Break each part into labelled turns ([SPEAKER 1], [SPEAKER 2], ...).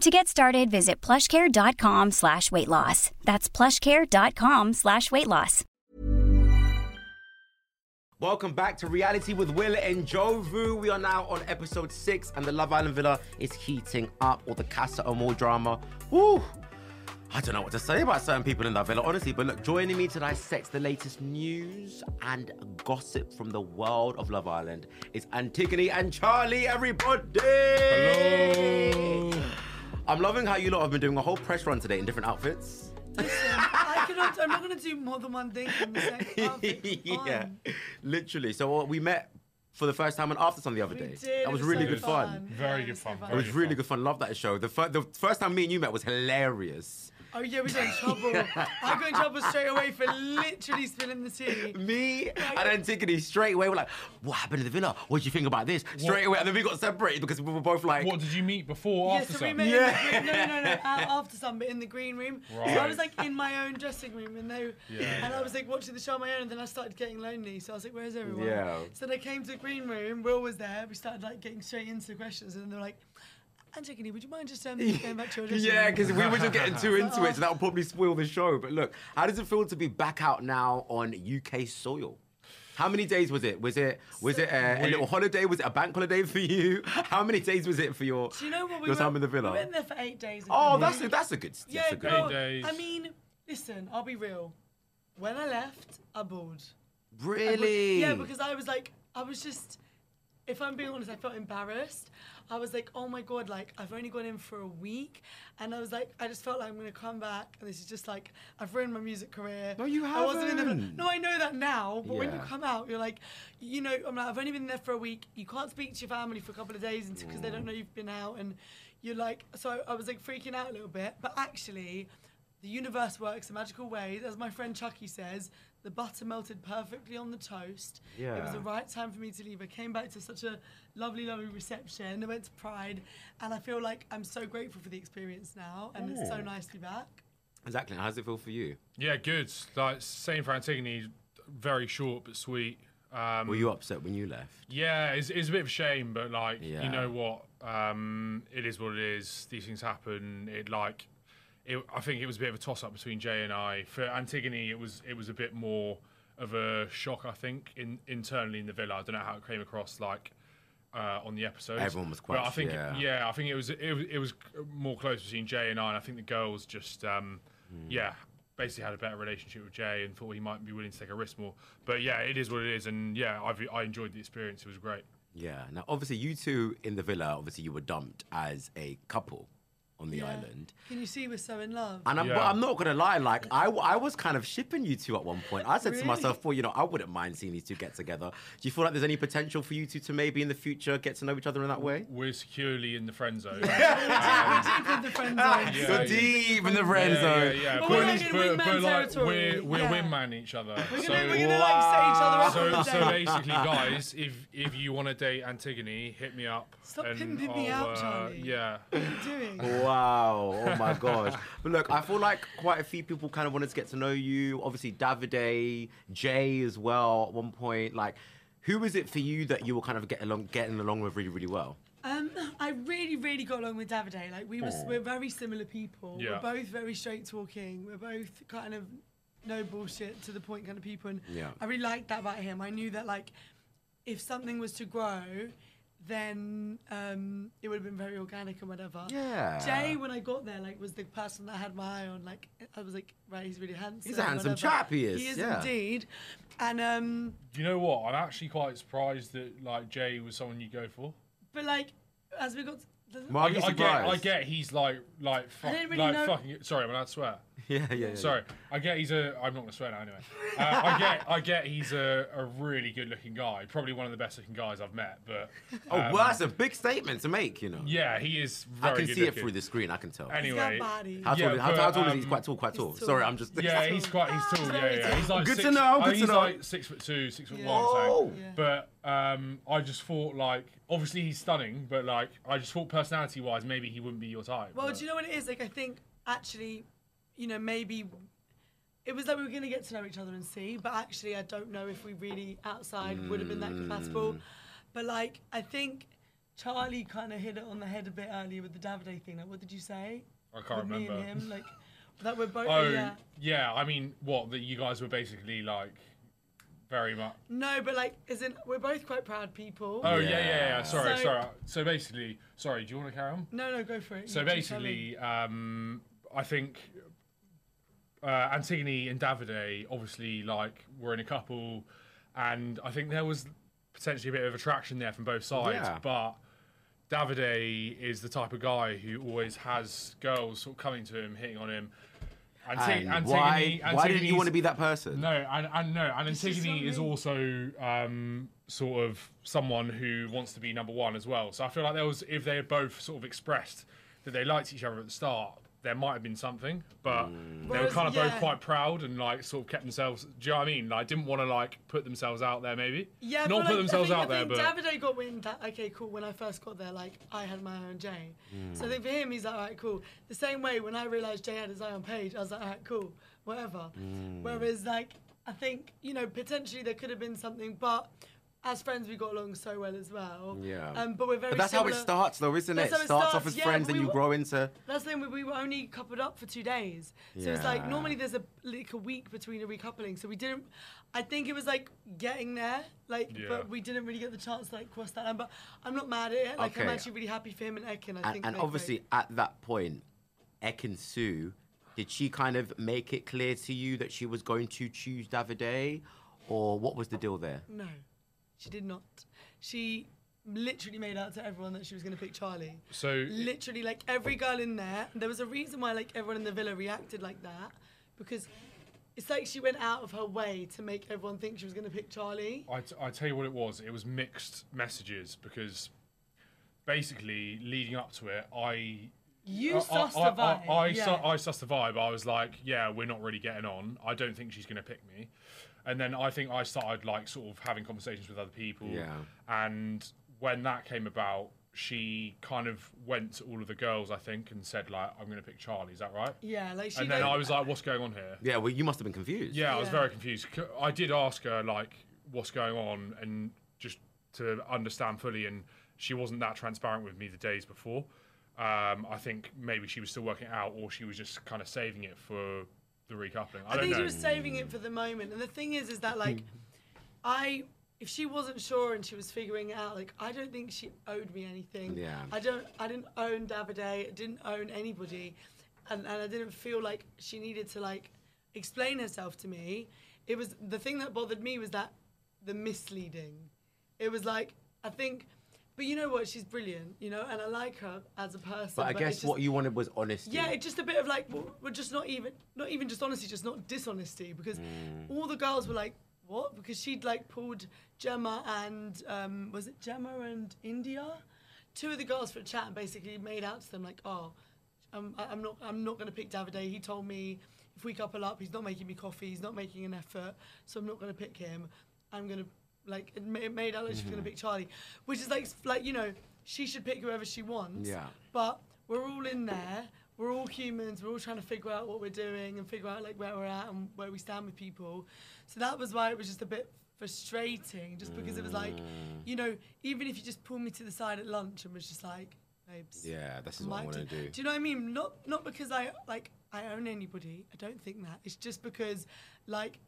[SPEAKER 1] To get started, visit plushcare.com slash weight loss. That's plushcare.com slash weight loss.
[SPEAKER 2] Welcome back to Reality with Will and Jovu. We are now on episode six, and the Love Island Villa is heating up. All the Casa Amor drama. Woo! I don't know what to say about certain people in that villa, honestly. But look, joining me to dissect the latest news and gossip from the world of Love Island is Antigone and Charlie, everybody! Hello! I'm loving how you lot have been doing a whole press run today in different outfits.
[SPEAKER 3] I cannot, I'm not going to do more than one thing in the same outfit.
[SPEAKER 2] yeah,
[SPEAKER 3] Fine.
[SPEAKER 2] literally. So uh, we met for the first time and after some the other
[SPEAKER 3] We
[SPEAKER 2] day.
[SPEAKER 3] did, it
[SPEAKER 2] That was really
[SPEAKER 3] so
[SPEAKER 2] good fun.
[SPEAKER 3] Yeah,
[SPEAKER 4] Very
[SPEAKER 3] it
[SPEAKER 4] good
[SPEAKER 3] was so
[SPEAKER 4] fun,
[SPEAKER 2] It
[SPEAKER 4] very
[SPEAKER 2] was really good fun. Love that show. The, fir- the first time me and you met was hilarious.
[SPEAKER 3] Oh yeah, we got in trouble. I got in trouble straight away for literally spilling the tea.
[SPEAKER 2] Me and Antigone straight away were like, "What happened to the villa? What do you think about this?" Straight away, and then we got separated because we were both like,
[SPEAKER 4] What did you meet before or
[SPEAKER 3] Yeah,
[SPEAKER 4] after
[SPEAKER 3] so we
[SPEAKER 4] some?
[SPEAKER 3] met
[SPEAKER 2] Yeah.
[SPEAKER 3] in the green, no, no, no, uh, after some, but in the green room. So I
[SPEAKER 4] Right.
[SPEAKER 3] was like in my own dressing room, and they, and I was like watching the show on my own, and then I started getting lonely. So I was like, "Where's everyone?"
[SPEAKER 2] Yeah.
[SPEAKER 3] So they came to the green room. Will was there. We started like getting straight into the questions, and they're like, "Antigone, would you mind just um, going back to your dressing
[SPEAKER 2] Yeah,
[SPEAKER 3] room?"
[SPEAKER 2] because we were just getting too into it, so that would probably spoil the show. But look, how does it feel to be back out now on UK soil? How many days was it? Was it was it a, a little holiday? Was it a bank holiday for you? How many days was it for your
[SPEAKER 3] Do you know what we
[SPEAKER 2] your
[SPEAKER 3] were?
[SPEAKER 2] time in the
[SPEAKER 3] We were
[SPEAKER 2] villa?
[SPEAKER 3] in there for eight days.
[SPEAKER 2] Oh,
[SPEAKER 3] I
[SPEAKER 2] that's a,
[SPEAKER 3] think.
[SPEAKER 2] that's a good.
[SPEAKER 3] yeah.
[SPEAKER 2] that's a good
[SPEAKER 3] no,
[SPEAKER 4] days.
[SPEAKER 3] I mean, listen, I'll be real. When I left, I bored. I was-
[SPEAKER 2] Really?
[SPEAKER 3] Yeah, because I was like, I was just, if I'm being honest, I felt embarrassed. I was like, oh my god, like I've only gone in for a week, and I was like, I just felt like I'm gonna come back, and this is just like I've ruined my music career.
[SPEAKER 2] No, you
[SPEAKER 3] I wasn't in the-
[SPEAKER 2] haven't.
[SPEAKER 3] no, I know that now, but when you
[SPEAKER 2] Yeah.
[SPEAKER 3] come out, you're like, you know, I'm like, I've only been there for a week. You can't speak to your family for a couple of days because they
[SPEAKER 2] Mm.
[SPEAKER 3] don't know you've been out, and you're like, so I was like freaking out a little bit, but actually. The universe works in magical ways. As my friend Chucky says, the butter melted perfectly on the toast. It was
[SPEAKER 2] Yeah.
[SPEAKER 3] the right time for me to leave. I came back to such a lovely, lovely reception. I went to Pride, and I feel like I'm so grateful for the experience now, and it's so nice to be back.
[SPEAKER 2] exactly. How does it feel for you?
[SPEAKER 4] Yeah, good. Like same for Antigone, very short but sweet. Um,
[SPEAKER 2] Were you upset when you left?
[SPEAKER 4] yeah, it's, it's a bit of a shame, but like
[SPEAKER 2] Yeah.
[SPEAKER 4] you know what, um, it is what it is. These things happen. It like, it, I think it was a bit of a toss up between Jay and I. For Antigone, it was it was a bit more of a shock. I think in internally in the villa, I don't know how it came across. Like. Uh, on the episode,
[SPEAKER 2] Everyone was
[SPEAKER 4] But I
[SPEAKER 2] quite-
[SPEAKER 4] think,
[SPEAKER 2] yeah.
[SPEAKER 4] yeah, I think it was it, was- it was more close between Jay and I, and I think the girls just, um,
[SPEAKER 2] Hmm.
[SPEAKER 4] yeah, basically had a better relationship with Jay and thought he might be willing to take a risk more. But yeah, it is what it is, and yeah, I've, I enjoyed the experience. It was great.
[SPEAKER 2] Yeah. Now, obviously, you two in the villa, obviously, you were dumped as a couple on the
[SPEAKER 3] Yeah.
[SPEAKER 2] island.
[SPEAKER 3] Can you see we're so in love?
[SPEAKER 2] And I'm, but
[SPEAKER 4] Yeah.
[SPEAKER 2] I'm not gonna lie, like I, w- I was kind of shipping you two at one point. I said to
[SPEAKER 3] Really?
[SPEAKER 2] myself, well, you know, I wouldn't mind seeing these two get together. Do you feel like there's any potential for you two to maybe in the future get to know each other in that way?
[SPEAKER 4] We're securely in the friend zone.
[SPEAKER 3] Deep in the friend zone.
[SPEAKER 4] Yeah,
[SPEAKER 2] so
[SPEAKER 4] yeah.
[SPEAKER 2] deep in the friend
[SPEAKER 4] yeah,
[SPEAKER 2] zone.
[SPEAKER 4] yeah.
[SPEAKER 3] But
[SPEAKER 4] But,
[SPEAKER 3] we're not in
[SPEAKER 4] but-
[SPEAKER 3] wingman
[SPEAKER 4] but, like,
[SPEAKER 3] territory.
[SPEAKER 4] we're, we're
[SPEAKER 3] Yeah.
[SPEAKER 4] wingman each other.
[SPEAKER 3] We're
[SPEAKER 4] so,
[SPEAKER 3] gonna, we're gonna like set each other
[SPEAKER 4] so,
[SPEAKER 3] up.
[SPEAKER 4] so
[SPEAKER 3] all day.
[SPEAKER 4] basically, guys, if if you want to date Antigone, hit me up.
[SPEAKER 3] Stop
[SPEAKER 4] and
[SPEAKER 3] pimping me
[SPEAKER 4] I'll,
[SPEAKER 3] out,
[SPEAKER 4] uh,
[SPEAKER 3] Charlie.
[SPEAKER 4] Yeah.
[SPEAKER 3] What are you doing?
[SPEAKER 2] Wow. Oh my gosh. But look, I feel like quite a few people kind of wanted to get to know you. Obviously, Davide, Jay as well at one point. Like, who is it for you that you were kind of getting along, getting along with really, really well?
[SPEAKER 3] Um, I really, really got along with Davide. Like we were, we're very similar people.
[SPEAKER 4] Yeah.
[SPEAKER 3] We're both very straight talking. We're both kind of no bullshit to the point kind of people. And
[SPEAKER 2] Yeah.
[SPEAKER 3] I really liked that about him. I knew that like if something was to grow, then um, it would have been very organic and whatever.
[SPEAKER 2] Yeah.
[SPEAKER 3] Jay, when I got there, like was the person that I had my eye on. Like I was like, right, he's really handsome.
[SPEAKER 2] He's a handsome
[SPEAKER 3] whatever.
[SPEAKER 2] chap, he is,
[SPEAKER 3] He is
[SPEAKER 2] yeah.
[SPEAKER 3] indeed. And um,
[SPEAKER 4] Do you know what? I'm actually quite surprised that like Jay was someone you go for.
[SPEAKER 3] but like as we got. To
[SPEAKER 2] Well, I'd be
[SPEAKER 4] I get, I
[SPEAKER 2] surprised.
[SPEAKER 4] get he's like, like, fuck,
[SPEAKER 3] didn't really
[SPEAKER 4] like
[SPEAKER 3] know-
[SPEAKER 4] fucking. Sorry, I'm allowed to swear.
[SPEAKER 2] Yeah, yeah. yeah.
[SPEAKER 4] Sorry, I get he's a. I'm not gonna swear now anyway. Uh, I get, I get he's a, a really good-looking guy. Probably one of the best-looking guys I've met. But um,
[SPEAKER 2] Oh, well, that's a big statement to make, you know.
[SPEAKER 4] yeah, he is.
[SPEAKER 2] I
[SPEAKER 4] Very
[SPEAKER 2] can see it
[SPEAKER 4] good-looking.
[SPEAKER 2] through the screen. I can tell.
[SPEAKER 3] He's got
[SPEAKER 4] Anyway,
[SPEAKER 3] body.
[SPEAKER 2] How tall,
[SPEAKER 4] Yeah,
[SPEAKER 2] is, how,
[SPEAKER 4] but,
[SPEAKER 2] how tall is he? He's
[SPEAKER 4] um,
[SPEAKER 2] quite tall, quite tall.
[SPEAKER 3] he's tall.
[SPEAKER 2] Sorry, I'm just.
[SPEAKER 4] Yeah, he's quite he's tall. Yeah, yeah. He's like
[SPEAKER 2] Good to
[SPEAKER 4] six,
[SPEAKER 2] know, good
[SPEAKER 4] I think
[SPEAKER 2] to
[SPEAKER 4] he's
[SPEAKER 2] know.
[SPEAKER 4] like six foot two, six foot
[SPEAKER 3] Yeah.
[SPEAKER 4] one. So.
[SPEAKER 2] Oh. Yeah.
[SPEAKER 4] But um, I just thought like obviously he's stunning, but like I just thought personality wise maybe he wouldn't be your type.
[SPEAKER 3] Well,
[SPEAKER 4] but-
[SPEAKER 3] do you know what it is? Like, I think actually, you know, maybe it was like we were going to get to know each other and see, but actually, I don't know if we really outside would have been that
[SPEAKER 4] Mm.
[SPEAKER 3] compatible. But like, I think Charlie kind of hit it on the head a bit earlier with the Davide thing. Like, what did you say?
[SPEAKER 4] I can't
[SPEAKER 3] With Me
[SPEAKER 4] remember.
[SPEAKER 3] and him, like that we're both.
[SPEAKER 4] Oh yeah.
[SPEAKER 3] yeah.
[SPEAKER 4] I mean what that you guys were basically like very much.
[SPEAKER 3] No, but like, isn't we're both quite proud people.
[SPEAKER 4] Oh yeah, yeah, yeah.
[SPEAKER 2] Yeah.
[SPEAKER 4] Sorry,
[SPEAKER 3] So-
[SPEAKER 4] sorry. So basically, sorry. Do you want to carry on?
[SPEAKER 3] No, no, go for it.
[SPEAKER 4] So
[SPEAKER 3] You keep telling.
[SPEAKER 4] basically, um, I think uh, Antigone and Davide obviously like were in a couple, and I think there was potentially a bit of attraction there from both sides.
[SPEAKER 2] Yeah.
[SPEAKER 4] But Davide is the type of guy who always has girls sort of coming to him, hitting on him. Antig-
[SPEAKER 2] And why? Why didn't you
[SPEAKER 4] Antigone's-
[SPEAKER 2] want to be that person?
[SPEAKER 4] no, and, and no, and
[SPEAKER 3] is
[SPEAKER 4] Antigone is
[SPEAKER 3] something-
[SPEAKER 4] also um, sort of someone who wants to be number one as well. So I feel like there was, if they had both sort of expressed that they liked each other at the start, there might have been something, but they were
[SPEAKER 3] Whereas-
[SPEAKER 4] kind of both
[SPEAKER 3] yeah.
[SPEAKER 4] quite proud and like sort of kept themselves. Do you know what I mean? Like didn't want to like put themselves out there, maybe.
[SPEAKER 3] Yeah,
[SPEAKER 4] not
[SPEAKER 3] but
[SPEAKER 4] put
[SPEAKER 3] like,
[SPEAKER 4] themselves
[SPEAKER 3] I think,
[SPEAKER 4] out
[SPEAKER 3] I
[SPEAKER 4] there,
[SPEAKER 3] think
[SPEAKER 4] but
[SPEAKER 3] Davide got wind that okay, cool. When I first got there, like I had my own Jay,
[SPEAKER 2] Mm.
[SPEAKER 3] so I think for him he's like, alright, cool. The same way when I realised Jay had his eye on Paige, I was like, alright, cool, whatever.
[SPEAKER 2] Mm.
[SPEAKER 3] Whereas like I think you know potentially there could have been something, but as friends we got along so well as well.
[SPEAKER 2] Yeah.
[SPEAKER 3] Um, but we're very.
[SPEAKER 2] But that's how it
[SPEAKER 3] similar-
[SPEAKER 2] starts, though, isn't it?
[SPEAKER 3] That's
[SPEAKER 2] It
[SPEAKER 3] how
[SPEAKER 2] starts, off as
[SPEAKER 3] yeah,
[SPEAKER 2] friends, then
[SPEAKER 3] but we
[SPEAKER 2] you
[SPEAKER 3] were-
[SPEAKER 2] grow into.
[SPEAKER 3] that's the thing. we- We were only coupled up for two days, so it's
[SPEAKER 2] Yeah.
[SPEAKER 3] like normally there's a like a week between a recoupling. So we didn't. I think it was like getting there, like,
[SPEAKER 4] Yeah.
[SPEAKER 3] but we didn't really get the chance to like cross that line. But I'm not mad at it. Like I'm
[SPEAKER 2] Okay.
[SPEAKER 3] actually really happy for him and Ekin. I
[SPEAKER 2] And,
[SPEAKER 3] think.
[SPEAKER 2] and
[SPEAKER 3] they're
[SPEAKER 2] obviously,
[SPEAKER 3] great.
[SPEAKER 2] at that point, Ekin Sue, did she kind of make it clear to you that she was going to choose Davide, or what was the deal there?
[SPEAKER 3] no, she did not. She literally made out to everyone that she was going to pick Charlie.
[SPEAKER 4] so
[SPEAKER 3] literally like every girl in there there was a reason why like everyone in the villa reacted like that because it's like she went out of her way to make everyone think she was going to pick charlie
[SPEAKER 4] I, t- I tell you what it was. It was mixed messages because basically leading up to it, I
[SPEAKER 3] you
[SPEAKER 4] I-
[SPEAKER 3] sussed
[SPEAKER 4] I,
[SPEAKER 3] the vibe
[SPEAKER 4] I, I,
[SPEAKER 3] yeah.
[SPEAKER 4] su- I sussed the vibe. I was like, yeah, we're not really getting on. I don't think she's going to pick me. And then I think I started like sort of having conversations with other people.
[SPEAKER 2] Yeah.
[SPEAKER 4] And when that came about, she kind of went to all of the girls, I think, and said like, I'm going to pick Charlie. Is that right?
[SPEAKER 3] yeah like she
[SPEAKER 4] and then
[SPEAKER 3] like-
[SPEAKER 4] I was like, what's going on here?
[SPEAKER 2] Yeah, well, you must have been confused.
[SPEAKER 4] Yeah, I was
[SPEAKER 3] Yeah.
[SPEAKER 4] very confused. C- I did ask her like what's going on and just to understand fully, and she wasn't that transparent with me the days before. Um, I think maybe she was still working it out, or she was just kind of saving it for the recoupling. I,
[SPEAKER 3] I
[SPEAKER 4] don't
[SPEAKER 3] think
[SPEAKER 4] know. Hmm.
[SPEAKER 3] she was saving it for the moment. And the thing is, is that like, I if she wasn't sure and she was figuring it out, like I don't think she owed me anything.
[SPEAKER 2] Yeah.
[SPEAKER 3] I don't. I didn't own Davide. I didn't own anybody, and and I didn't feel like she needed to like explain herself to me. It was the thing that bothered me was that the misleading. It was like I think. But you know what? She's brilliant, you know, and I like her as a person.
[SPEAKER 2] But I
[SPEAKER 3] it's
[SPEAKER 2] guess
[SPEAKER 3] just-
[SPEAKER 2] what you wanted was honesty.
[SPEAKER 3] yeah, it's just a bit of like w- we're just not even not even just honesty, just not dishonesty because all the girls were like, what? Because she'd like pulled Gemma and um, was it Gemma and India? Two of the girls for a chat and basically made out to them like, oh, I'm, I- I'm not I'm not gonna pick Davide. He told me if we couple up, he's not making me coffee, he's not making an effort, so I'm not gonna pick him. I'm gonna like it ma- it made out like she was gonna pick Charlie, which is like s- like you know she should pick whoever she wants.
[SPEAKER 2] Yeah.
[SPEAKER 3] But we're all in there. We're all humans. We're all trying to figure out what we're doing and figure out like where we're at and where we stand with people. So that was why it was just a bit frustrating, just because it was like,
[SPEAKER 2] Mm.
[SPEAKER 3] you know, even if you just pulled me to the side at lunch and was just like, babes,
[SPEAKER 2] Yeah, this is what I
[SPEAKER 3] might
[SPEAKER 2] wanna do.
[SPEAKER 3] Do you know what I mean? Not not because I like I own anybody. I don't think that. It's just because like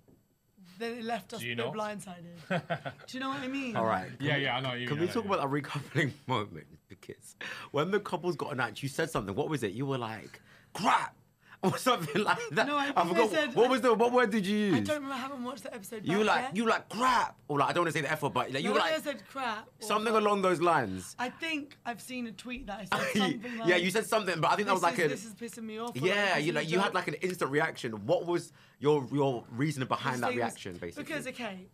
[SPEAKER 3] then it left us
[SPEAKER 4] you
[SPEAKER 3] a bit
[SPEAKER 4] not?
[SPEAKER 3] blindsided. do you know what I mean?
[SPEAKER 2] All right.
[SPEAKER 4] Yeah, yeah, I know. what You
[SPEAKER 2] Can we
[SPEAKER 4] mean, I know
[SPEAKER 2] talk
[SPEAKER 4] what
[SPEAKER 2] about a recoupling moment? Because when the couples got announced, you said something. What was it? You were like, crap, or something like that.
[SPEAKER 3] No, I think I said- uh,
[SPEAKER 2] what was the what word did you use?
[SPEAKER 3] I don't remember. I haven't watched the episode.
[SPEAKER 2] you were
[SPEAKER 3] back
[SPEAKER 2] like
[SPEAKER 3] yet.
[SPEAKER 2] you were like crap, or like I don't want to say the F word, but like, you
[SPEAKER 3] No,
[SPEAKER 2] were
[SPEAKER 3] I
[SPEAKER 2] like
[SPEAKER 3] said crap. or
[SPEAKER 2] something
[SPEAKER 3] like-
[SPEAKER 2] along those lines.
[SPEAKER 3] I think I've seen a tweet that I said something like.
[SPEAKER 2] yeah, you said something, but I think that was
[SPEAKER 3] "This
[SPEAKER 2] like
[SPEAKER 3] is-
[SPEAKER 2] a
[SPEAKER 3] This is pissing me off. or
[SPEAKER 2] yeah.
[SPEAKER 3] "This
[SPEAKER 2] You
[SPEAKER 3] is
[SPEAKER 2] like
[SPEAKER 3] a
[SPEAKER 2] you had
[SPEAKER 3] joke."
[SPEAKER 2] like an instant reaction. What was your your reasoning behind that
[SPEAKER 3] things.
[SPEAKER 2] reaction, basically?
[SPEAKER 3] Because okay,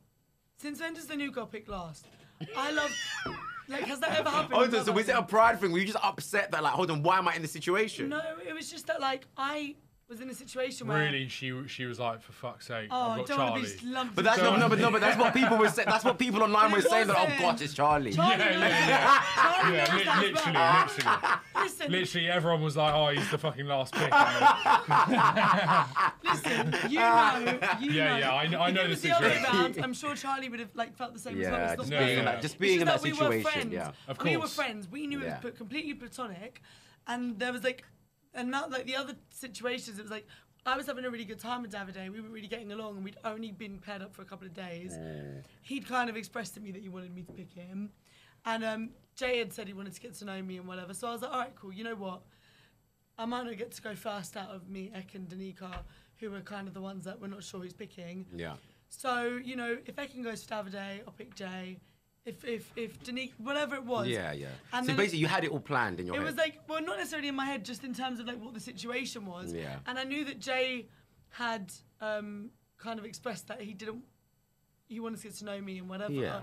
[SPEAKER 3] since when does the new God pick last? I love. like, has that ever happened?
[SPEAKER 2] Oh,
[SPEAKER 3] in
[SPEAKER 2] so,
[SPEAKER 3] love,
[SPEAKER 2] so
[SPEAKER 3] I
[SPEAKER 2] was it a
[SPEAKER 3] think?
[SPEAKER 2] pride thing? Were you just upset that like, hold on, why am I in this situation?
[SPEAKER 3] No, it was just that like I was in a situation where.
[SPEAKER 4] Really, she she was like, for fuck's sake,
[SPEAKER 3] Oh, I
[SPEAKER 4] I've
[SPEAKER 3] don't
[SPEAKER 4] got
[SPEAKER 3] want
[SPEAKER 4] Charlie.
[SPEAKER 3] to be lumped.
[SPEAKER 2] But that's
[SPEAKER 3] into
[SPEAKER 2] no, no, but no, but that's what people were saying. That's what people online
[SPEAKER 3] But
[SPEAKER 2] were
[SPEAKER 3] it
[SPEAKER 2] saying. That oh
[SPEAKER 3] wasn't.
[SPEAKER 2] god, it's Charlie.
[SPEAKER 3] Charlie
[SPEAKER 4] Yeah,
[SPEAKER 3] knows
[SPEAKER 4] yeah,
[SPEAKER 3] that. Charlie
[SPEAKER 4] yeah,
[SPEAKER 3] knows
[SPEAKER 4] li-
[SPEAKER 3] that as
[SPEAKER 4] literally,
[SPEAKER 3] well.
[SPEAKER 4] literally,
[SPEAKER 3] Listen,
[SPEAKER 4] literally, everyone was like, "Oh, he's the fucking last pick." I
[SPEAKER 3] listen, you know, you
[SPEAKER 4] Yeah,
[SPEAKER 3] know.
[SPEAKER 4] yeah, I kn- I
[SPEAKER 3] If
[SPEAKER 4] know
[SPEAKER 3] it
[SPEAKER 4] the
[SPEAKER 3] was the other way
[SPEAKER 4] situation.
[SPEAKER 3] round, I'm sure Charlie would have like felt the same as well.
[SPEAKER 2] Yeah,
[SPEAKER 3] It's not
[SPEAKER 2] just
[SPEAKER 4] No,
[SPEAKER 3] fair.
[SPEAKER 2] being in
[SPEAKER 4] yeah.
[SPEAKER 2] that, just
[SPEAKER 3] It's
[SPEAKER 2] being
[SPEAKER 3] just
[SPEAKER 2] in that
[SPEAKER 3] we were
[SPEAKER 2] situation.
[SPEAKER 3] friends.
[SPEAKER 2] Yeah.
[SPEAKER 4] Of
[SPEAKER 3] We were
[SPEAKER 4] course.
[SPEAKER 3] friends. We knew
[SPEAKER 2] Yeah.
[SPEAKER 3] it was p- completely platonic, and there was like, and now like the other situations, it was like. I was having a really good time with Davide. We were really getting along, and we'd only been paired up for a couple of days. He'd kind of expressed to me that he wanted me to pick him, and um, Jay had said he wanted to get to know me and whatever. So I was like, "All right, cool. You know what? I might not get to go first out of me, Ek and Danika, who were kind of the ones that we're not sure who's picking.
[SPEAKER 2] Yeah.
[SPEAKER 3] So, you know, if Ekin goes to Davide, I'll pick Jay. If if if Danique, whatever it was.
[SPEAKER 2] Yeah, yeah.
[SPEAKER 3] And
[SPEAKER 2] so
[SPEAKER 3] then
[SPEAKER 2] basically, you had it all planned in your
[SPEAKER 3] it
[SPEAKER 2] head.
[SPEAKER 3] was like, well, not necessarily in my head, just in terms of like what the situation was.
[SPEAKER 2] Yeah.
[SPEAKER 3] And I knew that Jay had um, kind of expressed that he didn't, he wanted to get to know me and whatever.
[SPEAKER 2] Yeah.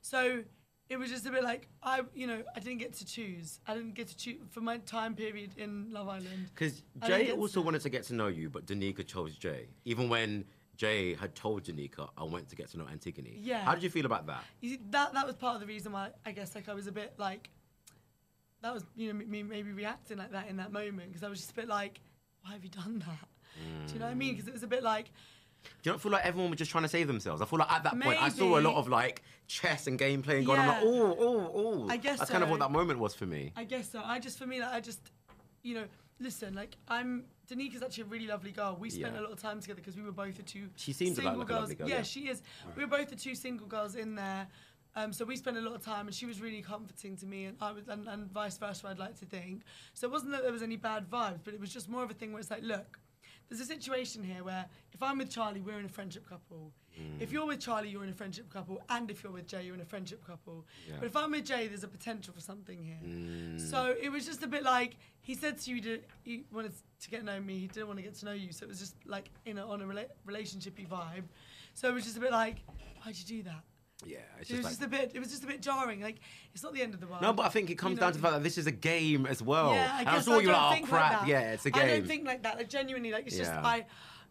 [SPEAKER 3] So it was just a bit like I, you know, I didn't get to choose. I didn't get to choose for my time period in Love Island.
[SPEAKER 2] because
[SPEAKER 3] I didn't
[SPEAKER 2] Jay
[SPEAKER 3] get
[SPEAKER 2] also wanted to get to know you, but Danica chose Jay, even when Jay had told Danica, "I want to get to know Antigone."
[SPEAKER 3] Yeah.
[SPEAKER 2] How did you feel about that?
[SPEAKER 3] you see, that that was part of the reason why I guess like I was a bit like that was you know m- me maybe reacting like that in that moment because I was just a bit like why have you done that do you know what I mean because it was a bit like
[SPEAKER 2] Do you not feel like everyone was just trying to save themselves? I feel like at that point, I saw a
[SPEAKER 3] Maybe.
[SPEAKER 2] lot of like chess and game playing going on. Like,
[SPEAKER 3] Yeah.
[SPEAKER 2] oh, oh, oh.
[SPEAKER 3] I guess
[SPEAKER 2] that's kind of
[SPEAKER 3] so.
[SPEAKER 2] what that moment was for me.
[SPEAKER 3] I guess so I just for me like I just you know listen like I'm Danica's actually a really lovely girl we spent
[SPEAKER 2] Yeah.
[SPEAKER 3] a lot of time together because we were both the two
[SPEAKER 2] She seems a lot
[SPEAKER 3] single
[SPEAKER 2] like a
[SPEAKER 3] girls
[SPEAKER 2] lovely girl,
[SPEAKER 3] yeah,
[SPEAKER 2] yeah.
[SPEAKER 3] she is we were both the two single girls in there um, so we spent a lot of time and she was really comforting to me and I was and, and vice versa I'd like to think so it wasn't that there was any bad vibes but it was just more of a thing where it's like look there's a situation here where if I'm with Charlie, we're in a friendship couple.
[SPEAKER 2] Mm.
[SPEAKER 3] If you're with Charlie, you're in a friendship couple. And if you're with Jay, you're in a friendship couple. But if I'm with Jay, there's a potential for something here.
[SPEAKER 2] Mm.
[SPEAKER 3] So it was just a bit like he said to you, to, he wanted to get to know me, he didn't want to get to know you. So it was just like in a, on a rela- relationshipy vibe. So it was just a bit like, why'd you do that?
[SPEAKER 2] Yeah, it's
[SPEAKER 3] it
[SPEAKER 2] just
[SPEAKER 3] was
[SPEAKER 2] like
[SPEAKER 3] just a bit. It was just a bit jarring. Like it's not the end of the world.
[SPEAKER 2] No, but I think it comes
[SPEAKER 3] know?
[SPEAKER 2] down to the fact that this is a game as well.
[SPEAKER 3] Yeah, I
[SPEAKER 2] and
[SPEAKER 3] guess
[SPEAKER 2] I saw you
[SPEAKER 3] don't
[SPEAKER 2] like, oh
[SPEAKER 3] think
[SPEAKER 2] crap,
[SPEAKER 3] like that.
[SPEAKER 2] yeah, it's a game.
[SPEAKER 3] I don't think like that. Like genuinely, like it's
[SPEAKER 2] Yeah.
[SPEAKER 3] just I.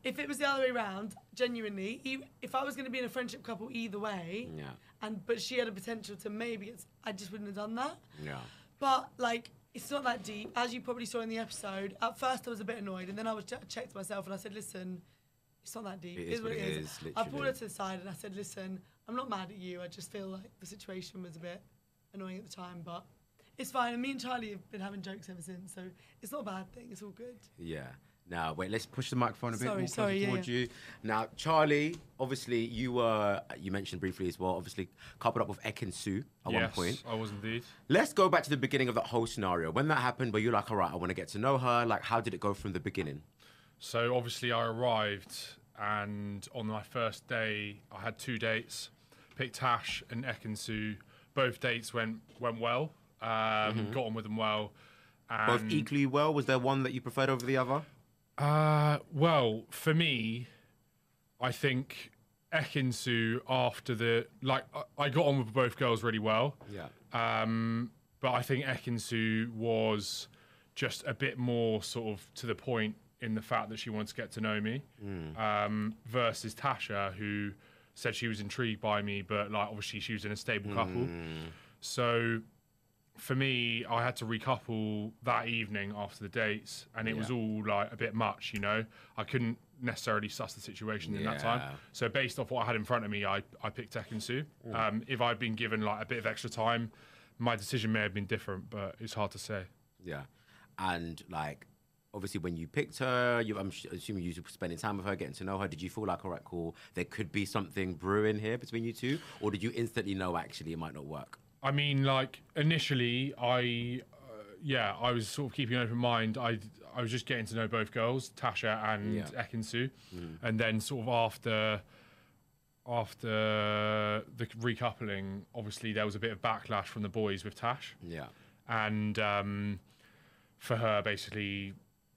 [SPEAKER 3] If it was the other way around, genuinely, e- if I was going to be in a friendship couple either way,
[SPEAKER 2] Yeah.
[SPEAKER 3] and but she had a potential to maybe, it's, I just wouldn't have done that.
[SPEAKER 2] Yeah.
[SPEAKER 3] But like, it's not that deep, as you probably saw in the episode. At first, I was a bit annoyed, and then I was ch- checked myself, and I said, "Listen, it's not that deep.
[SPEAKER 2] It
[SPEAKER 3] It
[SPEAKER 2] is
[SPEAKER 3] is
[SPEAKER 2] what it is,
[SPEAKER 3] I pulled
[SPEAKER 2] literally.
[SPEAKER 3] her to the side, and I said, "Listen, I'm not mad at you. I just feel like the situation was a bit annoying at the time, but." It's fine, and me and Charlie have been having jokes ever since, so it's not a bad thing. It's all good.
[SPEAKER 2] Yeah. Now, wait, let's push the microphone a bit
[SPEAKER 3] Sorry,
[SPEAKER 2] more
[SPEAKER 3] sorry,
[SPEAKER 2] closer
[SPEAKER 3] yeah,
[SPEAKER 2] towards
[SPEAKER 3] yeah.
[SPEAKER 2] you. Now, Charlie, obviously, you were, you mentioned briefly as well, obviously, coupled up with Ekin Sue at one
[SPEAKER 4] Yes,
[SPEAKER 2] point.
[SPEAKER 4] I was indeed.
[SPEAKER 2] Let's go back to the beginning of that whole scenario. When that happened, were you like, all right, I want to get to know her? Like, how did it go from the beginning?
[SPEAKER 4] So obviously I arrived, and on my first day I had two dates, picked Tash and Ekansu. Both dates went went well. Um, Got on with them well.
[SPEAKER 2] Both
[SPEAKER 4] and-
[SPEAKER 2] equally well? Was there one that you preferred over the other?
[SPEAKER 4] Uh, well, for me, I think Ekinsu after the like I- I got on with both girls really well.
[SPEAKER 2] Yeah.
[SPEAKER 4] Um, but I think Ekinsu was just a bit more sort of to the point in the fact that she wanted to get to know me um, versus Tasha, who said she was intrigued by me, but like obviously she was in a stable couple. So for me, I had to recouple that evening after the dates, and it was all like a bit much, you know. I couldn't necessarily suss the situation in that
[SPEAKER 2] Yeah.
[SPEAKER 4] time. So based off what I had in front of me, I, I picked Ekansu. Um, if I'd been given like a bit of extra time, my decision may have been different, but it's hard to say.
[SPEAKER 2] Yeah, and like obviously when you picked her, you, I'm sh- assuming you were spending time with her, getting to know her. Did you feel like, all right, cool, there could be something brewing here between you two, or did you instantly know actually it might not work?
[SPEAKER 4] I mean, like initially, I uh, yeah, I was sort of keeping an open mind. I I was just getting to know both girls, Tasha and
[SPEAKER 2] Yeah.
[SPEAKER 4] Ekinsu, and then sort of after after the recoupling, obviously there was a bit of backlash from the boys with Tash
[SPEAKER 2] Yeah,
[SPEAKER 4] and um, for her basically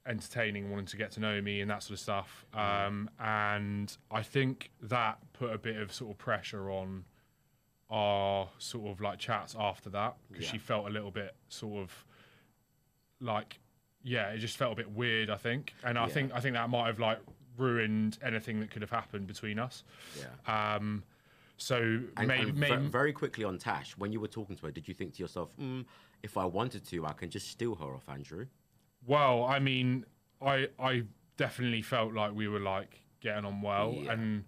[SPEAKER 4] entertaining, wanting to get to know me and that sort of stuff. Um, and I think that put a bit of sort of pressure on our sort of like chats after that because she felt a little bit sort of like yeah, it just felt a bit weird. I think, and I think I think that might have like ruined anything that could have happened between us. Yeah. Um, so
[SPEAKER 2] and,
[SPEAKER 4] may-
[SPEAKER 2] and
[SPEAKER 4] may-
[SPEAKER 2] ver- very quickly on Tash, when you were talking to her, did you think to yourself, mm, if I wanted to, I can just steal her off Andrew?
[SPEAKER 4] Well, I mean, I I definitely felt like we were like getting on well,
[SPEAKER 2] Yeah.
[SPEAKER 4] and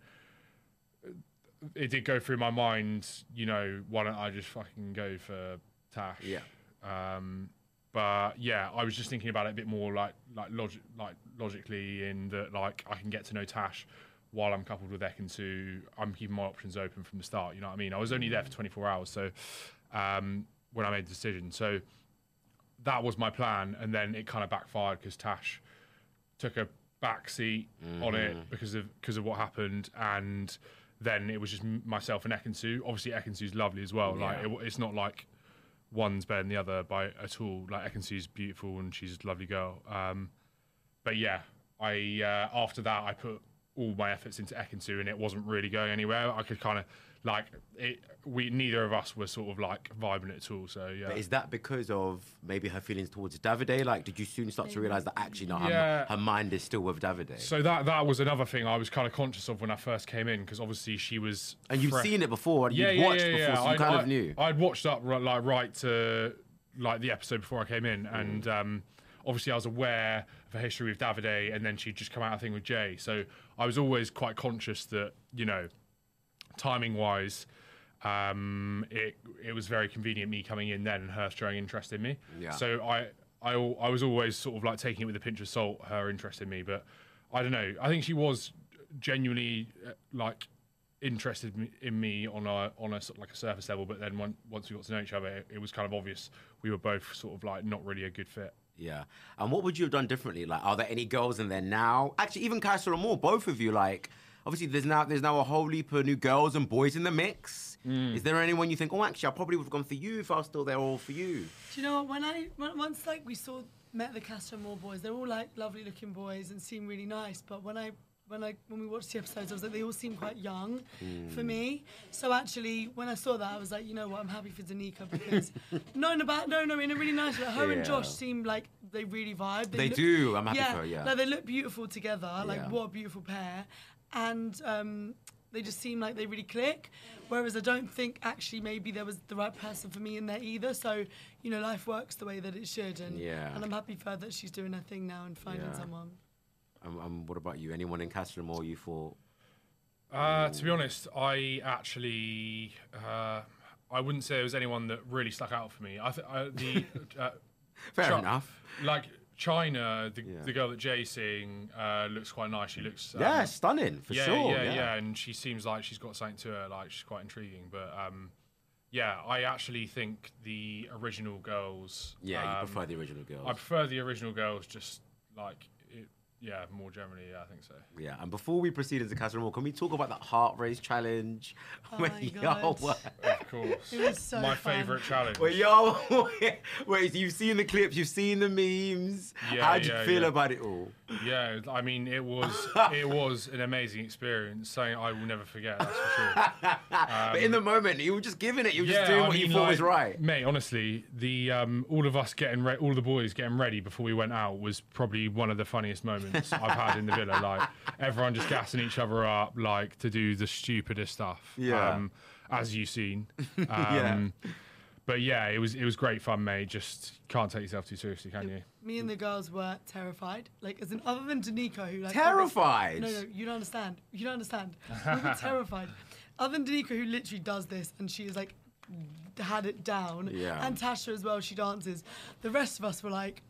[SPEAKER 4] it did go through my mind. You know, why don't I just fucking go for Tash?
[SPEAKER 2] Yeah.
[SPEAKER 4] Um, but yeah, I was just thinking about it a bit more, like like logic, like logically, in that like I can get to know Tash while I'm coupled with Ekansu. I'm keeping my options open from the start. You know what I mean? I was only there
[SPEAKER 2] Mm.
[SPEAKER 4] for 24 hours, so um, when I made the decision, so that was my plan, and then it kind of backfired because Tash took a back seat on it
[SPEAKER 2] Mm-hmm.
[SPEAKER 4] because of because of what happened, and then it was just m- myself and Ekansu. Obviously, Ekansu's lovely as well. Like it, w- it's not like one's better than the other by at all. Like Ekansu's beautiful and she's a lovely girl. Um, but yeah, I uh, after that I put all my efforts into Ekansu and it wasn't really going anywhere. I could kind of like it. We neither of us were sort of like vibing it at all. So yeah.
[SPEAKER 2] But is that because of maybe her feelings towards Davide? Like, did you soon start to realize that actually, no, her-
[SPEAKER 4] Yeah.
[SPEAKER 2] her, mind is still with Davide?
[SPEAKER 4] So that that was another thing I was kind of conscious of when I first came in because obviously she was.
[SPEAKER 2] and you've
[SPEAKER 4] fre-
[SPEAKER 2] seen it before, and
[SPEAKER 4] Yeah,
[SPEAKER 2] you've
[SPEAKER 4] yeah,
[SPEAKER 2] watched
[SPEAKER 4] yeah,
[SPEAKER 2] before,
[SPEAKER 4] yeah.
[SPEAKER 2] so you
[SPEAKER 4] I'd-
[SPEAKER 2] kind
[SPEAKER 4] I-
[SPEAKER 2] of knew.
[SPEAKER 4] I'd watched up ri- like right to like the episode before I came
[SPEAKER 2] Mm.
[SPEAKER 4] in, and um, obviously I was aware of her history with Davide, and then she'd just come out I think with Jay. So I was always quite conscious that you know, timing wise. Um, it it was very convenient me coming in then and her showing interest in me.
[SPEAKER 2] Yeah.
[SPEAKER 4] So I, I, al- I was always sort of like taking it with a pinch of salt, her interest in me. But I don't know. I think she was genuinely uh, like interested m- in me on a on a sort of like a surface level. But then once once we got to know each other, it, it was kind of obvious we were both sort of like not really a good fit.
[SPEAKER 2] Yeah. And what would you have done differently? Like, are there any girls in there now? Actually, even Kaisa and Moore, both of you, like, obviously there's now there's now a whole heap of new girls and boys in the mix.
[SPEAKER 4] Mm.
[SPEAKER 2] Is there anyone you think, oh, actually, I probably would have gone for you if I was still there all for you?
[SPEAKER 3] Do you know what? When I when, once like we saw met the Castro Moore boys, they're all like lovely looking boys and seem really nice. But when I when I when we watched the episodes, I was like they all seem quite young for
[SPEAKER 2] Hmm.
[SPEAKER 3] me. So actually, when I saw that, I was like, you know what? I'm happy for Danica because no, in a bad, no, no, in a really nice way. Her
[SPEAKER 2] Yeah.
[SPEAKER 3] and Josh seem like they really vibe.
[SPEAKER 2] They do. I'm happy for her, yeah.
[SPEAKER 3] like, they look beautiful together.
[SPEAKER 2] Yeah.
[SPEAKER 3] Like what a beautiful pair, and um, they just seem like they really click. Whereas I don't think actually maybe there was the right person for me in there either. So you know, life works the way that it should, and
[SPEAKER 2] Yeah.
[SPEAKER 3] and I'm happy for her that she's doing her thing now and finding
[SPEAKER 2] Yeah.
[SPEAKER 3] someone.
[SPEAKER 2] Um, um, what about you? Anyone in Kaisa and Moore you thought?
[SPEAKER 4] Uh, to be honest, I actually uh, I wouldn't say there was anyone that really stuck out for me. I, th- I the uh,
[SPEAKER 2] Fair
[SPEAKER 4] Chi-
[SPEAKER 2] enough.
[SPEAKER 4] Like China, the,
[SPEAKER 2] Yeah.
[SPEAKER 4] the girl that Jay's seeing uh, looks quite nice. She looks um,
[SPEAKER 2] yeah, stunning, for
[SPEAKER 4] yeah,
[SPEAKER 2] sure.
[SPEAKER 4] yeah, yeah, and she seems like she's got something to her. Like she's quite intriguing, but um, yeah, I actually think the original girls.
[SPEAKER 2] Yeah, you
[SPEAKER 4] um,
[SPEAKER 2] prefer the original girls.
[SPEAKER 4] I prefer the original girls, just like it. Yeah, more generally, yeah, I think so.
[SPEAKER 2] Yeah, and before we proceed into Castle Moore, can we talk about that heart race challenge? where
[SPEAKER 3] Oh my
[SPEAKER 2] y'all
[SPEAKER 3] God.
[SPEAKER 2] were,
[SPEAKER 4] Of course,
[SPEAKER 3] It was so
[SPEAKER 4] my
[SPEAKER 3] fun.
[SPEAKER 4] favorite challenge.
[SPEAKER 2] where y'all, were- where you've seen the clips, you've seen the memes.
[SPEAKER 4] Yeah,
[SPEAKER 2] How do you
[SPEAKER 4] yeah,
[SPEAKER 2] feel
[SPEAKER 4] yeah.
[SPEAKER 2] about it all?
[SPEAKER 4] Yeah, I mean, it was it was an amazing experience. Something I will never forget. That's for sure.
[SPEAKER 2] but in the moment, you were just giving it. You were just doing
[SPEAKER 4] Um, I
[SPEAKER 2] what you
[SPEAKER 4] mean,
[SPEAKER 2] thought was
[SPEAKER 4] like,
[SPEAKER 2] right.
[SPEAKER 4] Mate, honestly, the um, all of us getting re- all the boys getting ready before we went out was probably one of the funniest moments I've had in the villa. Like everyone just gassing each other up, like to do the stupidest stuff.
[SPEAKER 2] Yeah.
[SPEAKER 4] as you've seen. Um,
[SPEAKER 2] Yeah.
[SPEAKER 4] But yeah, it was it was great fun, mate. Just can't take yourself too seriously, can you?
[SPEAKER 3] Me and the girls were terrified. Like, as in, other than Danico, who like
[SPEAKER 2] Terrified?
[SPEAKER 3] No, no, you don't understand. You don't understand. we were terrified. Other than Danico, who literally does this, and she is like, had it down.
[SPEAKER 2] Yeah.
[SPEAKER 3] And Tasha as well. She dances. The rest of us were like,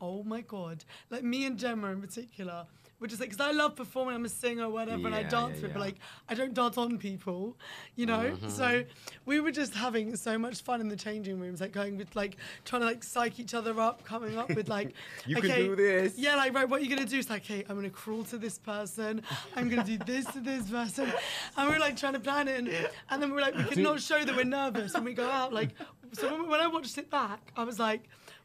[SPEAKER 3] oh my god. Like me and Gemma in particular. We're just like, because I love performing. I'm a singer, whatever, and I
[SPEAKER 2] Yeah,
[SPEAKER 3] dance
[SPEAKER 2] yeah, Mm-hmm.
[SPEAKER 3] with, but
[SPEAKER 2] yeah.
[SPEAKER 3] like, I don't dance on people, you know. So we were just having so much fun in the changing rooms, like going with like trying to like psych each other up, coming up with like,
[SPEAKER 2] You can
[SPEAKER 3] okay,
[SPEAKER 2] do this.
[SPEAKER 3] yeah, like right, what are you gonna do? It's like, hey, I'm gonna crawl to this person, I'm gonna do this to this person, and we're like trying to plan it, and, and then we're like, we can not show that we're nervous when we go out. Like, so when, when I watched it back, I was like.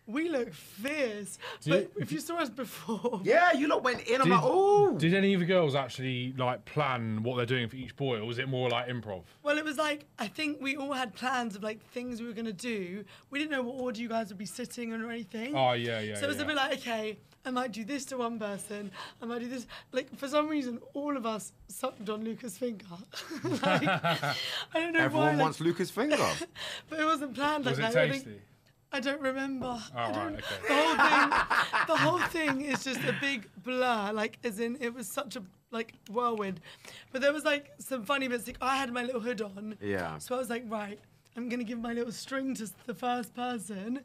[SPEAKER 3] We look fierce, but
[SPEAKER 4] you-
[SPEAKER 3] if you saw us before,
[SPEAKER 2] Yeah, you lot went in. I'm like, ooh.
[SPEAKER 4] Did any of the girls actually like plan what they're doing for each boy, or was it more like improv?
[SPEAKER 3] Well, it was like I think we all had plans of like things we were gonna do. We didn't know what order you guys would be sitting in or anything.
[SPEAKER 4] Oh, yeah, yeah,
[SPEAKER 3] So it was
[SPEAKER 4] yeah.
[SPEAKER 3] a bit like, okay, I might do this to one person. I might do this. Like for some reason, all of us sucked on Luca's finger. like I don't know why.
[SPEAKER 2] Everyone
[SPEAKER 3] like,
[SPEAKER 2] wants Luca's finger.
[SPEAKER 3] but it wasn't planned
[SPEAKER 4] Was
[SPEAKER 3] like
[SPEAKER 4] it
[SPEAKER 3] that. I don't
[SPEAKER 4] tasty?
[SPEAKER 3] think- I don't remember. I
[SPEAKER 4] Oh, right,
[SPEAKER 3] don't,
[SPEAKER 4] okay.
[SPEAKER 3] The whole thing, the whole thing is just a big blur. Like, as in, it was such a like whirlwind. But there was like some funny bits. Like, I had my little hood on.
[SPEAKER 2] Yeah.
[SPEAKER 3] So I was like, right, I'm gonna give my little string to the first person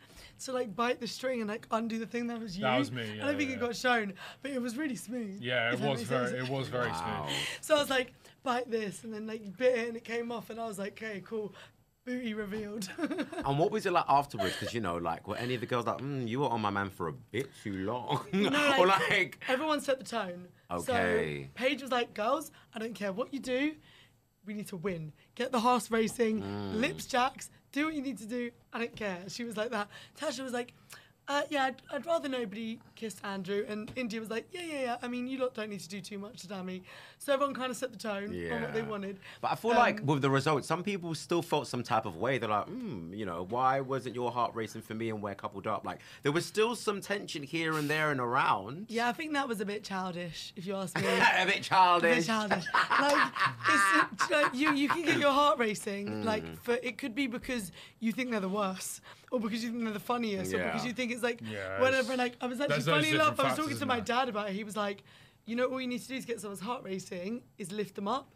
[SPEAKER 3] to like bite the string and like undo the thing that was you.
[SPEAKER 4] That was me,
[SPEAKER 3] and I
[SPEAKER 4] yeah,
[SPEAKER 3] think
[SPEAKER 4] yeah.
[SPEAKER 3] it got shown, but it was really smooth.
[SPEAKER 4] Yeah,
[SPEAKER 3] if
[SPEAKER 4] it
[SPEAKER 3] that
[SPEAKER 4] was
[SPEAKER 3] makes
[SPEAKER 4] very
[SPEAKER 3] sense.
[SPEAKER 4] it was very smooth.
[SPEAKER 3] So I was like, bite this, and then like bit it, and it came off, and I was like, okay, cool, booty revealed.
[SPEAKER 2] and what was it like afterwards? Because you know, like, were any of the girls like, mm, you were on my man for a bit too long,
[SPEAKER 3] No,
[SPEAKER 2] or like,
[SPEAKER 3] everyone set the tone.
[SPEAKER 2] Okay.
[SPEAKER 3] So Paige was like, "Girls, I don't care what you do, we need to win. Get the horse racing,
[SPEAKER 2] Mm.
[SPEAKER 3] lips jacks, do what you need to do. I don't care." She was like that. Tasha was like. Uh, yeah, I'd, I'd rather nobody kissed Andrew. And India was like, yeah, yeah, yeah. I mean, you lot don't need to do too much to Dammy. So everyone kind of set the tone on what they
[SPEAKER 2] Yeah.
[SPEAKER 3] wanted. Um,
[SPEAKER 2] But I feel like with the results, some people still felt some type of way. They're like, mm, you know, why wasn't your heart racing for me and we're coupled up? Like, there was still some tension here and there and around.
[SPEAKER 3] Yeah, I think that was a bit childish, if you ask me.
[SPEAKER 2] a bit childish.
[SPEAKER 3] They're childish. like, it's, it's like you, you can get your heart racing.
[SPEAKER 2] Mm.
[SPEAKER 3] Like, for it could be because you think they're the worst, or because you think they're the funniest, or because
[SPEAKER 2] Yeah.
[SPEAKER 3] you think it's like
[SPEAKER 4] Yeah,
[SPEAKER 3] whatever.
[SPEAKER 4] it's-
[SPEAKER 3] And like, I was
[SPEAKER 4] there's
[SPEAKER 3] actually
[SPEAKER 4] those
[SPEAKER 3] funny enough. I
[SPEAKER 4] different
[SPEAKER 3] was talking
[SPEAKER 4] factors,
[SPEAKER 3] to my
[SPEAKER 4] isn't
[SPEAKER 3] dad about it. He was like, you know, all you need to do to get someone's heart racing is lift them up.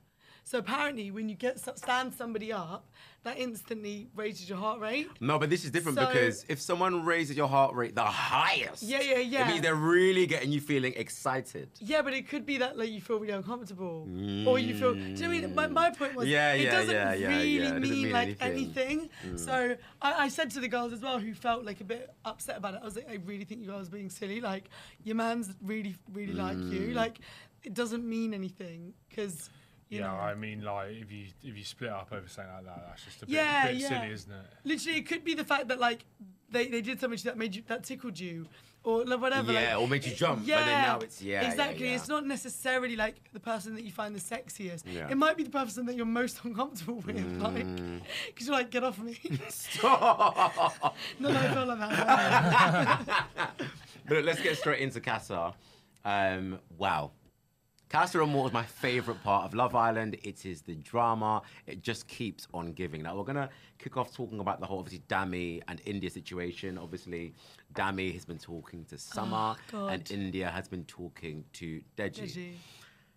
[SPEAKER 3] So apparently, when you get so- stand somebody up, that instantly raises your heart rate.
[SPEAKER 2] No, but this is different
[SPEAKER 3] So-
[SPEAKER 2] because if someone raises your heart rate the highest,
[SPEAKER 3] Yeah, yeah, yeah.
[SPEAKER 2] it means they're really getting you feeling excited.
[SPEAKER 3] Yeah, but it could be that like you feel really uncomfortable, or you feel. Do you know what I mean? My, my point was,
[SPEAKER 2] Yeah,
[SPEAKER 3] it
[SPEAKER 2] yeah,
[SPEAKER 3] doesn't
[SPEAKER 2] yeah, yeah,
[SPEAKER 3] really
[SPEAKER 2] yeah, it doesn't
[SPEAKER 3] mean,
[SPEAKER 2] mean
[SPEAKER 3] like
[SPEAKER 2] anything. Mm.
[SPEAKER 3] anything. So I, I said to the girls as well, who felt like a bit upset about it. I was like, I really think you guys are being silly. Like your man's really, really like
[SPEAKER 2] Mm.
[SPEAKER 3] you. Like it doesn't mean anything because you
[SPEAKER 4] Yeah,
[SPEAKER 3] know.
[SPEAKER 4] I mean, like if you if you split up over something like that, that's just a bit,
[SPEAKER 3] yeah,
[SPEAKER 4] bit
[SPEAKER 3] yeah.
[SPEAKER 4] silly, isn't it?
[SPEAKER 3] Literally, it could be the fact that like they, they did something to you that made you that tickled you, or like, whatever.
[SPEAKER 2] Yeah,
[SPEAKER 3] like-
[SPEAKER 2] or made you jump, but then now it's- yeah, yeah,
[SPEAKER 3] exactly.
[SPEAKER 2] yeah.
[SPEAKER 3] It's not necessarily like the person that you find the sexiest.
[SPEAKER 2] Yeah. Mm.
[SPEAKER 3] It might be the person that you're most uncomfortable with, like because you're like, get off me. no, no, I feel like that.
[SPEAKER 2] But let's get straight into Casa. Um, wow. Casa Amor is my favorite part of Love Island. It is the drama. It just keeps on giving. Now, we're going to kick off talking about the whole, obviously, Dami and India situation. Obviously, Dami has been talking to Summer,
[SPEAKER 3] Oh, God.
[SPEAKER 2] and India has been talking to Deji.
[SPEAKER 3] Deji.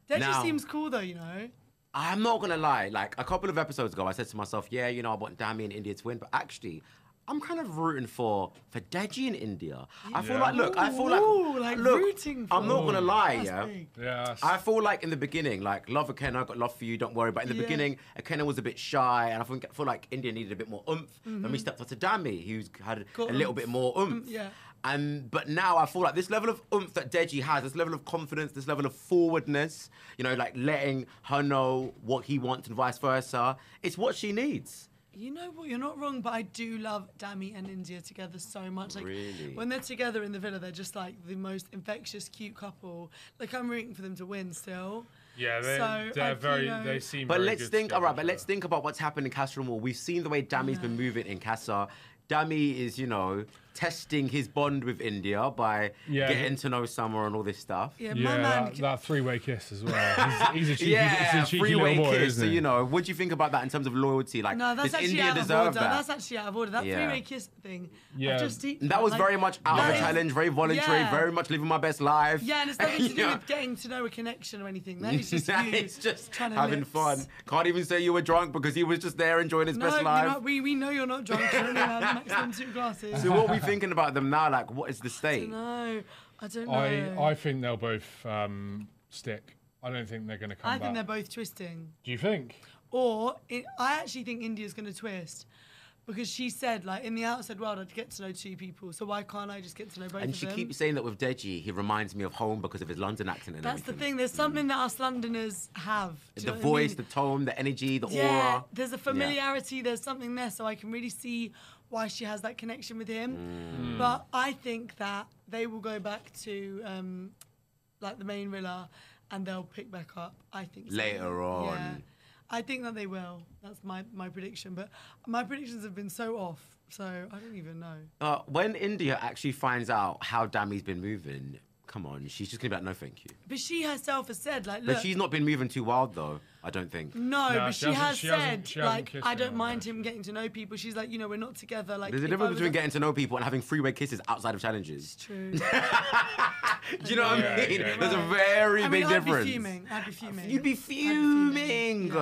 [SPEAKER 3] Deji
[SPEAKER 2] Now-
[SPEAKER 3] seems cool though, you know.
[SPEAKER 2] I'm not going to lie. Like, a couple of episodes ago, I said to myself, yeah, you know, I want Dami and India to win. But actually, I'm kind of rooting for for Deji and India. I feel
[SPEAKER 4] Yeah.
[SPEAKER 2] like, look, I feel like,
[SPEAKER 3] Ooh, like
[SPEAKER 2] look,
[SPEAKER 3] rooting
[SPEAKER 2] I'm
[SPEAKER 3] for
[SPEAKER 2] not going to lie,
[SPEAKER 3] That's
[SPEAKER 2] yeah.
[SPEAKER 3] big.
[SPEAKER 4] Yeah, that's-
[SPEAKER 2] I feel like in the beginning, like love Akena, I got love for you, don't worry. But in the
[SPEAKER 3] Yeah.
[SPEAKER 2] beginning, Akena was a bit shy, and I think I feel like India needed a bit more oomph. Then we stepped up to Dami, who's had
[SPEAKER 3] Mm-hmm. Got
[SPEAKER 2] a little
[SPEAKER 3] oomph.
[SPEAKER 2] bit more oomph.
[SPEAKER 3] yeah.
[SPEAKER 2] And but now I feel like this level of oomph that Deji has, this level of confidence, this level of forwardness, you know, like letting her know what he wants and vice versa. It's what she needs.
[SPEAKER 3] You know what? You're not wrong, but I do love Dami and India together so much. Like
[SPEAKER 2] Really?
[SPEAKER 3] when they're together in the villa, they're just like the most infectious, cute couple. Like I'm rooting for them to win still.
[SPEAKER 4] Yeah, they,
[SPEAKER 3] So,
[SPEAKER 4] they're
[SPEAKER 3] I-
[SPEAKER 4] very.
[SPEAKER 3] you know-
[SPEAKER 4] They seem.
[SPEAKER 2] But
[SPEAKER 4] very
[SPEAKER 2] let's
[SPEAKER 4] good
[SPEAKER 2] think, all
[SPEAKER 4] together,
[SPEAKER 2] right, but
[SPEAKER 4] so-
[SPEAKER 2] let's think about what's happened in Casa Amor. We've seen the way Dami's been moving in Casa. Dami is, you know, testing his bond with India by
[SPEAKER 4] Yeah.
[SPEAKER 2] getting to know Summer and all this stuff.
[SPEAKER 3] Yeah, my
[SPEAKER 4] Yeah,
[SPEAKER 3] man.
[SPEAKER 4] that, that three-way kiss as well. He's, he's a cheeky,
[SPEAKER 2] Yeah,
[SPEAKER 4] it's a cheeky
[SPEAKER 2] freeway
[SPEAKER 4] little boy,
[SPEAKER 2] kiss.
[SPEAKER 4] isn't
[SPEAKER 2] so,
[SPEAKER 4] he?
[SPEAKER 2] you know, what do you think about that in terms of loyalty? Like,
[SPEAKER 3] no, that's
[SPEAKER 2] does
[SPEAKER 3] actually
[SPEAKER 2] India
[SPEAKER 3] out of
[SPEAKER 2] deserve
[SPEAKER 3] order.
[SPEAKER 2] that?
[SPEAKER 3] That's actually out of order. That
[SPEAKER 2] Yeah.
[SPEAKER 3] three-way kiss thing.
[SPEAKER 4] Yeah.
[SPEAKER 3] Yeah, just deep.
[SPEAKER 2] that was
[SPEAKER 3] like-
[SPEAKER 2] very much out
[SPEAKER 3] that
[SPEAKER 2] of a
[SPEAKER 3] is-
[SPEAKER 2] challenge, very voluntary,
[SPEAKER 3] yeah.
[SPEAKER 2] very much living my best life.
[SPEAKER 3] Yeah, and it's nothing to do
[SPEAKER 2] Yeah.
[SPEAKER 3] with getting to know a connection or anything. That is just
[SPEAKER 2] Nah,
[SPEAKER 3] you.
[SPEAKER 2] it's just
[SPEAKER 3] trying to
[SPEAKER 2] having
[SPEAKER 3] lips.
[SPEAKER 2] fun. Can't even say you were drunk because he was just there enjoying his
[SPEAKER 3] No,
[SPEAKER 2] best
[SPEAKER 3] you're
[SPEAKER 2] life.
[SPEAKER 3] not, we, we know you're not drunk. You only had maximum two glasses.
[SPEAKER 2] So what are we thinking about them now? Like, what is the state?
[SPEAKER 3] no, I don't know.
[SPEAKER 4] I, I think they'll both um, stick. I don't think they're going to come
[SPEAKER 3] I
[SPEAKER 4] back.
[SPEAKER 3] think they're both twisting.
[SPEAKER 4] Do you think?
[SPEAKER 3] Or it, I actually think India's going to twist because she said, like, in the outside world, I'd get to know two people. So why can't I just get to know both
[SPEAKER 2] And
[SPEAKER 3] of
[SPEAKER 2] she
[SPEAKER 3] them?
[SPEAKER 2] keeps saying that with Deji, he reminds me of home because of his London accent. And
[SPEAKER 3] That's the
[SPEAKER 2] everything.
[SPEAKER 3] thing. There's something that us Londoners have. do you
[SPEAKER 2] The
[SPEAKER 3] know what I
[SPEAKER 2] voice,
[SPEAKER 3] mean?
[SPEAKER 2] the tone, the energy, the
[SPEAKER 3] Yeah,
[SPEAKER 2] aura.
[SPEAKER 3] there's a familiarity, there's something there, so I can really see why she has that connection with him.
[SPEAKER 2] Mm.
[SPEAKER 3] But I think that they will go back to um, like the main villa and they'll pick back up. I think so.
[SPEAKER 2] Later on.
[SPEAKER 3] Yeah. I think that they will. That's my, my prediction. But my predictions have been so off, so I don't even know.
[SPEAKER 2] Uh, when India actually finds out how Dami's been moving, come on, she's just gonna be like, no, thank you.
[SPEAKER 3] But she herself has said, like,
[SPEAKER 2] But
[SPEAKER 3] look, Mm,
[SPEAKER 2] she's not been moving too wild though. I don't think.
[SPEAKER 3] No,
[SPEAKER 4] No,
[SPEAKER 3] but she,
[SPEAKER 4] she hasn't-
[SPEAKER 3] has
[SPEAKER 4] she hasn't-
[SPEAKER 3] said,
[SPEAKER 4] she hasn't
[SPEAKER 3] like,
[SPEAKER 4] kissed
[SPEAKER 3] I don't
[SPEAKER 4] anyone,
[SPEAKER 3] mind
[SPEAKER 4] though.
[SPEAKER 3] him getting to know people. She's like, you know, we're not together. Like,
[SPEAKER 2] There's a
[SPEAKER 3] if I
[SPEAKER 2] difference
[SPEAKER 3] was
[SPEAKER 2] between
[SPEAKER 3] a-
[SPEAKER 2] getting to know people and having three-way kisses outside of challenges.
[SPEAKER 3] True.
[SPEAKER 2] Do you know what I
[SPEAKER 4] Yeah,
[SPEAKER 2] mean?
[SPEAKER 4] yeah, yeah.
[SPEAKER 2] There's a very
[SPEAKER 3] I
[SPEAKER 2] big
[SPEAKER 3] mean,
[SPEAKER 2] difference.
[SPEAKER 3] I'd be fuming. I'd be fuming.
[SPEAKER 2] You'd be
[SPEAKER 3] I'd
[SPEAKER 2] fuming.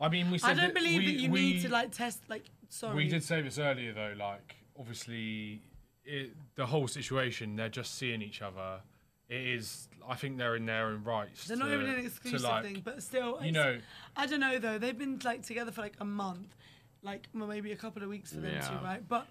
[SPEAKER 4] I mean, we said
[SPEAKER 3] I don't
[SPEAKER 4] that
[SPEAKER 3] believe
[SPEAKER 4] we,
[SPEAKER 3] that you
[SPEAKER 4] we,
[SPEAKER 3] need to like test like. Sorry.
[SPEAKER 4] We did say this earlier though. Like, obviously, it, the whole situation, they're just seeing each other. It is. I think they're in their own rights.
[SPEAKER 3] They're not
[SPEAKER 4] to-
[SPEAKER 3] even an
[SPEAKER 4] to,
[SPEAKER 3] exclusive
[SPEAKER 4] like-
[SPEAKER 3] thing, but still,
[SPEAKER 4] you
[SPEAKER 3] it's-
[SPEAKER 4] know-
[SPEAKER 3] I don't know though. They've been like together for like a month, like well, maybe a couple of weeks for them
[SPEAKER 2] Yeah.
[SPEAKER 3] two, right? But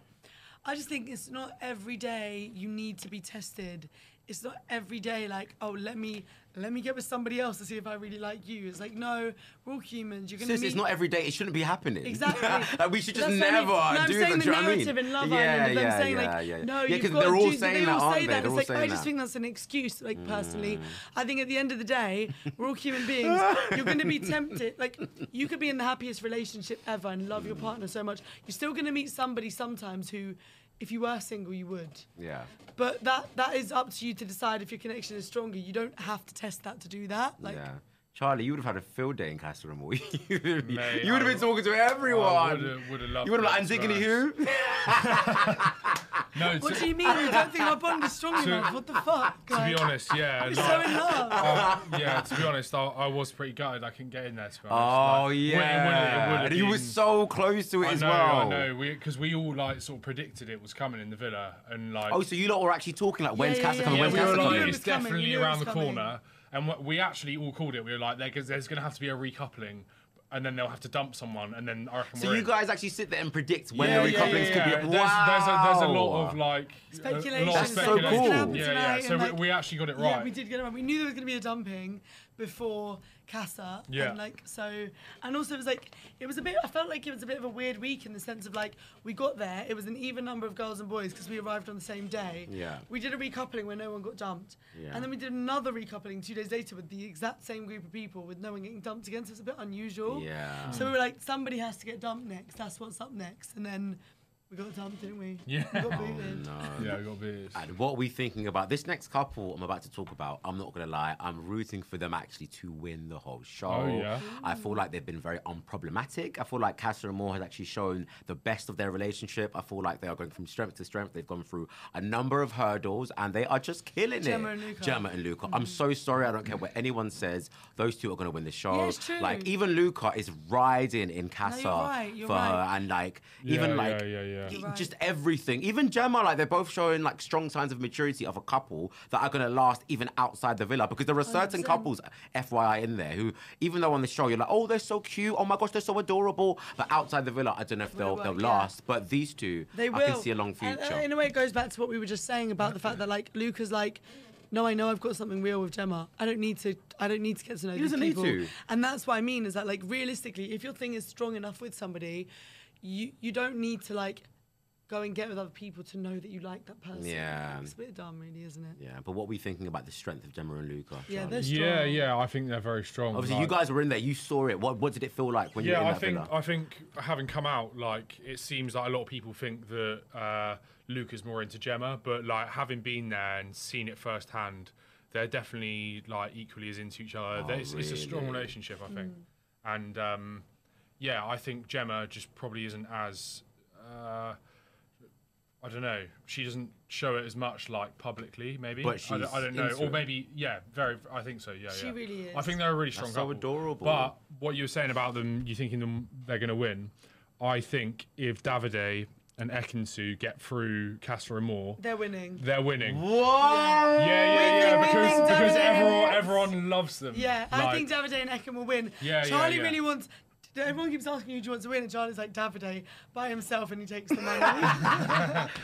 [SPEAKER 3] I just think it's not every day you need to be tested. It's not every day like, oh, let me let me get with somebody else to see if I really like you. It's like, no, we're all humans. You're gonna
[SPEAKER 2] Sis,
[SPEAKER 3] meet.
[SPEAKER 2] it's not every day. It shouldn't be happening.
[SPEAKER 3] Exactly.
[SPEAKER 2] like, we should just
[SPEAKER 3] That's what I mean.
[SPEAKER 2] never
[SPEAKER 3] No, I'm
[SPEAKER 2] do
[SPEAKER 3] saying
[SPEAKER 2] them,
[SPEAKER 3] the
[SPEAKER 2] do you know what I mean?
[SPEAKER 3] narrative in Love Island of them saying like, no,
[SPEAKER 2] yeah,
[SPEAKER 3] you've
[SPEAKER 2] because
[SPEAKER 3] got
[SPEAKER 2] they're
[SPEAKER 3] to
[SPEAKER 2] all
[SPEAKER 3] do-
[SPEAKER 2] saying
[SPEAKER 3] they
[SPEAKER 2] that,
[SPEAKER 3] all
[SPEAKER 2] aren't
[SPEAKER 3] say
[SPEAKER 2] they?
[SPEAKER 3] that.
[SPEAKER 2] They're all
[SPEAKER 3] It's like, I
[SPEAKER 2] saying that. Hmm.
[SPEAKER 3] just think that's an excuse. Like personally, I think at the end of the day, we're all human beings. You're going to be tempted. Like you could be in the happiest relationship ever and love your
[SPEAKER 2] Hmm.
[SPEAKER 3] partner so much. You're still going to meet somebody sometimes who, if you were single, you would.
[SPEAKER 2] Yeah.
[SPEAKER 3] But that that is up to you to decide if your connection is stronger. You don't have to test that to do that. Like.
[SPEAKER 2] yeah. Charlie, you would have had a field day in Castle Ramore. you
[SPEAKER 4] Mate,
[SPEAKER 2] would have
[SPEAKER 4] I-
[SPEAKER 2] been talking to everyone.
[SPEAKER 4] I would've- would've loved
[SPEAKER 2] you would have like
[SPEAKER 4] that, to be
[SPEAKER 2] Antigone who?
[SPEAKER 4] honest. No,
[SPEAKER 3] What
[SPEAKER 4] to,
[SPEAKER 3] do you mean? You don't think my bond is strong enough? What the fuck?
[SPEAKER 4] to be honest, yeah.
[SPEAKER 3] I'm
[SPEAKER 4] like-
[SPEAKER 3] so in love.
[SPEAKER 4] Uh, yeah, to be honest, I, I was pretty gutted. I couldn't get in there. To be honest.
[SPEAKER 2] Oh
[SPEAKER 4] Like,
[SPEAKER 2] yeah.
[SPEAKER 4] would've
[SPEAKER 2] and you were
[SPEAKER 4] been-
[SPEAKER 2] so close to it
[SPEAKER 4] I
[SPEAKER 2] as
[SPEAKER 4] know,
[SPEAKER 2] well.
[SPEAKER 4] I know, because we, all like sort of predicted it was coming in the villa, and like,
[SPEAKER 2] Oh, so you lot were actually talking like, when's
[SPEAKER 3] yeah,
[SPEAKER 2] Casa
[SPEAKER 3] yeah,
[SPEAKER 2] coming?
[SPEAKER 4] yeah,
[SPEAKER 2] When's
[SPEAKER 4] we
[SPEAKER 2] Casa
[SPEAKER 4] were
[SPEAKER 3] coming?
[SPEAKER 4] like,
[SPEAKER 3] You knew it
[SPEAKER 4] it's
[SPEAKER 3] was coming,
[SPEAKER 4] definitely
[SPEAKER 3] you knew it
[SPEAKER 4] around the
[SPEAKER 3] was coming.
[SPEAKER 4] corner, and what, we actually all called it. We were like, there's, there's going to have to be a recoupling, and then they'll have to dump someone, and then I reckon
[SPEAKER 2] So
[SPEAKER 4] we're
[SPEAKER 2] you
[SPEAKER 4] in.
[SPEAKER 2] guys actually sit there and predict when
[SPEAKER 4] Yeah,
[SPEAKER 2] the
[SPEAKER 4] yeah,
[SPEAKER 2] recouplings
[SPEAKER 4] yeah, yeah.
[SPEAKER 2] could be.
[SPEAKER 4] There's,
[SPEAKER 2] wow.
[SPEAKER 4] there's, a, there's a lot of like a- A lot of
[SPEAKER 3] Speculation.
[SPEAKER 2] That's so
[SPEAKER 4] speculation.
[SPEAKER 2] cool.
[SPEAKER 4] Yeah,
[SPEAKER 2] Tonight
[SPEAKER 4] yeah.
[SPEAKER 3] and,
[SPEAKER 4] So we,
[SPEAKER 3] like-
[SPEAKER 4] we actually got it right.
[SPEAKER 3] Yeah, we did get it right. We knew there was going to be a dumping before Casa.
[SPEAKER 4] Yeah.
[SPEAKER 3] And like so, and also it was like it was a bit. I felt like it was a bit of a weird week in the sense of like we got there. It was an even number of girls and boys because we arrived on the same day.
[SPEAKER 2] Yeah.
[SPEAKER 3] We did a recoupling where no one got dumped.
[SPEAKER 2] Yeah.
[SPEAKER 3] And then we did another recoupling two days later with the exact same group of people with no one getting dumped again. So it's a bit unusual.
[SPEAKER 2] Yeah.
[SPEAKER 3] So we were like, somebody has to get dumped next. That's what's up next. And then we got dumped, didn't we?
[SPEAKER 4] Yeah.
[SPEAKER 3] We got booted.
[SPEAKER 2] Oh,
[SPEAKER 4] Yeah, we got beers.
[SPEAKER 2] And what are we thinking about? This next couple I'm about to talk about, I'm not gonna lie, I'm rooting for them actually to win the whole show.
[SPEAKER 4] Oh, yeah.
[SPEAKER 2] I feel like they've been very unproblematic. I feel like Casa and Moore has actually shown the best of their relationship. I feel like they are going from strength to strength. They've gone through a number of hurdles and they are just killing
[SPEAKER 3] Gemma
[SPEAKER 2] it.
[SPEAKER 3] and Luca.
[SPEAKER 2] Gemma and Luca. I'm so sorry, I don't care what anyone says. Those two are gonna win the show.
[SPEAKER 3] it's true.
[SPEAKER 2] Like even Luca is riding in Casa
[SPEAKER 3] right, you're
[SPEAKER 2] for her
[SPEAKER 3] right.
[SPEAKER 2] and like
[SPEAKER 4] Yeah,
[SPEAKER 2] even like
[SPEAKER 4] yeah, yeah, yeah.
[SPEAKER 2] it- just everything. Even Gemma, like they're both showing like strong signs of maturity of a couple that are gonna last even outside the villa because there are certain couples, FYI, in there who even though on the show you're like, oh, they're so cute, oh my gosh, they're so adorable, but outside the villa, I don't know if they'll
[SPEAKER 3] work,
[SPEAKER 2] they'll
[SPEAKER 3] yeah.
[SPEAKER 2] last. But these two,
[SPEAKER 3] They will.
[SPEAKER 2] I can see a long
[SPEAKER 3] And,
[SPEAKER 2] future.
[SPEAKER 3] uh, in a way, it goes back to what we were just saying about the fact that like Luca's like, no, I know I've got something real with Gemma. I don't need to. I don't need to get to know these
[SPEAKER 2] doesn't need
[SPEAKER 3] people.
[SPEAKER 2] to.
[SPEAKER 3] And that's what I mean is that like realistically, if your thing is strong enough with somebody, you you don't need to like go and get with other people to know that you like that person.
[SPEAKER 2] Yeah.
[SPEAKER 3] It's a bit dumb, really, isn't it?
[SPEAKER 2] Yeah, but what were we thinking about the strength of Gemma and Luca?
[SPEAKER 3] Yeah,
[SPEAKER 2] Charlie?
[SPEAKER 3] they're strong.
[SPEAKER 4] Yeah, yeah, I think they're very strong.
[SPEAKER 2] Obviously, you
[SPEAKER 4] like-
[SPEAKER 2] guys were in there. You saw it. What, what did it feel like when you
[SPEAKER 4] Yeah,
[SPEAKER 2] were in
[SPEAKER 4] I
[SPEAKER 2] that
[SPEAKER 4] think
[SPEAKER 2] villa?
[SPEAKER 4] I think having come out, like it seems like a lot of people think that uh, Luke is more into Gemma, but like having been there and seen it firsthand, they're definitely like equally as into each other.
[SPEAKER 2] Oh,
[SPEAKER 4] They- it's, it's a strong relationship, I
[SPEAKER 3] Mm.
[SPEAKER 4] think, and um, yeah, I think Gemma just probably isn't as uh, I don't know. She doesn't show it as much like publicly, maybe.
[SPEAKER 2] But
[SPEAKER 4] I, don't, I
[SPEAKER 2] she's
[SPEAKER 4] don't know,
[SPEAKER 2] into
[SPEAKER 4] or
[SPEAKER 2] it.
[SPEAKER 4] maybe yeah, very. I think so. Yeah,
[SPEAKER 3] She
[SPEAKER 4] yeah.
[SPEAKER 3] really
[SPEAKER 4] I
[SPEAKER 3] is.
[SPEAKER 4] think they're a really strong.
[SPEAKER 2] That's so
[SPEAKER 4] couple.
[SPEAKER 2] adorable.
[SPEAKER 4] But what you were saying about them, you thinking them they're going to win. I think if Davide and Ekinsu get through Casper and Moore,
[SPEAKER 3] They're winning.
[SPEAKER 4] they're winning.
[SPEAKER 2] Whoa!
[SPEAKER 4] Yeah, yeah,
[SPEAKER 3] Winning,
[SPEAKER 4] yeah.
[SPEAKER 3] winning,
[SPEAKER 4] Because, because
[SPEAKER 3] Davide.
[SPEAKER 4] everyone, everyone loves them.
[SPEAKER 3] Yeah, I
[SPEAKER 4] Like,
[SPEAKER 3] think Davide and Ekin will win.
[SPEAKER 4] Yeah, yeah,
[SPEAKER 3] Charlie
[SPEAKER 4] yeah.
[SPEAKER 3] really wants. Everyone keeps asking who do you want to win, and Charlie's like Davide by himself, and he takes the money.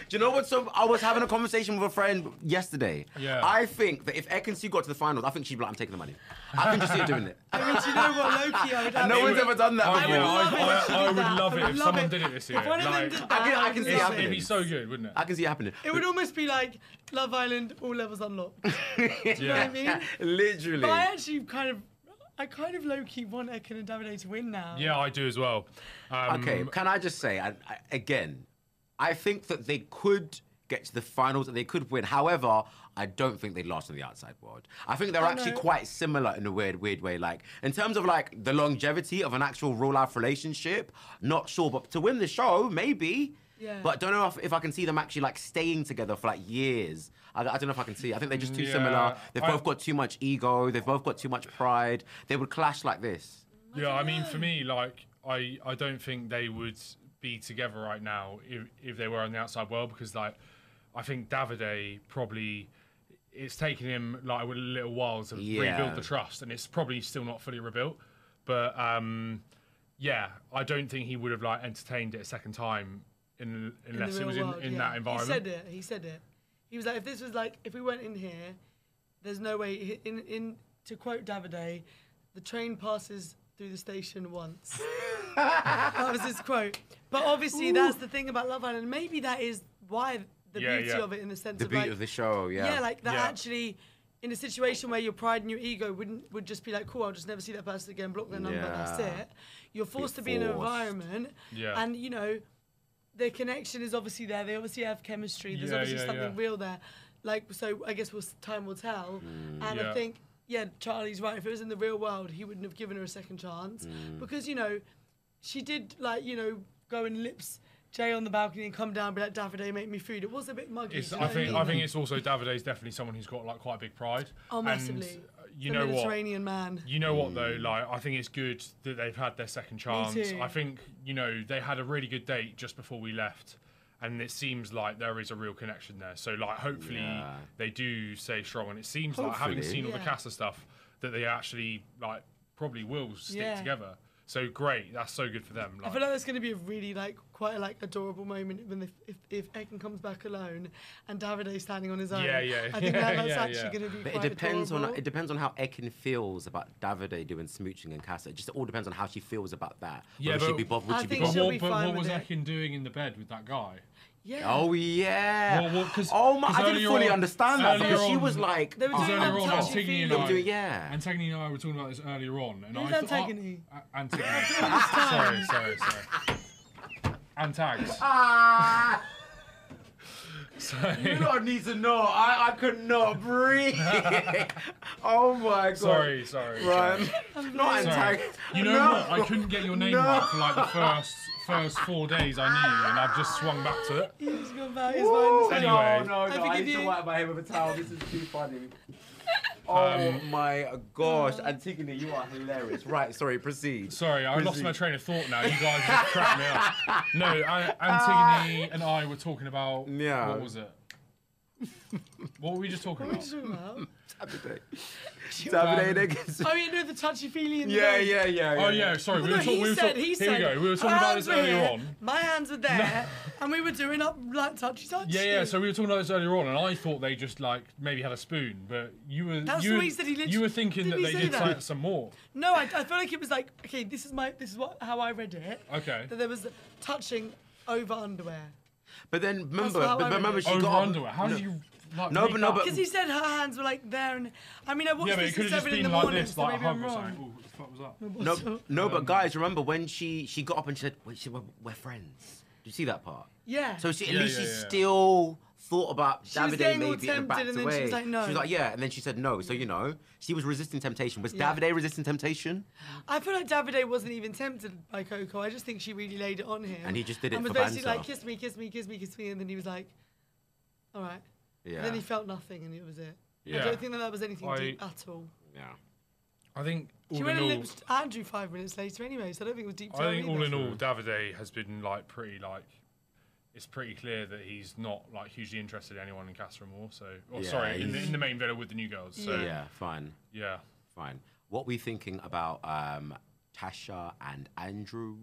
[SPEAKER 2] Do you know what's so? I was having a conversation with a friend yesterday.
[SPEAKER 4] Yeah.
[SPEAKER 2] I think that if Ekansu got to the finals, I think she'd be like, "I'm taking the money." I can just see her doing it.
[SPEAKER 3] I mean, do you know what Loki? I would have
[SPEAKER 2] no
[SPEAKER 3] it.
[SPEAKER 2] one's ever done that.
[SPEAKER 4] I
[SPEAKER 3] I
[SPEAKER 4] Yeah,
[SPEAKER 3] would
[SPEAKER 2] before.
[SPEAKER 3] love it. if she
[SPEAKER 4] I- I
[SPEAKER 3] did
[SPEAKER 4] would
[SPEAKER 3] that.
[SPEAKER 4] love
[SPEAKER 3] I
[SPEAKER 4] it
[SPEAKER 3] would
[SPEAKER 4] if
[SPEAKER 3] love
[SPEAKER 4] someone did it this year.
[SPEAKER 3] If one of them
[SPEAKER 4] Like,
[SPEAKER 3] did that,
[SPEAKER 2] I can- I can
[SPEAKER 3] would
[SPEAKER 2] see
[SPEAKER 3] love
[SPEAKER 2] it
[SPEAKER 3] it.
[SPEAKER 4] It'd be so good, wouldn't
[SPEAKER 2] I
[SPEAKER 4] it?
[SPEAKER 2] can see it happening.
[SPEAKER 3] It would almost be like Love Island, all levels unlocked. Do you know what I mean?
[SPEAKER 2] Literally.
[SPEAKER 3] But I actually kind of, I kind of low key want Ekin and Davide to win now.
[SPEAKER 4] Yeah, I do as well. Um,
[SPEAKER 2] Okay, can I just say, I, I, again, I think that they could get to the finals and they could win. However, I don't think they'd last in the outside world. I think
[SPEAKER 3] Oh,
[SPEAKER 2] they're actually quite similar in a weird, weird way. Like, in terms of, like, the longevity of an actual real-life relationship, not sure. But to win the show, maybe.
[SPEAKER 3] Yeah.
[SPEAKER 2] But don't know if, if I can see them actually, like, staying together for, like, years. I, I don't know if I can see. I think they're just too
[SPEAKER 4] Yeah,
[SPEAKER 2] similar. They've
[SPEAKER 4] I-
[SPEAKER 2] both got too much ego. They've both got too much pride. They would clash like this.
[SPEAKER 4] Yeah, I mean, for me, like, I, I don't think they would be together right now if, if they were on the outside world because, like, I think Davide probably it's taken him like a little while to
[SPEAKER 2] Yeah.
[SPEAKER 4] rebuild the trust, and it's probably still not fully rebuilt. But um, yeah, I don't think he would have like entertained it a second time in,
[SPEAKER 3] in the
[SPEAKER 4] unless it
[SPEAKER 3] real
[SPEAKER 4] was in,
[SPEAKER 3] world,
[SPEAKER 4] in
[SPEAKER 3] yeah.
[SPEAKER 4] that environment.
[SPEAKER 3] He said it. He said it. He was like, if this was like, if we went in here, there's no way. In in to quote Davide, the train passes through the station once. that was his quote. But obviously, that's the thing about Love Island. Maybe that is why the
[SPEAKER 4] Yeah,
[SPEAKER 3] beauty
[SPEAKER 4] yeah.
[SPEAKER 3] of it, in the sense
[SPEAKER 2] The
[SPEAKER 3] of
[SPEAKER 2] beat
[SPEAKER 3] like,
[SPEAKER 2] of the show, Oh, yeah.
[SPEAKER 3] yeah, like that
[SPEAKER 4] Yeah.
[SPEAKER 3] actually. In a situation where your pride and your ego wouldn't would just be like, cool, I'll just never see that person again, block their number, that's
[SPEAKER 2] Yeah.
[SPEAKER 3] it. You're forced to be in an
[SPEAKER 2] forced.
[SPEAKER 3] environment,
[SPEAKER 4] Yeah.
[SPEAKER 3] and you know, the connection is obviously there. They obviously have chemistry. There's
[SPEAKER 4] Yeah,
[SPEAKER 3] obviously
[SPEAKER 4] yeah,
[SPEAKER 3] something
[SPEAKER 4] yeah.
[SPEAKER 3] real there. Like so, I guess we'll, s- time will tell.
[SPEAKER 2] Hmm.
[SPEAKER 3] and
[SPEAKER 4] Yeah.
[SPEAKER 3] I think yeah, Charlie's right. If it was in the real world, he wouldn't have given her a second chance
[SPEAKER 2] Hmm.
[SPEAKER 3] because you know, she did like you know go and lips Jay on the balcony and come down and be like Daffodil make me food. It was a bit muggy.
[SPEAKER 4] It's,
[SPEAKER 3] do you know
[SPEAKER 4] I
[SPEAKER 3] what
[SPEAKER 4] think
[SPEAKER 3] mean?
[SPEAKER 4] I think it's also Davide's definitely someone who's got like quite a big pride.
[SPEAKER 3] oh
[SPEAKER 4] And,
[SPEAKER 3] massively.
[SPEAKER 4] uh, you
[SPEAKER 3] the
[SPEAKER 4] know what?
[SPEAKER 3] Mediterranean man.
[SPEAKER 4] You know
[SPEAKER 2] Mm.
[SPEAKER 4] what though, like I think it's good that they've had their second chance.
[SPEAKER 3] too.
[SPEAKER 4] I think you know they had a really good date just before we left, and it seems like there is a real connection there. So like hopefully
[SPEAKER 2] Yeah.
[SPEAKER 4] they do stay strong, and it seems like having
[SPEAKER 2] Hopefully.
[SPEAKER 4] seen all the
[SPEAKER 3] Yeah.
[SPEAKER 4] Casa stuff that they actually like probably will stick
[SPEAKER 3] Yeah.
[SPEAKER 4] together. So great, that's so good for them.
[SPEAKER 3] I
[SPEAKER 4] Like,
[SPEAKER 3] feel like that's going to be a really like quite a, like adorable moment when if if, if Ekin comes back alone and Davide standing on his own.
[SPEAKER 4] Yeah, yeah,
[SPEAKER 3] I think that,
[SPEAKER 4] yeah,
[SPEAKER 3] that's
[SPEAKER 4] yeah,
[SPEAKER 3] actually
[SPEAKER 4] yeah.
[SPEAKER 3] going to be.
[SPEAKER 2] But it
[SPEAKER 3] quite
[SPEAKER 2] depends on
[SPEAKER 3] adorable.
[SPEAKER 2] it depends on how Ekin feels about Davide doing smooching and Casa. It just all depends on how she feels about that.
[SPEAKER 4] Yeah,
[SPEAKER 2] Whether she'd
[SPEAKER 4] but-
[SPEAKER 2] be bothered. Would
[SPEAKER 3] I
[SPEAKER 2] she be
[SPEAKER 3] think
[SPEAKER 4] but
[SPEAKER 3] she'll
[SPEAKER 2] bothered?
[SPEAKER 3] be
[SPEAKER 4] what, but
[SPEAKER 3] fine
[SPEAKER 4] what
[SPEAKER 3] with
[SPEAKER 4] was
[SPEAKER 3] it.
[SPEAKER 4] Ekin doing in the bed with that guy?
[SPEAKER 3] Yeah.
[SPEAKER 2] Oh yeah.
[SPEAKER 4] Well, well, 'cause-
[SPEAKER 2] oh my!
[SPEAKER 4] 'cause
[SPEAKER 2] I didn't
[SPEAKER 4] earlier
[SPEAKER 2] fully
[SPEAKER 4] on-
[SPEAKER 2] understand that
[SPEAKER 4] earlier
[SPEAKER 2] because she
[SPEAKER 4] on-
[SPEAKER 2] was like,
[SPEAKER 3] They were
[SPEAKER 4] Because
[SPEAKER 3] doing
[SPEAKER 4] earlier
[SPEAKER 3] that
[SPEAKER 4] on,
[SPEAKER 3] touchy
[SPEAKER 4] Antigone and
[SPEAKER 3] feely.
[SPEAKER 4] I,
[SPEAKER 2] Do it, yeah.
[SPEAKER 4] Antigone and I were talking about this earlier on, and
[SPEAKER 3] Who's
[SPEAKER 4] I thought,
[SPEAKER 3] Antigone?
[SPEAKER 4] uh, Antigone. sorry, sorry, sorry. Antags.
[SPEAKER 2] ah.
[SPEAKER 4] So,
[SPEAKER 2] You don't need to know. I, I could not breathe. oh my god.
[SPEAKER 4] sorry, sorry.
[SPEAKER 2] Right. Not
[SPEAKER 4] Sorry.
[SPEAKER 2] antagonist.
[SPEAKER 4] You know
[SPEAKER 2] no.
[SPEAKER 4] what? I couldn't get your name
[SPEAKER 2] No.
[SPEAKER 4] right for like the first first four days I knew you, and I've just swung back to it.
[SPEAKER 3] He's gone back. He's
[SPEAKER 2] Ooh,
[SPEAKER 3] fine.
[SPEAKER 2] No,
[SPEAKER 4] Anyway.
[SPEAKER 2] no, no. I
[SPEAKER 3] forgive
[SPEAKER 2] need to
[SPEAKER 3] you.
[SPEAKER 2] wipe my head with a towel. This is too funny. Oh my gosh, Antigone, you are hilarious. Right, sorry, proceed.
[SPEAKER 4] Sorry, I lost
[SPEAKER 2] Proceed.
[SPEAKER 4] my train of thought now. You guys just cracked me up. No, I, Antigone and I were talking about.
[SPEAKER 2] Uh, Yeah.
[SPEAKER 4] What was it? What were we just talking about?
[SPEAKER 3] Well,
[SPEAKER 2] Davide. Davide Niggins.
[SPEAKER 3] oh, you know the touchy feely in the
[SPEAKER 2] Yeah,
[SPEAKER 3] room.
[SPEAKER 2] yeah, yeah, yeah.
[SPEAKER 4] Oh yeah, sorry. We
[SPEAKER 3] No,
[SPEAKER 4] were
[SPEAKER 3] he
[SPEAKER 4] talking. We were
[SPEAKER 3] said,
[SPEAKER 4] talk-
[SPEAKER 3] he
[SPEAKER 4] here
[SPEAKER 3] said,
[SPEAKER 4] we go. We were talking
[SPEAKER 3] "Our
[SPEAKER 4] about
[SPEAKER 3] hands
[SPEAKER 4] this
[SPEAKER 3] were
[SPEAKER 4] earlier
[SPEAKER 3] here,
[SPEAKER 4] on.
[SPEAKER 3] My hands were there, and we were doing up like touchy touchy.
[SPEAKER 4] Yeah, yeah. So we were talking about this earlier on, and I thought they just like maybe had a spoon, but you were
[SPEAKER 3] That's
[SPEAKER 4] you,
[SPEAKER 3] the
[SPEAKER 4] were-
[SPEAKER 3] way he said he
[SPEAKER 4] you
[SPEAKER 3] literally-
[SPEAKER 4] were thinking that
[SPEAKER 3] didn't he
[SPEAKER 4] they
[SPEAKER 3] say
[SPEAKER 4] did
[SPEAKER 3] that?
[SPEAKER 4] like, some more.
[SPEAKER 3] No, I, I feel like it was like, okay, this is my, this is what how I read it.
[SPEAKER 4] Okay.
[SPEAKER 3] That there was touching over underwear.
[SPEAKER 2] But then remember,
[SPEAKER 3] how I
[SPEAKER 2] but remember
[SPEAKER 3] remember
[SPEAKER 2] she
[SPEAKER 4] Over
[SPEAKER 2] got on-
[SPEAKER 4] underwear. How
[SPEAKER 2] no.
[SPEAKER 4] do you like?
[SPEAKER 2] No, but-
[SPEAKER 4] make
[SPEAKER 2] no,
[SPEAKER 4] that?
[SPEAKER 2] but-
[SPEAKER 3] Because he said her hands were like there, and I mean, I watched
[SPEAKER 4] yeah, but
[SPEAKER 3] this
[SPEAKER 4] it could
[SPEAKER 3] at
[SPEAKER 4] have just
[SPEAKER 3] seven in the
[SPEAKER 4] been like
[SPEAKER 3] morning,
[SPEAKER 4] this,
[SPEAKER 3] so
[SPEAKER 4] like a
[SPEAKER 3] maybe I'm
[SPEAKER 4] hug or
[SPEAKER 3] wrong.
[SPEAKER 4] something. Ooh, what the fuck was that?
[SPEAKER 2] No, no, but guys, remember when she she got up and she said, "Wait, she, we're, we're friends." Do you see that part?
[SPEAKER 3] Yeah.
[SPEAKER 2] So she at
[SPEAKER 4] Yeah,
[SPEAKER 2] least
[SPEAKER 4] yeah,
[SPEAKER 2] she
[SPEAKER 4] yeah.
[SPEAKER 2] still thought about
[SPEAKER 3] was
[SPEAKER 2] Davide
[SPEAKER 3] getting all
[SPEAKER 2] maybe and
[SPEAKER 3] tempted
[SPEAKER 2] backed
[SPEAKER 3] and then she
[SPEAKER 2] away.
[SPEAKER 3] was like, no.
[SPEAKER 2] She was like, yeah, and then she said no. So you know, she was resisting temptation. Was
[SPEAKER 3] Yeah.
[SPEAKER 2] Davide resisting temptation?
[SPEAKER 3] I feel like Davide wasn't even tempted by Coco. I just think she really laid it on him.
[SPEAKER 2] And he just did it
[SPEAKER 3] And was
[SPEAKER 2] for
[SPEAKER 3] basically
[SPEAKER 2] banter.
[SPEAKER 3] like, kiss me, kiss me, kiss me, kiss me, and then he was like, all right.
[SPEAKER 2] Yeah.
[SPEAKER 3] And then he felt nothing, and it was it. I
[SPEAKER 4] Yeah.
[SPEAKER 3] don't think that that was anything
[SPEAKER 4] I-
[SPEAKER 3] deep at all.
[SPEAKER 2] yeah.
[SPEAKER 4] I think all
[SPEAKER 3] She
[SPEAKER 4] in
[SPEAKER 3] went and
[SPEAKER 4] all,
[SPEAKER 3] lipped Andrew five minutes later anyway, so I don't think it was deep.
[SPEAKER 4] I think
[SPEAKER 3] down
[SPEAKER 4] all
[SPEAKER 3] either.
[SPEAKER 4] in all, Davide has been like pretty like. It's pretty clear that he's not like hugely interested in anyone in Casa Amor, so or
[SPEAKER 2] Yeah,
[SPEAKER 4] sorry, in the,
[SPEAKER 2] he's-
[SPEAKER 4] in the main villa with the new girls. So yeah,
[SPEAKER 2] Yeah. Fine.
[SPEAKER 4] yeah.
[SPEAKER 2] Fine. What were you thinking about um, Tasha and Andrew?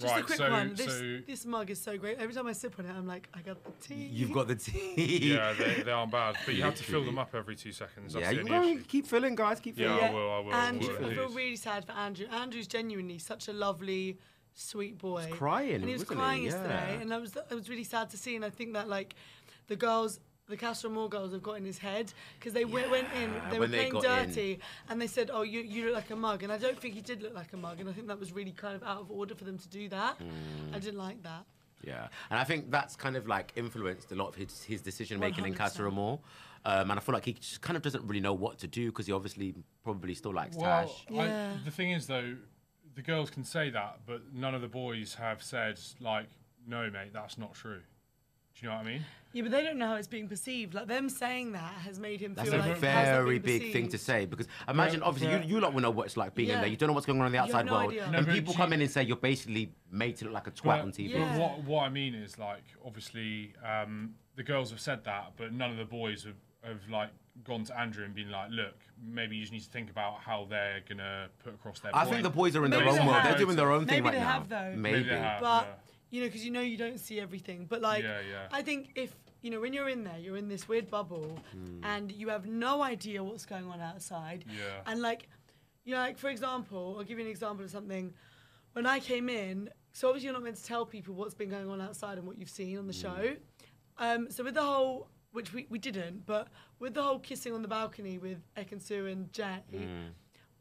[SPEAKER 3] Just a
[SPEAKER 4] Right,
[SPEAKER 3] quick
[SPEAKER 4] so-
[SPEAKER 3] one. This
[SPEAKER 4] so-
[SPEAKER 3] this mug is so great. Every time I sip on it, I'm like, I got the tea.
[SPEAKER 2] You've got the tea.
[SPEAKER 4] Yeah, they, they aren't bad, but you have to fill them up every two seconds. That's
[SPEAKER 2] Yeah, you
[SPEAKER 4] the
[SPEAKER 2] can
[SPEAKER 4] only
[SPEAKER 2] go
[SPEAKER 4] issue.
[SPEAKER 2] and keep filling, guys. Keep filling.
[SPEAKER 4] Yeah, I will. I will. I
[SPEAKER 3] And
[SPEAKER 4] will
[SPEAKER 3] I
[SPEAKER 4] indeed.
[SPEAKER 3] feel really sad for Andrew. Andrew's genuinely such a lovely, sweet boy. He's
[SPEAKER 2] crying,
[SPEAKER 3] and he was
[SPEAKER 2] wasn't he?
[SPEAKER 3] crying yesterday,
[SPEAKER 2] Yeah.
[SPEAKER 3] and I was I was really sad to see. And I think that like the girls. The Castro Moore girls have got in his head because they went- went in, they were
[SPEAKER 2] when they
[SPEAKER 3] playing
[SPEAKER 2] got in.
[SPEAKER 3] dirty, and they said, "Oh, you, you look like a mug," and I don't think he did look like a mug, and I think that was really kind of out of order for them to do that.
[SPEAKER 2] Hmm.
[SPEAKER 3] I didn't like that.
[SPEAKER 2] Yeah, and I think that's kind of like influenced a lot of his, his decision making in
[SPEAKER 3] 100%.
[SPEAKER 2] Casa Amor. Um, and I feel like he just kind of doesn't really know what to do because he obviously probably still likes Tash.
[SPEAKER 4] I- the thing is, though, the girls can say that, but none of the boys have said like, "No, mate, that's not true." Do you know what I mean?
[SPEAKER 3] Yeah, but they don't know how it's being perceived. Like them saying that has made him
[SPEAKER 2] That's a
[SPEAKER 3] feel like how's that
[SPEAKER 2] very
[SPEAKER 3] being
[SPEAKER 2] big thing
[SPEAKER 3] perceived?
[SPEAKER 2] to say because imagine, obviously, you, you lot will know what it's like being in
[SPEAKER 3] Yeah.
[SPEAKER 2] there. You don't know what's going on in the
[SPEAKER 3] You have
[SPEAKER 2] outside
[SPEAKER 3] no
[SPEAKER 2] world.
[SPEAKER 3] idea.
[SPEAKER 2] and
[SPEAKER 3] No,
[SPEAKER 4] but
[SPEAKER 2] people
[SPEAKER 4] she-
[SPEAKER 2] come in and say you're basically made to look like a twat on TV.
[SPEAKER 3] Yeah.
[SPEAKER 4] But what what I mean is like, obviously, um, the girls have said that, but none of the boys have, have like gone to Andrew and been like, "Look, maybe you just need to think about how they're gonna put across their."
[SPEAKER 2] I
[SPEAKER 4] point."
[SPEAKER 2] think the boys are in
[SPEAKER 3] Maybe
[SPEAKER 2] their own
[SPEAKER 3] they
[SPEAKER 2] world.
[SPEAKER 3] have.
[SPEAKER 2] They're doing their own thing
[SPEAKER 3] Maybe
[SPEAKER 2] right
[SPEAKER 3] they
[SPEAKER 2] now.
[SPEAKER 3] have, though.
[SPEAKER 2] Maybe.
[SPEAKER 4] Maybe they have.
[SPEAKER 3] but
[SPEAKER 4] yeah.
[SPEAKER 3] you know because you know you don't see everything but like
[SPEAKER 4] Yeah, yeah.
[SPEAKER 3] i think if you know when you're in there you're in this weird bubble and you have no idea what's going on outside
[SPEAKER 4] Yeah.
[SPEAKER 3] and like you know like for example i'll give you an example of something when i came in so obviously you're not meant to tell people what's been going on outside and what you've seen on the show um, so with the whole which we, we didn't but with the whole kissing on the balcony with Ekansu and Jay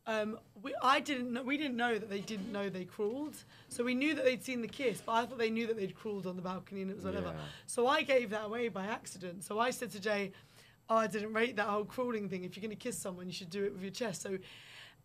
[SPEAKER 3] um, we, I didn't know, we didn't know that they didn't know they crawled. So we knew that they'd seen the kiss, but I thought they knew that they'd crawled on the balcony and it was whatever. So I gave that away by accident. So I said to Jay, Oh, I didn't rate that whole crawling thing. If you're going to kiss someone, you should do it with your chest. So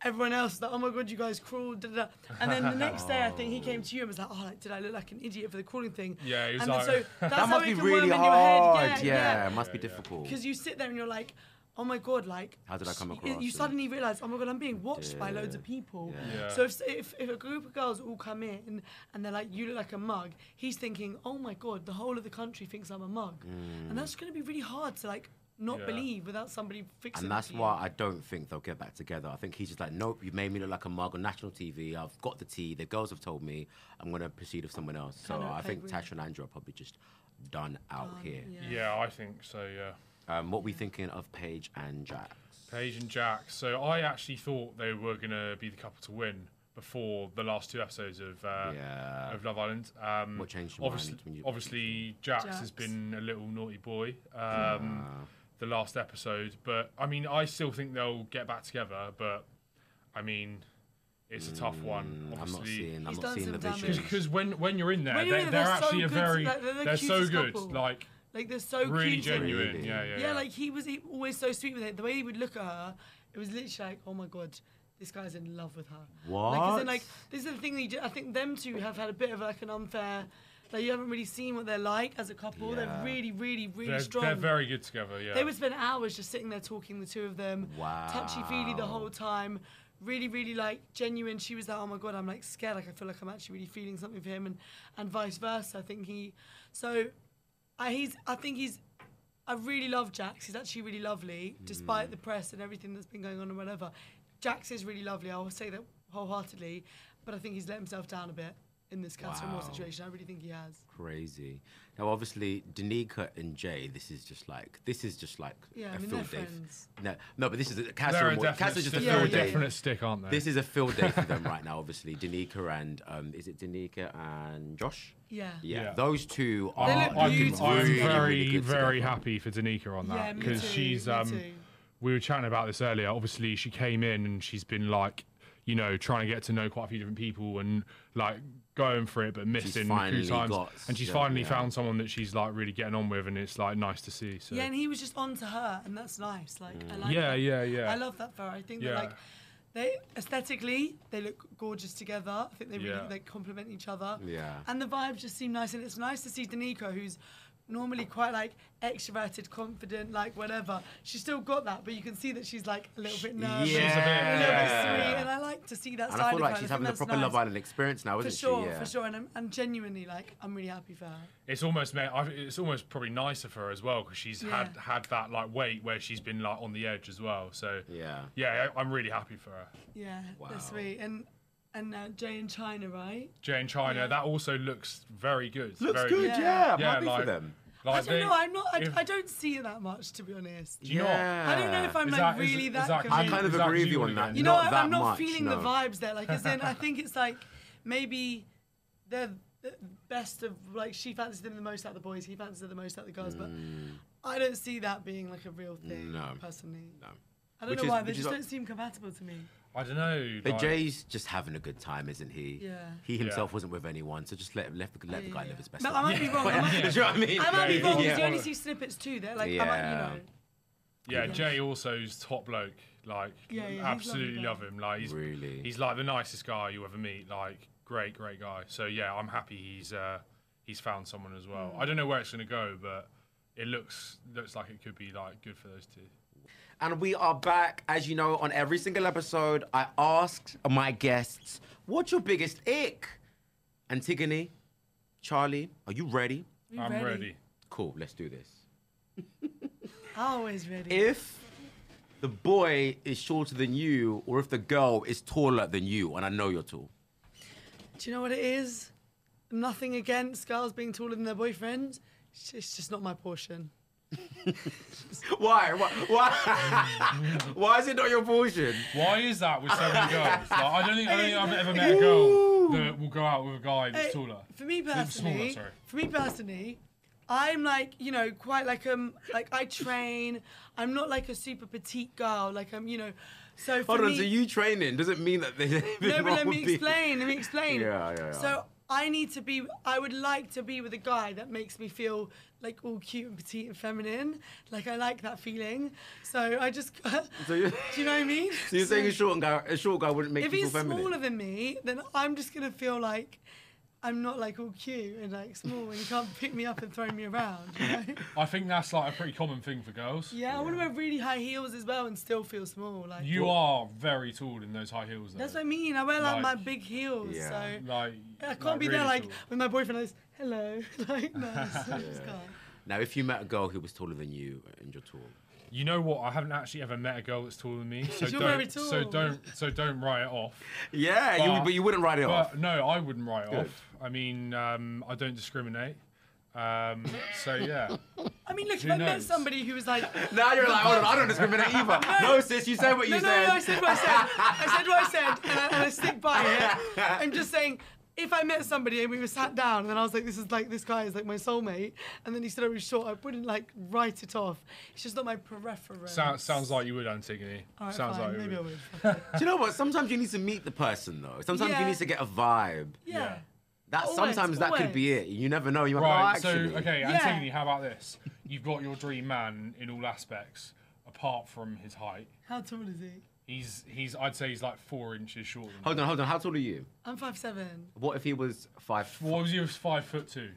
[SPEAKER 3] everyone else was like, Oh my God, you guys crawled. Da, da, da. And then the next day, I think he came to you and was like, Oh, like, did I look like an idiot for the crawling thing?
[SPEAKER 4] Yeah, he was
[SPEAKER 3] and then
[SPEAKER 4] like-
[SPEAKER 3] so that's
[SPEAKER 2] That
[SPEAKER 3] how
[SPEAKER 2] must
[SPEAKER 3] it
[SPEAKER 2] be
[SPEAKER 3] can
[SPEAKER 2] really
[SPEAKER 3] worm in
[SPEAKER 2] hard.
[SPEAKER 3] Your head. Yeah,
[SPEAKER 2] yeah, it must be difficult.
[SPEAKER 3] because you sit there and you're like, oh my god, like
[SPEAKER 2] How did I come
[SPEAKER 3] you-
[SPEAKER 2] across
[SPEAKER 3] You
[SPEAKER 2] and-
[SPEAKER 3] suddenly realise, oh my god, I'm being watched by loads of people. So if, if if a group of girls all come in and they're like, you look like a mug, he's thinking, oh my god, the whole of the country thinks I'm a mug,
[SPEAKER 2] Mm.
[SPEAKER 3] and that's going to be really hard to like not
[SPEAKER 4] Yeah.
[SPEAKER 3] believe without somebody fixing.
[SPEAKER 2] And
[SPEAKER 3] it
[SPEAKER 2] that's
[SPEAKER 3] for you.
[SPEAKER 2] why I don't think they'll get back together. I think he's just like, nope, you made me look like a mug on national TV. I've got the tea. The girls have told me I'm going to proceed with someone else. So
[SPEAKER 3] Kinda,
[SPEAKER 2] I
[SPEAKER 3] I
[SPEAKER 2] think
[SPEAKER 3] agree.
[SPEAKER 2] Tash and Andrew are probably just done out here.
[SPEAKER 4] yeah, I think so. Yeah.
[SPEAKER 2] Um, what we thinking of Paige and Jax?
[SPEAKER 4] Paige and Jack. So I actually thought they were gonna be the couple to win before the last two episodes of uh,
[SPEAKER 2] Yeah.
[SPEAKER 4] of Love Island. Um,
[SPEAKER 2] What changed your
[SPEAKER 4] obviously,
[SPEAKER 2] mind when you-
[SPEAKER 4] Obviously, Jax,
[SPEAKER 3] Jax.
[SPEAKER 4] has been a little naughty boy. Um, The last episode, but I mean, I still think they'll get back together. But I mean, it's a tough one.
[SPEAKER 2] Mm, I'm not
[SPEAKER 4] Obviously,
[SPEAKER 2] seeing. I'm not
[SPEAKER 3] He's done
[SPEAKER 2] seeing the
[SPEAKER 3] some damage.
[SPEAKER 2] vision.
[SPEAKER 4] because when when you're in there,
[SPEAKER 3] When you're
[SPEAKER 4] they're,
[SPEAKER 3] in
[SPEAKER 4] they're
[SPEAKER 3] there, they're so
[SPEAKER 4] actually a
[SPEAKER 3] good to-
[SPEAKER 4] very
[SPEAKER 3] like, they're the
[SPEAKER 4] so
[SPEAKER 3] cutest
[SPEAKER 4] good,
[SPEAKER 3] couple.
[SPEAKER 4] like
[SPEAKER 3] like they're so
[SPEAKER 4] really
[SPEAKER 3] cute and-
[SPEAKER 4] genuine. Yeah, yeah,
[SPEAKER 3] Yeah, like he was he, always so sweet with it. The way he would look at her, it was literally like, oh my god, this guy's in love with her. Like, as
[SPEAKER 2] What?
[SPEAKER 3] in, like this is the thing that you do. I think them two have had a bit of like an unfair. Like you haven't really seen what they're like as a couple.
[SPEAKER 2] Yeah.
[SPEAKER 3] They're really, really, really
[SPEAKER 4] they're,
[SPEAKER 3] strong.
[SPEAKER 4] they're very good together. Yeah,
[SPEAKER 3] They would spend hours just sitting there talking, the two of them.
[SPEAKER 2] Wow.
[SPEAKER 3] Touchy feely the whole time. Really, really like genuine. She was like, oh my god, I'm like scared. Like I feel like I'm actually really feeling something for him, and and vice versa. I think he, so, I he's I think he's, I really love Jax. He's actually really lovely,
[SPEAKER 2] Mm.
[SPEAKER 3] despite the press and everything that's been going on and whatever. Jax is really lovely. I will say that wholeheartedly, but I think he's let himself down a bit in this Catherine Moore
[SPEAKER 2] Wow.
[SPEAKER 3] situation. I really think he has.
[SPEAKER 2] Crazy. Now, obviously, Danica and Jay. This is just like this is just like
[SPEAKER 3] Yeah, I
[SPEAKER 2] a
[SPEAKER 3] mean,
[SPEAKER 2] field
[SPEAKER 3] they're
[SPEAKER 2] day.
[SPEAKER 3] friends.
[SPEAKER 2] No, no, but this is a
[SPEAKER 4] They're
[SPEAKER 2] Casa.
[SPEAKER 4] a definite,
[SPEAKER 2] Casa just a
[SPEAKER 4] stick,
[SPEAKER 3] Yeah,
[SPEAKER 4] they're a
[SPEAKER 2] field
[SPEAKER 3] yeah.
[SPEAKER 2] day.
[SPEAKER 4] definite stick, aren't they?
[SPEAKER 2] This is a field day for them right now. Obviously, Danica and um, is it Danica and Josh?
[SPEAKER 3] Yeah.
[SPEAKER 2] Yeah,
[SPEAKER 4] Yeah.
[SPEAKER 2] those two are.
[SPEAKER 3] They look
[SPEAKER 4] I'm,
[SPEAKER 2] looking
[SPEAKER 3] beautiful.
[SPEAKER 4] I'm
[SPEAKER 2] really,
[SPEAKER 4] very,
[SPEAKER 2] really good
[SPEAKER 4] very
[SPEAKER 2] together.
[SPEAKER 4] happy for Danica on
[SPEAKER 3] Yeah,
[SPEAKER 4] that
[SPEAKER 3] me
[SPEAKER 4] because
[SPEAKER 3] too,
[SPEAKER 4] she's.
[SPEAKER 3] me
[SPEAKER 4] Um,
[SPEAKER 3] too.
[SPEAKER 4] we were chatting about this earlier. Obviously, she came in and she's been like, you know, trying to get to know quite a few different people and like going for it, but missing a few
[SPEAKER 2] finally
[SPEAKER 4] times.
[SPEAKER 2] got
[SPEAKER 4] and she's
[SPEAKER 2] some-
[SPEAKER 4] finally
[SPEAKER 2] yeah.
[SPEAKER 4] found someone that she's like really getting on with, and it's like nice to see. So
[SPEAKER 3] Yeah, and he was just on to her, and that's nice. Like, I like
[SPEAKER 4] Yeah,
[SPEAKER 3] that.
[SPEAKER 4] yeah, yeah.
[SPEAKER 3] I love that for her. I think
[SPEAKER 4] Yeah.
[SPEAKER 3] that like they aesthetically they look gorgeous together. I think they really
[SPEAKER 4] Yeah.
[SPEAKER 3] like complement each other.
[SPEAKER 2] Yeah.
[SPEAKER 3] And the vibes just seem nice, and it's nice to see Danica, who's normally quite like extroverted, confident, like whatever. She's still got that, but you can see that she's like a little bit nervous,
[SPEAKER 2] She's a bit-
[SPEAKER 3] a little
[SPEAKER 2] yeah.
[SPEAKER 3] bit sweet, and I like to see that
[SPEAKER 2] And
[SPEAKER 3] side
[SPEAKER 2] I feel
[SPEAKER 3] of
[SPEAKER 2] like
[SPEAKER 3] her.
[SPEAKER 2] she's
[SPEAKER 3] I think
[SPEAKER 2] having a
[SPEAKER 3] that's
[SPEAKER 2] proper
[SPEAKER 3] nice.
[SPEAKER 2] Love Island experience now,
[SPEAKER 3] For
[SPEAKER 2] isn't
[SPEAKER 3] sure,
[SPEAKER 2] she? Yeah.
[SPEAKER 3] for sure, and I'm, I'm genuinely like I'm really happy for her.
[SPEAKER 4] it's almost ma- I- it's almost probably nicer for her as well because she's had
[SPEAKER 3] Yeah.
[SPEAKER 4] had that like weight where she's been like on the edge as well. So
[SPEAKER 2] Yeah.
[SPEAKER 4] yeah, I- I'm really happy for her.
[SPEAKER 3] Yeah,
[SPEAKER 2] Wow.
[SPEAKER 3] they're sweet, and and uh, Jay in China, right?
[SPEAKER 4] Jay and China, that also looks very good.
[SPEAKER 2] Looks
[SPEAKER 4] very
[SPEAKER 2] good.
[SPEAKER 3] Yeah.
[SPEAKER 2] Yeah, I'm
[SPEAKER 4] Yeah,
[SPEAKER 2] happy
[SPEAKER 4] like-
[SPEAKER 2] for them.
[SPEAKER 4] Like
[SPEAKER 3] I don't
[SPEAKER 4] they-
[SPEAKER 3] know. I'm not. I,
[SPEAKER 4] if-
[SPEAKER 3] I don't see it that much, to be honest.
[SPEAKER 4] Do you not?
[SPEAKER 2] Yeah.
[SPEAKER 3] I don't know if I'm
[SPEAKER 4] Is
[SPEAKER 3] like
[SPEAKER 4] that- is-
[SPEAKER 3] really
[SPEAKER 4] is
[SPEAKER 3] that.
[SPEAKER 4] that
[SPEAKER 2] I
[SPEAKER 3] committed.
[SPEAKER 2] kind of
[SPEAKER 4] Is that
[SPEAKER 2] agree with
[SPEAKER 4] you
[SPEAKER 2] you on
[SPEAKER 4] again?
[SPEAKER 2] that.
[SPEAKER 3] you know,
[SPEAKER 2] not that
[SPEAKER 3] I'm not
[SPEAKER 2] much,
[SPEAKER 3] feeling
[SPEAKER 2] no.
[SPEAKER 3] the vibes there. Like, as in, I think it's like maybe they're the best of like she fancies them the most out of the boys, he fancies her the most out of the girls. But I don't see that being like a real thing,
[SPEAKER 2] Mm. No.
[SPEAKER 3] personally.
[SPEAKER 2] No.
[SPEAKER 3] I don't
[SPEAKER 2] Which
[SPEAKER 3] know
[SPEAKER 2] is-
[SPEAKER 3] why they
[SPEAKER 2] which is
[SPEAKER 3] just
[SPEAKER 2] like-
[SPEAKER 3] don't seem compatible to me.
[SPEAKER 4] I don't know.
[SPEAKER 2] But
[SPEAKER 4] like-
[SPEAKER 2] Jay's just having a good time, isn't he?
[SPEAKER 3] Yeah.
[SPEAKER 2] He himself wasn't with anyone, so just let let, let the guy live his best
[SPEAKER 3] No, I
[SPEAKER 2] life.
[SPEAKER 3] might be wrong. I might,
[SPEAKER 2] Do you know what I mean?
[SPEAKER 3] I might be
[SPEAKER 4] Yeah.
[SPEAKER 3] wrong. 'cause
[SPEAKER 4] Yeah.
[SPEAKER 3] You only see snippets too. They're like, I might, you
[SPEAKER 2] Yeah.
[SPEAKER 3] know.
[SPEAKER 4] Yeah, Jay also's top bloke. Like,
[SPEAKER 3] Yeah, yeah, he's
[SPEAKER 4] absolutely
[SPEAKER 3] lovely
[SPEAKER 4] love
[SPEAKER 3] guy.
[SPEAKER 4] him. Like, he's,
[SPEAKER 2] Really?
[SPEAKER 4] he's like the nicest guy you ever meet. Like, great, great guy. So yeah, I'm happy he's uh, he's found someone as
[SPEAKER 3] Mm.
[SPEAKER 4] well. I don't know where it's gonna go, but it looks looks like it could be like good for those two.
[SPEAKER 2] And we are back. As you know, on every single episode, I asked my guests, what's your biggest ick? Antigone, Charlie, are you ready?
[SPEAKER 3] Are you
[SPEAKER 4] I'm ready.
[SPEAKER 2] Cool, let's do this.
[SPEAKER 3] Always ready.
[SPEAKER 2] If the boy is shorter than you, or if the girl is taller than you, and I know you're tall.
[SPEAKER 3] Do you know what it is? Nothing against girls being taller than their boyfriends. It's just- It's just not my portion.
[SPEAKER 2] Why? Why? Why, Why is it not your portion?
[SPEAKER 4] Why is that with so many girls? Like, I don't think I don't think I've ever met a girl that will go out with a guy that's
[SPEAKER 3] Hey,
[SPEAKER 4] taller.
[SPEAKER 3] For me
[SPEAKER 4] That's
[SPEAKER 3] personally,
[SPEAKER 4] smaller, sorry.
[SPEAKER 3] for me personally, I'm like you know quite like um like I train. I'm not like a super petite girl. Like I'm you know, so for
[SPEAKER 2] Hold on,
[SPEAKER 3] me,
[SPEAKER 2] so you training doesn't mean that there's anything
[SPEAKER 3] no, but
[SPEAKER 2] wrong
[SPEAKER 3] let me
[SPEAKER 2] with being-
[SPEAKER 3] explain. Let me explain.
[SPEAKER 2] Yeah, yeah, yeah.
[SPEAKER 3] So I need to be. I would like to be with a guy that makes me feel like all cute and petite and feminine. Like I like that feeling. So I just.
[SPEAKER 2] So you-
[SPEAKER 3] do you know what I mean?
[SPEAKER 2] So you're saying a short guy, a short guy wouldn't make
[SPEAKER 3] if
[SPEAKER 2] you
[SPEAKER 3] he's
[SPEAKER 2] feel feminine?
[SPEAKER 3] smaller than me, then I'm just gonna feel like I'm not like all cute and like small, and you can't pick me up and throw me around. You know?
[SPEAKER 4] I think that's like a pretty common thing for girls.
[SPEAKER 3] Yeah, I want to wear really high heels as well and still feel small. Like
[SPEAKER 4] You are very tall in those high heels. Though.
[SPEAKER 3] That's what I mean. I wear like,
[SPEAKER 4] Like-
[SPEAKER 3] my big heels,
[SPEAKER 2] Yeah.
[SPEAKER 3] so
[SPEAKER 4] Like,
[SPEAKER 3] I can't
[SPEAKER 4] like,
[SPEAKER 3] be there
[SPEAKER 4] really
[SPEAKER 3] like
[SPEAKER 4] tall.
[SPEAKER 3] with my boyfriend. I just, hello, like no, I just, I just can't.
[SPEAKER 2] Now, if you met a girl who was taller than you and you're tall,
[SPEAKER 4] You know what? I haven't actually ever met a girl that's taller than me, so
[SPEAKER 3] You're
[SPEAKER 4] don't,
[SPEAKER 3] very
[SPEAKER 4] so
[SPEAKER 3] tall.
[SPEAKER 4] don't, so don't write it off.
[SPEAKER 2] yeah,
[SPEAKER 4] But,
[SPEAKER 2] you, but you wouldn't write it
[SPEAKER 4] but
[SPEAKER 2] off.
[SPEAKER 4] No, I wouldn't write it
[SPEAKER 2] Good.
[SPEAKER 4] off. I mean, um, I don't discriminate. Um, so yeah,
[SPEAKER 3] I mean, look, if
[SPEAKER 4] Who
[SPEAKER 3] I met
[SPEAKER 4] knows?
[SPEAKER 3] somebody who was like.
[SPEAKER 2] Now you're like, hold on, I don't discriminate either. no, sis, you said what you
[SPEAKER 3] No, no,
[SPEAKER 2] said.
[SPEAKER 3] no, I said what I said. I said what I said, and I, and I stick by it. I'm just saying, if I met somebody and we were sat down, and then I was like, this is like, this guy is like my soulmate, and then he said I was short, I wouldn't like write it off. It's just not my preference.
[SPEAKER 4] sounds sounds like you would, Antigone.
[SPEAKER 3] All right,
[SPEAKER 4] sounds
[SPEAKER 3] fine,
[SPEAKER 4] like you
[SPEAKER 3] maybe I
[SPEAKER 4] would.
[SPEAKER 3] would.
[SPEAKER 2] Do you know what? Sometimes you need to meet the person though. Sometimes you
[SPEAKER 3] Yeah.
[SPEAKER 2] need to get a vibe.
[SPEAKER 3] Yeah.
[SPEAKER 4] Yeah.
[SPEAKER 2] That
[SPEAKER 3] Always,
[SPEAKER 2] sometimes that could be it. You never know. You might
[SPEAKER 4] Right.
[SPEAKER 2] go, actually.
[SPEAKER 4] So okay,
[SPEAKER 3] Yeah.
[SPEAKER 4] Antigone, how about this? You've got your dream man in all aspects, apart from his height.
[SPEAKER 3] How tall is he?
[SPEAKER 4] He's he's I'd say he's like four inches shorter. Than
[SPEAKER 2] Hold on, hold on. How tall are you?
[SPEAKER 3] I'm five seven.
[SPEAKER 2] What if he was five?
[SPEAKER 4] me. What was he? He Was five foot two.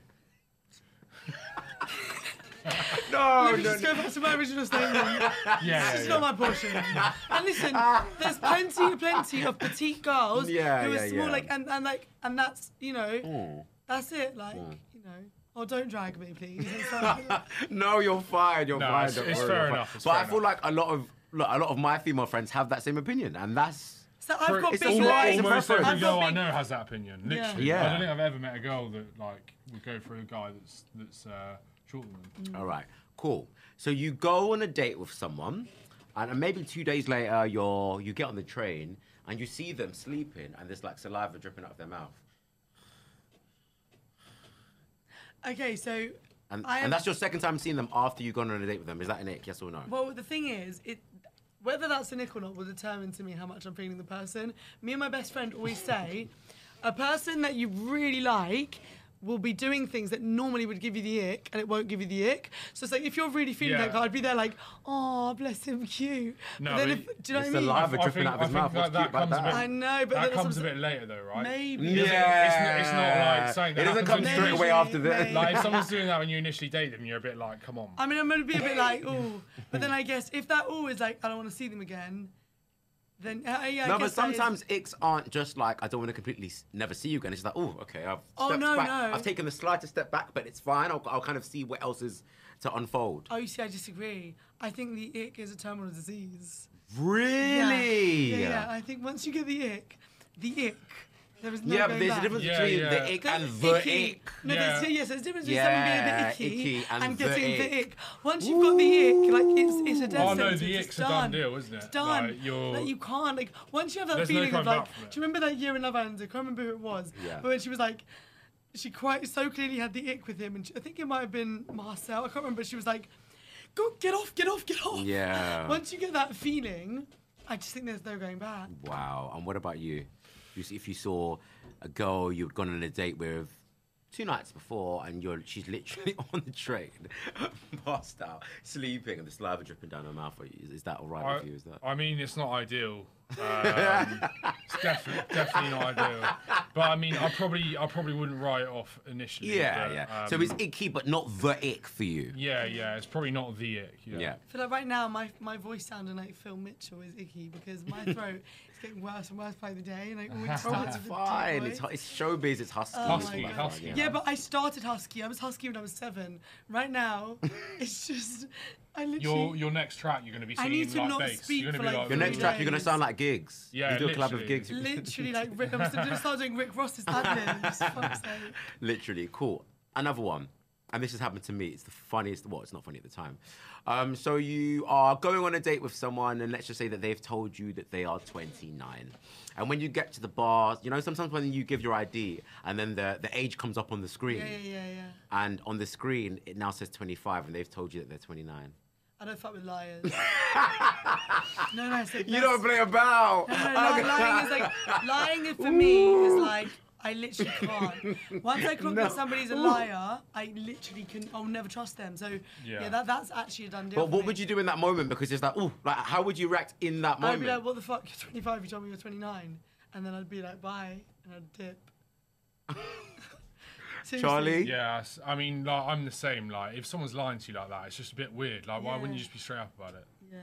[SPEAKER 2] No,
[SPEAKER 3] Let me just go back to my original statement.
[SPEAKER 4] Yeah.
[SPEAKER 3] It's
[SPEAKER 4] yeah,
[SPEAKER 3] not my portion. and listen, there's plenty, plenty of petite girls
[SPEAKER 2] Ah. Yeah,
[SPEAKER 3] who are
[SPEAKER 2] yeah, Hmm.
[SPEAKER 3] small,
[SPEAKER 2] yeah.
[SPEAKER 3] like, and, and like, and that's you know, that's it. Like,
[SPEAKER 2] Hmm.
[SPEAKER 3] you know, oh, don't drag me, please. It's like-
[SPEAKER 2] No, you're fired. You're
[SPEAKER 4] No,
[SPEAKER 2] fired.
[SPEAKER 4] it's-
[SPEAKER 2] don't
[SPEAKER 4] it's
[SPEAKER 2] worry,
[SPEAKER 4] fair
[SPEAKER 2] you're fired.
[SPEAKER 4] enough, it's
[SPEAKER 2] but
[SPEAKER 4] fair
[SPEAKER 2] I feel
[SPEAKER 4] enough.
[SPEAKER 2] like a lot of look, a lot of my female friends have that same opinion, and that's
[SPEAKER 3] So I've got
[SPEAKER 2] It's
[SPEAKER 3] big
[SPEAKER 2] all lies
[SPEAKER 3] legs.
[SPEAKER 2] and
[SPEAKER 4] almost
[SPEAKER 2] preference.
[SPEAKER 4] every
[SPEAKER 3] I've got
[SPEAKER 4] girl I
[SPEAKER 3] big-
[SPEAKER 4] know has that opinion. Literally,
[SPEAKER 2] Yeah.
[SPEAKER 4] I don't think I've ever met a girl that like would go for a guy that's that's uh, shorter than them.
[SPEAKER 2] All right, cool. So you go on a date with someone, and maybe two days later, you're you get on the train and you see them sleeping, and there's like saliva dripping out of their mouth,
[SPEAKER 3] Okay, so
[SPEAKER 2] and,
[SPEAKER 3] I am-
[SPEAKER 2] and that's your second time seeing them after you've gone on a date with them. Is that an ick? Yes or no?
[SPEAKER 3] Well, the thing is, it whether that's an ick or not will determine to me how much I'm feeling the person. Me and my best friend always say, a person that you really like will be doing things that normally would give you the ick, and it won't give you the ick. So it's like if you're really feeling
[SPEAKER 4] Yeah.
[SPEAKER 3] that guy, I'd be there like, oh, bless him, cute.
[SPEAKER 4] No,
[SPEAKER 3] but then
[SPEAKER 4] but
[SPEAKER 3] if, do
[SPEAKER 2] it's
[SPEAKER 3] you know what I mean?
[SPEAKER 2] the lava
[SPEAKER 4] I
[SPEAKER 2] dripping
[SPEAKER 4] think-
[SPEAKER 2] out of
[SPEAKER 4] I
[SPEAKER 2] his
[SPEAKER 4] think
[SPEAKER 2] mouth. What's
[SPEAKER 4] that-
[SPEAKER 2] cute
[SPEAKER 4] that
[SPEAKER 2] about
[SPEAKER 4] comes a
[SPEAKER 2] that?
[SPEAKER 4] bit-
[SPEAKER 3] I know, but
[SPEAKER 4] that
[SPEAKER 3] that's what
[SPEAKER 4] comes a
[SPEAKER 3] I'm
[SPEAKER 4] bit
[SPEAKER 3] saying.
[SPEAKER 4] later, though, right?
[SPEAKER 3] Maybe.
[SPEAKER 4] It doesn't- It's, not, it's not like saying that.
[SPEAKER 2] It doesn't
[SPEAKER 4] happens
[SPEAKER 2] come
[SPEAKER 4] on
[SPEAKER 2] straight
[SPEAKER 4] dates.
[SPEAKER 2] away after this.
[SPEAKER 3] Maybe.
[SPEAKER 4] Like if someone's doing that when you initially date them, you're a bit like, come on.
[SPEAKER 3] I mean, I'm gonna be a bit like, oh, but then I guess if that always like, I don't want to see them again, then uh, yeah. I
[SPEAKER 2] No, but
[SPEAKER 3] guess that is-
[SPEAKER 2] sometimes icks aren't just like I don't want to completely s- never see you again. It's like, oh, okay, I've
[SPEAKER 3] Oh,
[SPEAKER 2] stepped
[SPEAKER 3] no,
[SPEAKER 2] back.
[SPEAKER 3] no.
[SPEAKER 2] I've taken the slightest step back, but it's fine. I'll, I'll kind of see what else is to unfold.
[SPEAKER 3] Oh, you see, I disagree. I think the ick is a terminal disease.
[SPEAKER 2] Really?
[SPEAKER 3] Yeah, yeah, yeah. I think once you get the ick, the ick, there is no
[SPEAKER 2] Yeah, but
[SPEAKER 3] going
[SPEAKER 2] there's
[SPEAKER 3] back.
[SPEAKER 2] a difference
[SPEAKER 4] Yeah,
[SPEAKER 2] between
[SPEAKER 4] yeah.
[SPEAKER 2] the ick
[SPEAKER 3] There's
[SPEAKER 2] and the
[SPEAKER 3] icky.
[SPEAKER 2] ick.
[SPEAKER 3] No,
[SPEAKER 4] Yeah.
[SPEAKER 3] there's, yeah, so there's a difference between
[SPEAKER 2] Yeah,
[SPEAKER 3] someone being a bit icky,
[SPEAKER 2] icky and the
[SPEAKER 3] getting the
[SPEAKER 2] ick.
[SPEAKER 3] ick. Once you've got the ick, like it's, it's a death
[SPEAKER 4] Oh, no,
[SPEAKER 3] sentence.
[SPEAKER 4] the
[SPEAKER 3] it's
[SPEAKER 4] ick's a
[SPEAKER 3] done.
[SPEAKER 4] done deal, isn't it?
[SPEAKER 3] It's done.
[SPEAKER 4] Like, you're-
[SPEAKER 3] Like, you can't like once you have that
[SPEAKER 4] There's no
[SPEAKER 3] feeling
[SPEAKER 4] going
[SPEAKER 3] of like,
[SPEAKER 4] back
[SPEAKER 3] do
[SPEAKER 4] from it.
[SPEAKER 3] you remember that year in Love Island? I can't remember who it was,
[SPEAKER 2] Yeah.
[SPEAKER 3] but when she was like. She quite so clearly had the ick with him, and she, I think it might have been Marcel. I can't remember. She was like, "Go, get off, get off, get off."
[SPEAKER 2] Yeah.
[SPEAKER 3] Once you get that feeling, I just think there's no going back.
[SPEAKER 2] Wow. And what about you? You see, if you saw a girl you'd gone on a date with two nights before, and you're she's literally on the train, passed out, sleeping, and the saliva dripping down her mouth. Is, is that all right
[SPEAKER 4] I,
[SPEAKER 2] with you? Is that?
[SPEAKER 4] I mean, it's not ideal. Um, it's definitely definitely not ideal. But I mean, I probably I probably wouldn't write it off initially.
[SPEAKER 2] yeah,
[SPEAKER 4] but,
[SPEAKER 2] yeah.
[SPEAKER 4] um,
[SPEAKER 2] so it's icky, but not the ick for you.
[SPEAKER 4] yeah, yeah. It's probably not the ick. Yeah.
[SPEAKER 2] yeah.
[SPEAKER 3] I feel like right now my, my voice sounding like Phil Mitchell is icky because my throat is getting worse and worse by the day and I always start
[SPEAKER 2] It's
[SPEAKER 3] with a deep
[SPEAKER 2] fine.
[SPEAKER 3] voice.
[SPEAKER 2] It's, hu- it's showbiz. It's husky.
[SPEAKER 3] Oh my
[SPEAKER 4] Husky,
[SPEAKER 3] God.
[SPEAKER 4] husky.
[SPEAKER 3] Yeah, but I started husky. I was husky when I was seven. Right now, it's just I literally
[SPEAKER 4] Your your next track, you're going to be
[SPEAKER 3] I
[SPEAKER 4] singing
[SPEAKER 3] need to
[SPEAKER 4] like
[SPEAKER 3] not
[SPEAKER 4] bass.
[SPEAKER 3] speak
[SPEAKER 4] you're
[SPEAKER 3] for,
[SPEAKER 4] going to
[SPEAKER 3] like,
[SPEAKER 4] be like
[SPEAKER 2] Your next
[SPEAKER 3] Three
[SPEAKER 2] track, you're gonna
[SPEAKER 3] days.
[SPEAKER 2] sound like gigs.
[SPEAKER 4] Yeah,
[SPEAKER 2] you do a collab of
[SPEAKER 4] literally.
[SPEAKER 2] gigs.
[SPEAKER 3] literally like Rick- I'm still gonna start doing Rick Ross's ad libs. fuck's sake.
[SPEAKER 2] Literally, cool. Another one, and this has happened to me. It's the funniest. Well, it's not funny at the time. Um, so you are going on a date with someone, and let's just say that they've told you that they are 29. And when you get to the bar, you know sometimes when you give your ID, and then the the age comes up on the screen,
[SPEAKER 3] Yeah, yeah, yeah, yeah.
[SPEAKER 2] and on the screen it now says 25, and they've told you that they're 29.
[SPEAKER 3] I don't fuck with liars. no, no, I said
[SPEAKER 2] You
[SPEAKER 3] that's-
[SPEAKER 2] don't play about.
[SPEAKER 3] No, no, no, lying is like lying is- for me is like I literally can't. Once I clock that somebody's a liar, I literally can. I'll never trust them. So yeah,
[SPEAKER 4] Yeah.
[SPEAKER 3] that, that's actually a done deal.
[SPEAKER 2] But what would you do in that moment? Because it's like, oh, like how would you react in that
[SPEAKER 3] I'd
[SPEAKER 2] moment?
[SPEAKER 3] be like, what the fuck? You're 25. You told me you're 29, and then I'd be like, bye, and I'd dip. Seriously.
[SPEAKER 2] Charlie?
[SPEAKER 4] Yeah, s- I mean, like, I'm the same. Like, if someone's lying to you like that, it's just a bit weird. Like, why wouldn't you just be straight up about it?
[SPEAKER 3] Yeah.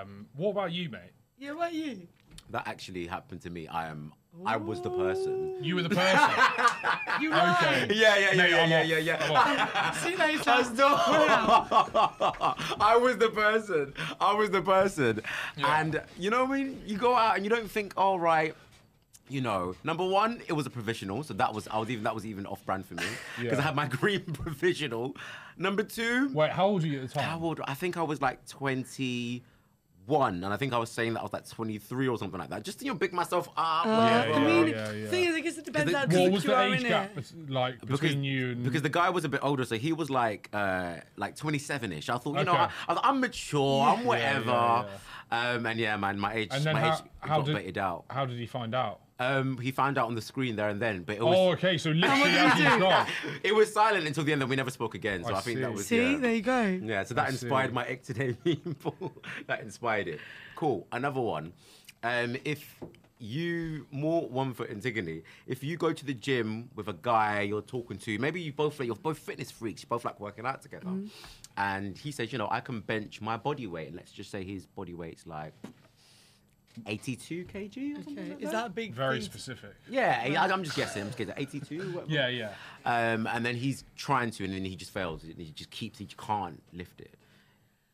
[SPEAKER 4] Um, what about you, mate?
[SPEAKER 3] Yeah. What about you?
[SPEAKER 2] That actually happened to me. I am. I was the person.
[SPEAKER 4] You were the person.
[SPEAKER 3] You lied.
[SPEAKER 2] Yeah, yeah,
[SPEAKER 4] Mate,
[SPEAKER 2] yeah,
[SPEAKER 4] I'm
[SPEAKER 2] yeah,
[SPEAKER 4] off.
[SPEAKER 2] yeah, yeah.
[SPEAKER 4] I'm off.
[SPEAKER 3] See that? it's like-
[SPEAKER 2] I was the person. I was the person. And you know when you go out and you don't think, all right. You know, number one, it was a provisional, so that was I was even that was even off brand for me because
[SPEAKER 4] Yeah.
[SPEAKER 2] I had my green provisional. Number two,
[SPEAKER 4] Wait, how old were you at the time?
[SPEAKER 2] How old? I think I was like 21, and I think I was saying that I was like 23 or something like that, just to you know, big myself up.
[SPEAKER 4] Yeah,
[SPEAKER 2] whatever.
[SPEAKER 3] I mean,
[SPEAKER 4] yeah, yeah.
[SPEAKER 3] thing is, I guess it depends
[SPEAKER 2] the-
[SPEAKER 3] how
[SPEAKER 4] What
[SPEAKER 3] deep
[SPEAKER 4] was
[SPEAKER 3] you
[SPEAKER 4] the
[SPEAKER 3] are
[SPEAKER 4] age
[SPEAKER 3] in
[SPEAKER 4] gap,
[SPEAKER 3] it.
[SPEAKER 4] bet- like between you and?
[SPEAKER 2] because the guy was a bit older, so he was like uh, like 27ish. I thought, you know, I,
[SPEAKER 4] Okay.
[SPEAKER 2] I was, I'm mature, I'm whatever.
[SPEAKER 4] yeah,
[SPEAKER 2] Um, and yeah, man, my age,
[SPEAKER 4] and then
[SPEAKER 2] my
[SPEAKER 4] how,
[SPEAKER 2] age
[SPEAKER 4] how
[SPEAKER 2] got
[SPEAKER 4] did
[SPEAKER 2] baited out.
[SPEAKER 4] how did he find out?
[SPEAKER 2] Um, he found out on the screen there and then, but it
[SPEAKER 4] oh,
[SPEAKER 2] was
[SPEAKER 4] okay. So literally, as you got.
[SPEAKER 2] it was silent until the end, and we never spoke again. So I,
[SPEAKER 4] Oh, I
[SPEAKER 2] think
[SPEAKER 4] see.
[SPEAKER 2] that was
[SPEAKER 3] See,
[SPEAKER 2] yeah.
[SPEAKER 3] there you go.
[SPEAKER 2] Yeah, so that
[SPEAKER 4] see.
[SPEAKER 2] inspired my egg today people. that inspired it. Cool. Another one. Um, if you more one foot Antigone, if you go to the gym with a guy you're talking to, maybe you both like you're both fitness freaks, you both like working out together,
[SPEAKER 3] Mm-hmm.
[SPEAKER 2] and he says, you know, I can bench my body weight, and let's just say his body weight's like 82 kg. Or something
[SPEAKER 3] Okay,
[SPEAKER 2] like
[SPEAKER 3] Is that a big? thing
[SPEAKER 4] Very
[SPEAKER 3] to-
[SPEAKER 4] specific.
[SPEAKER 2] Yeah, I- I'm just guessing. I'm just guessing. 82. whatever.
[SPEAKER 4] Yeah, yeah.
[SPEAKER 2] Um, and then he's trying to, and then he just fails. and He just keeps. He can't lift it.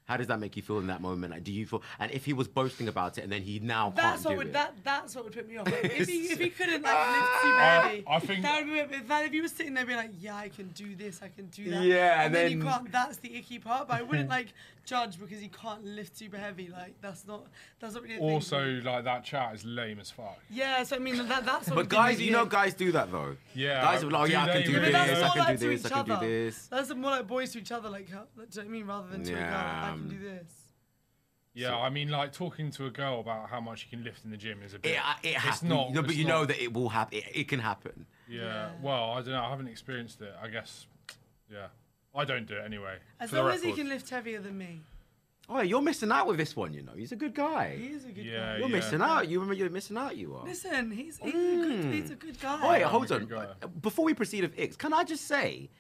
[SPEAKER 2] How does that make you feel in that moment? Like, do you feel? And if he was boasting about it, and then he now
[SPEAKER 3] That's
[SPEAKER 2] can't
[SPEAKER 3] what
[SPEAKER 2] do
[SPEAKER 3] would
[SPEAKER 2] it.
[SPEAKER 3] that that's what would put me off. If he, if he couldn't like lift
[SPEAKER 2] Ah,
[SPEAKER 3] too
[SPEAKER 4] I think-
[SPEAKER 3] that would be if that if he was sitting there being like, yeah, I can do this, I can do that.
[SPEAKER 2] Yeah,
[SPEAKER 3] and then, you
[SPEAKER 2] then-
[SPEAKER 3] can't. That's the icky part. But I wouldn't like judge because he can't lift super heavy. Like that's not that's not really. a thing.
[SPEAKER 4] Also, like that chat is lame as fuck.
[SPEAKER 3] yeah. So I mean that that's what.
[SPEAKER 2] But
[SPEAKER 3] would give me
[SPEAKER 2] guys,
[SPEAKER 3] the
[SPEAKER 2] you know,
[SPEAKER 3] ick.
[SPEAKER 2] guys do that though.
[SPEAKER 4] Yeah,
[SPEAKER 2] Guys are like, oh,
[SPEAKER 4] do
[SPEAKER 2] yeah, I
[SPEAKER 4] they
[SPEAKER 2] can do
[SPEAKER 4] really?
[SPEAKER 3] But
[SPEAKER 2] this,
[SPEAKER 3] that's
[SPEAKER 4] Yes,
[SPEAKER 2] I
[SPEAKER 3] more
[SPEAKER 2] can do
[SPEAKER 3] like to
[SPEAKER 2] this,
[SPEAKER 3] each
[SPEAKER 2] I can do
[SPEAKER 3] other.
[SPEAKER 2] this.
[SPEAKER 3] That's more like boys to each other, like, how, like, do you know what I mean? Rather than to a girl, like, I can
[SPEAKER 2] Yeah.
[SPEAKER 3] do this.
[SPEAKER 4] Yeah, I mean, like talking to a girl about how much you can lift in the gym is a bit.
[SPEAKER 2] It, uh, it
[SPEAKER 4] it's
[SPEAKER 2] happens.
[SPEAKER 4] not.
[SPEAKER 2] No, but
[SPEAKER 4] it's
[SPEAKER 2] you
[SPEAKER 4] not-
[SPEAKER 2] know that it will happen. It, it can happen.
[SPEAKER 4] Yeah. Well, I don't know. I haven't experienced it. I guess. Yeah. I don't do it anyway.
[SPEAKER 3] As
[SPEAKER 4] for the
[SPEAKER 3] long as he
[SPEAKER 4] record.
[SPEAKER 3] can lift heavier than me,
[SPEAKER 2] Oh, you're missing out with this one. You know, he's a good guy.
[SPEAKER 3] he is a good
[SPEAKER 4] Yeah,
[SPEAKER 3] guy.
[SPEAKER 4] yeah.
[SPEAKER 2] You're missing out. You remember you're missing out. You are.
[SPEAKER 3] Listen, he's, he's, a good, he's a good guy.
[SPEAKER 2] Oh, wait, hold
[SPEAKER 4] I'm a
[SPEAKER 2] on.
[SPEAKER 4] good guy.
[SPEAKER 2] Before we proceed with Ix, can I just say,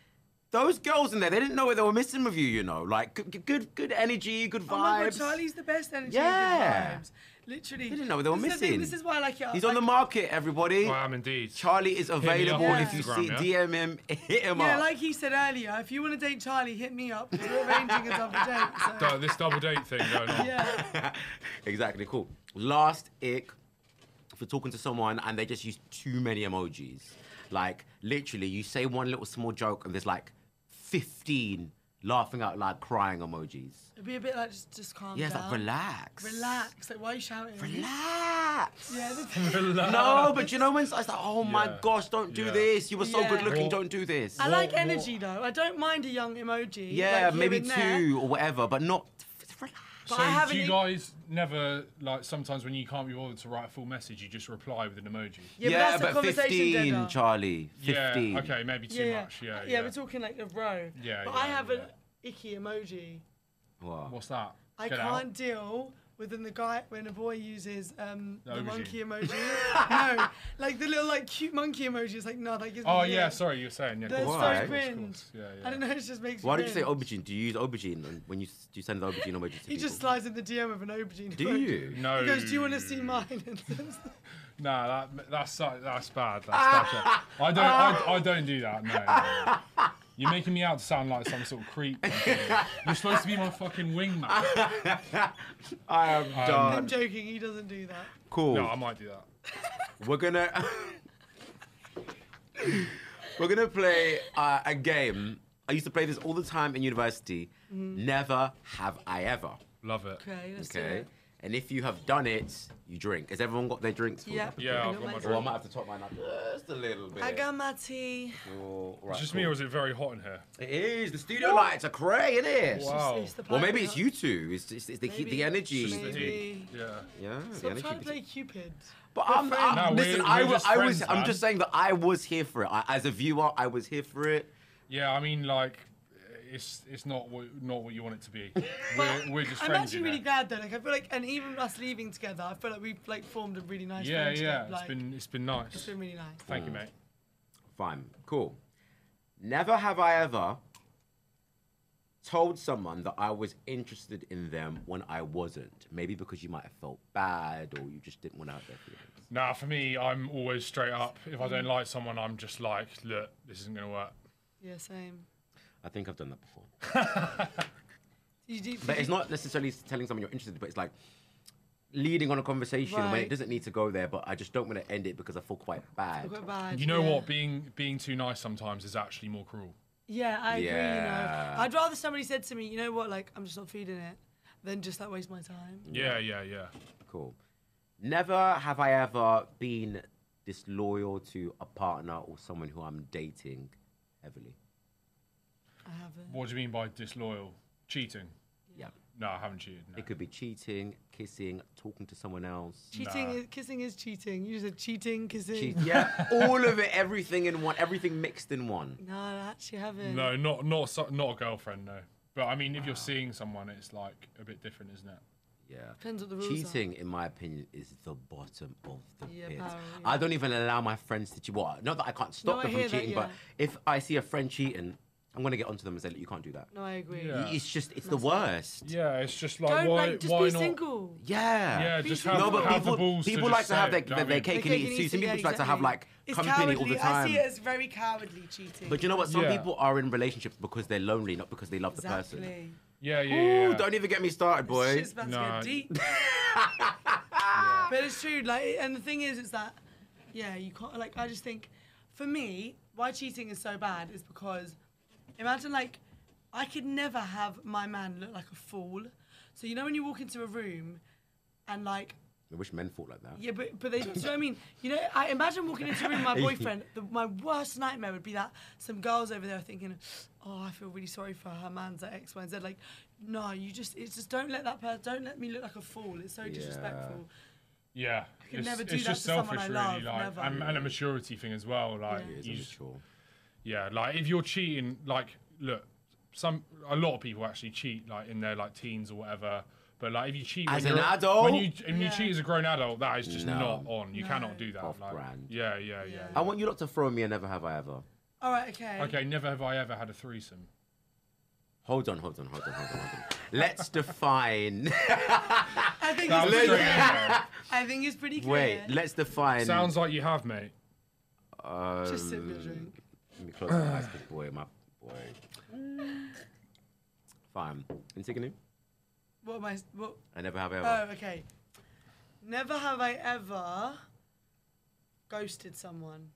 [SPEAKER 2] those girls in there, they didn't know what they were missing with you. You know, like good, good- good, good energy, good vibes.
[SPEAKER 3] Oh my God, Charlie's the best energy.
[SPEAKER 2] Yeah.
[SPEAKER 3] Yeah. Vibes. Literally.
[SPEAKER 2] They didn't know what they were
[SPEAKER 3] This is the thing,
[SPEAKER 2] missing.
[SPEAKER 3] This is why I like it.
[SPEAKER 2] He's
[SPEAKER 3] I
[SPEAKER 2] on the
[SPEAKER 3] like-
[SPEAKER 2] market, everybody.
[SPEAKER 4] I am indeed.
[SPEAKER 2] Charlie is
[SPEAKER 4] me up
[SPEAKER 2] available.
[SPEAKER 3] on
[SPEAKER 2] If you
[SPEAKER 4] Instagram,
[SPEAKER 2] see,
[SPEAKER 4] yeah?
[SPEAKER 2] DM him, hit him
[SPEAKER 3] Yeah,
[SPEAKER 2] up.
[SPEAKER 3] like he said earlier, if you want to date Charlie, hit me up. 'cause We're arranging a double date. So.
[SPEAKER 4] Du- this double date thing going on.
[SPEAKER 3] Yeah.
[SPEAKER 2] exactly. Cool. Last ick for talking to someone and they just use too many emojis. Like literally, you say one little small joke and there's like 15 laughing out loud, crying emojis.
[SPEAKER 3] It'd be a bit like, just, just calm
[SPEAKER 2] Yeah, it's
[SPEAKER 3] down.
[SPEAKER 2] like relax.
[SPEAKER 3] Relax. Like, why are you shouting?
[SPEAKER 2] Relax.
[SPEAKER 3] Yeah, that's-
[SPEAKER 2] No, but you know when it's like, oh my
[SPEAKER 4] Yeah.
[SPEAKER 2] gosh, don't do
[SPEAKER 4] Yeah.
[SPEAKER 2] this. You were so
[SPEAKER 3] Yeah.
[SPEAKER 2] good looking,
[SPEAKER 4] Or-
[SPEAKER 2] don't do this.
[SPEAKER 3] I like energy, though. I don't mind a young emoji.
[SPEAKER 2] yeah,
[SPEAKER 3] like here
[SPEAKER 2] maybe
[SPEAKER 3] and there.
[SPEAKER 2] two or whatever, but not relax.
[SPEAKER 3] But
[SPEAKER 4] so
[SPEAKER 3] I haven't
[SPEAKER 4] do you
[SPEAKER 3] e-
[SPEAKER 4] guys never like sometimes when you can't be bothered to write a full message, you just reply with an emoji?
[SPEAKER 3] Yeah, but, that's a conversation
[SPEAKER 2] 15,
[SPEAKER 3] deader.
[SPEAKER 2] Charlie. 15.
[SPEAKER 4] Yeah. Okay, maybe too
[SPEAKER 3] yeah.
[SPEAKER 4] much. Yeah.
[SPEAKER 3] yeah, we're talking like a row.
[SPEAKER 4] Yeah,
[SPEAKER 3] But
[SPEAKER 4] yeah,
[SPEAKER 3] I have an
[SPEAKER 4] yeah.
[SPEAKER 3] icky emoji.
[SPEAKER 2] Wow.
[SPEAKER 4] What's that?
[SPEAKER 3] I
[SPEAKER 4] Get
[SPEAKER 3] can't
[SPEAKER 4] Out.
[SPEAKER 3] deal with when the guy when a boy uses um, the
[SPEAKER 4] Aubergine.
[SPEAKER 3] monkey emoji. no, like the little like cute monkey emoji. It's like no, that gives me.
[SPEAKER 4] Oh
[SPEAKER 3] the
[SPEAKER 4] yeah,
[SPEAKER 3] ick.
[SPEAKER 4] sorry, you were saying. Yeah,
[SPEAKER 3] That's
[SPEAKER 4] cool.
[SPEAKER 2] Why?
[SPEAKER 3] so
[SPEAKER 2] Of course,
[SPEAKER 4] of
[SPEAKER 3] cringe.
[SPEAKER 4] course, yeah,
[SPEAKER 3] I
[SPEAKER 4] yeah.
[SPEAKER 3] don't know. It just makes.
[SPEAKER 2] Why
[SPEAKER 3] me
[SPEAKER 2] did you say
[SPEAKER 3] cringe.
[SPEAKER 2] aubergine? Do you use aubergine and when you s- do you send the aubergine emoji? To
[SPEAKER 3] He just
[SPEAKER 2] people?
[SPEAKER 3] slides in the DM with an aubergine.
[SPEAKER 2] Do
[SPEAKER 3] emoji.
[SPEAKER 2] you?
[SPEAKER 4] No.
[SPEAKER 3] He goes, "Do you want to
[SPEAKER 4] Oh.
[SPEAKER 3] see mine?" And sends-
[SPEAKER 4] Nah, that, that's so- that's bad. That's, that's
[SPEAKER 3] Ah.
[SPEAKER 4] bad. I don't I, I don't do that. No, no, no. You're making me out to sound like some sort of creep. You're supposed to be my fucking wingman.
[SPEAKER 2] I am
[SPEAKER 3] I'm
[SPEAKER 2] done.
[SPEAKER 3] joking. He doesn't do that.
[SPEAKER 2] Cool.
[SPEAKER 4] No, I might do that.
[SPEAKER 2] We're gonna we're gonna play uh, a game. I used to play this all the time in university.
[SPEAKER 3] Mm-hmm.
[SPEAKER 2] Never have I ever.
[SPEAKER 4] Love it.
[SPEAKER 3] Okay, let's do
[SPEAKER 2] Okay.
[SPEAKER 3] it.
[SPEAKER 2] And if you have done it, you drink. Has everyone got their drinks? for
[SPEAKER 3] Yeah.
[SPEAKER 2] them?
[SPEAKER 4] Yeah,
[SPEAKER 3] I got
[SPEAKER 4] I've got
[SPEAKER 3] my
[SPEAKER 4] my
[SPEAKER 2] Or I
[SPEAKER 4] drink.
[SPEAKER 2] might have to top mine up just a little bit.
[SPEAKER 3] I got my tea.
[SPEAKER 2] All right,
[SPEAKER 4] It's just me,
[SPEAKER 2] cool.
[SPEAKER 4] or is it very hot in here?
[SPEAKER 2] It is. The studio lights are cray, isn't it?
[SPEAKER 4] Wow.
[SPEAKER 3] It's the
[SPEAKER 2] Well,
[SPEAKER 3] black
[SPEAKER 2] maybe it's
[SPEAKER 3] one.
[SPEAKER 2] you two. It's, it's, it's the, heat, the
[SPEAKER 3] Maybe.
[SPEAKER 2] energy.
[SPEAKER 4] Just the
[SPEAKER 3] Maybe.
[SPEAKER 4] heat. Yeah.
[SPEAKER 2] Yeah, the
[SPEAKER 3] Stop
[SPEAKER 2] energy.
[SPEAKER 3] trying to play Cupid.
[SPEAKER 2] But I'm, I'm
[SPEAKER 4] No, we're-
[SPEAKER 2] listen.
[SPEAKER 4] we're
[SPEAKER 2] I was.
[SPEAKER 4] just
[SPEAKER 2] I was.
[SPEAKER 4] friends,
[SPEAKER 2] I'm
[SPEAKER 4] man.
[SPEAKER 2] just saying that I was here for it. I, as a viewer, I was here for it.
[SPEAKER 4] Yeah, I mean, like, it's it's not what not what you want it to be.
[SPEAKER 3] But
[SPEAKER 4] We're, we're just
[SPEAKER 3] I'm
[SPEAKER 4] friends.
[SPEAKER 3] actually
[SPEAKER 4] you know?
[SPEAKER 3] really glad though. Like I feel like, and even us leaving together, I feel like we've like formed a really nice
[SPEAKER 4] Yeah,
[SPEAKER 3] friendship.
[SPEAKER 4] yeah.
[SPEAKER 3] Like,
[SPEAKER 4] It's been it's been nice.
[SPEAKER 3] it's been really nice.
[SPEAKER 4] Thank you, mate.
[SPEAKER 2] Fine. Cool. Never have I ever told someone that I was interested in them when I wasn't. Maybe because you might have felt bad or you just didn't want to hurt their feelings.
[SPEAKER 4] Nah, for me, I'm always straight up. If I don't
[SPEAKER 3] Mm.
[SPEAKER 4] like someone, I'm just like, look, this isn't gonna work.
[SPEAKER 3] Yeah, same.
[SPEAKER 2] I think I've done that before.
[SPEAKER 3] You do,
[SPEAKER 2] But it's not necessarily telling someone you're interested, but it's like leading on a conversation when it
[SPEAKER 3] Right.
[SPEAKER 2] doesn't need to go there, but I just don't want to end it because I feel quite bad.
[SPEAKER 3] quite bad.
[SPEAKER 4] You know
[SPEAKER 3] yeah.
[SPEAKER 4] what? Being being too nice sometimes is actually more cruel.
[SPEAKER 3] Yeah, I agree. You
[SPEAKER 2] Yeah.
[SPEAKER 3] know, I'd rather somebody said to me, you know what, like I'm just not feeding it, than just like waste my time.
[SPEAKER 4] Yeah, yeah, yeah.
[SPEAKER 2] Cool. Never have I ever been disloyal to a partner or someone who I'm dating heavily.
[SPEAKER 3] I haven't.
[SPEAKER 4] What do you mean by disloyal? Cheating?
[SPEAKER 2] Yeah.
[SPEAKER 4] No, I haven't cheated. No.
[SPEAKER 2] It could be cheating, kissing, talking to someone else.
[SPEAKER 3] Cheating, is, kissing is cheating. You said cheating, kissing.
[SPEAKER 2] Cheat. Yeah, all of it, everything in one, everything mixed in one.
[SPEAKER 3] No, I actually haven't.
[SPEAKER 4] No, not not so- not a girlfriend. No, but I mean, if you're seeing someone, it's like a bit different, isn't it?
[SPEAKER 2] Yeah.
[SPEAKER 3] Depends what the rules are.
[SPEAKER 2] Cheating, in my opinion, is the bottom of the
[SPEAKER 3] Yeah,
[SPEAKER 2] pit.
[SPEAKER 3] pal,
[SPEAKER 2] I don't even allow my friends to cheat. Well, not that I can't stop
[SPEAKER 3] No, I
[SPEAKER 2] them from
[SPEAKER 3] hear that,
[SPEAKER 2] cheating, but if I see a friend cheating, I'm gonna get onto them and say, "Look, you can't do that."
[SPEAKER 3] No, I agree.
[SPEAKER 4] Yeah.
[SPEAKER 2] It's just, it's the worst.
[SPEAKER 4] Yeah, it's just like
[SPEAKER 3] Don't
[SPEAKER 4] why
[SPEAKER 3] like just
[SPEAKER 4] why
[SPEAKER 3] be
[SPEAKER 4] not?
[SPEAKER 3] single.
[SPEAKER 2] Yeah.
[SPEAKER 4] Yeah, just have,
[SPEAKER 2] no, but
[SPEAKER 4] have the
[SPEAKER 2] people,
[SPEAKER 4] balls to
[SPEAKER 2] people
[SPEAKER 4] just
[SPEAKER 2] like to
[SPEAKER 4] say
[SPEAKER 2] have
[SPEAKER 4] it,
[SPEAKER 2] their,
[SPEAKER 4] do you know
[SPEAKER 2] their,
[SPEAKER 4] what I mean?
[SPEAKER 2] cake
[SPEAKER 3] They
[SPEAKER 2] and
[SPEAKER 3] can
[SPEAKER 2] eat it
[SPEAKER 3] eat
[SPEAKER 2] too.
[SPEAKER 3] it,
[SPEAKER 2] Some
[SPEAKER 3] yeah,
[SPEAKER 2] people like to have
[SPEAKER 3] exactly.
[SPEAKER 2] like
[SPEAKER 3] It's
[SPEAKER 2] company all the
[SPEAKER 3] cowardly.
[SPEAKER 2] time.
[SPEAKER 3] I see it as very cowardly cheating.
[SPEAKER 2] But you know what? Some
[SPEAKER 4] Yeah.
[SPEAKER 2] people are in relationships because they're lonely, not because they love the person.
[SPEAKER 3] exactly.
[SPEAKER 4] Yeah, yeah,
[SPEAKER 2] Ooh,
[SPEAKER 4] yeah.
[SPEAKER 2] don't e-" even get me started, boy.
[SPEAKER 3] Shit's about
[SPEAKER 4] No.
[SPEAKER 3] to go deep. But it's true. Like, and the thing is, it's that, yeah, you can't. Like, I just think, for me, why cheating is so bad is because, imagine like, I could never have my man look like a fool. So you know when you walk into a room, and like
[SPEAKER 2] I wish men thought like that.
[SPEAKER 3] yeah, but but they, do you know what I mean? You know, I imagine walking into a room with my boyfriend. The, my worst nightmare would be that some girls over there are thinking, "Oh, I feel really sorry for her man's at X, Y, and Z." Like, no, you just it's just don't let that person don't let me look like a fool. It's so disrespectful.
[SPEAKER 4] Yeah, I
[SPEAKER 3] could never do that to someone I love,
[SPEAKER 4] like,
[SPEAKER 3] never.
[SPEAKER 4] and, and a maturity thing as well. Like,
[SPEAKER 3] Yeah. It
[SPEAKER 4] you just-
[SPEAKER 2] Immature.
[SPEAKER 4] yeah, like if you're cheating, like, look, some a lot of people actually cheat, like in their like teens or whatever. But like, if you cheat
[SPEAKER 2] As
[SPEAKER 4] when
[SPEAKER 2] an
[SPEAKER 4] you're,
[SPEAKER 2] adult?
[SPEAKER 4] when you when you
[SPEAKER 3] Yeah.
[SPEAKER 4] cheat as a grown adult, that is just
[SPEAKER 2] No.
[SPEAKER 4] not on. You cannot do that.
[SPEAKER 2] Off
[SPEAKER 4] like,
[SPEAKER 2] brand.
[SPEAKER 4] Yeah, yeah, yeah.
[SPEAKER 2] I want you lot to throw me a never have I ever.
[SPEAKER 3] All right, okay.
[SPEAKER 4] Okay, never have I ever had a threesome.
[SPEAKER 2] Hold on, hold on, hold on, hold on, hold on. Let's define.
[SPEAKER 3] I think it's
[SPEAKER 4] That was
[SPEAKER 3] pretty
[SPEAKER 4] straight
[SPEAKER 3] clear.
[SPEAKER 4] out
[SPEAKER 3] I think it's pretty clear.
[SPEAKER 2] Wait, let's define.
[SPEAKER 4] there. Sounds like you have, mate.
[SPEAKER 3] just sip the drink.
[SPEAKER 2] Let me close my eyes, 'cause boy, my boy. Fine. Antigone,
[SPEAKER 3] What am I? What?
[SPEAKER 2] I never have I ever.
[SPEAKER 3] Oh, okay. Never have I ever ghosted someone.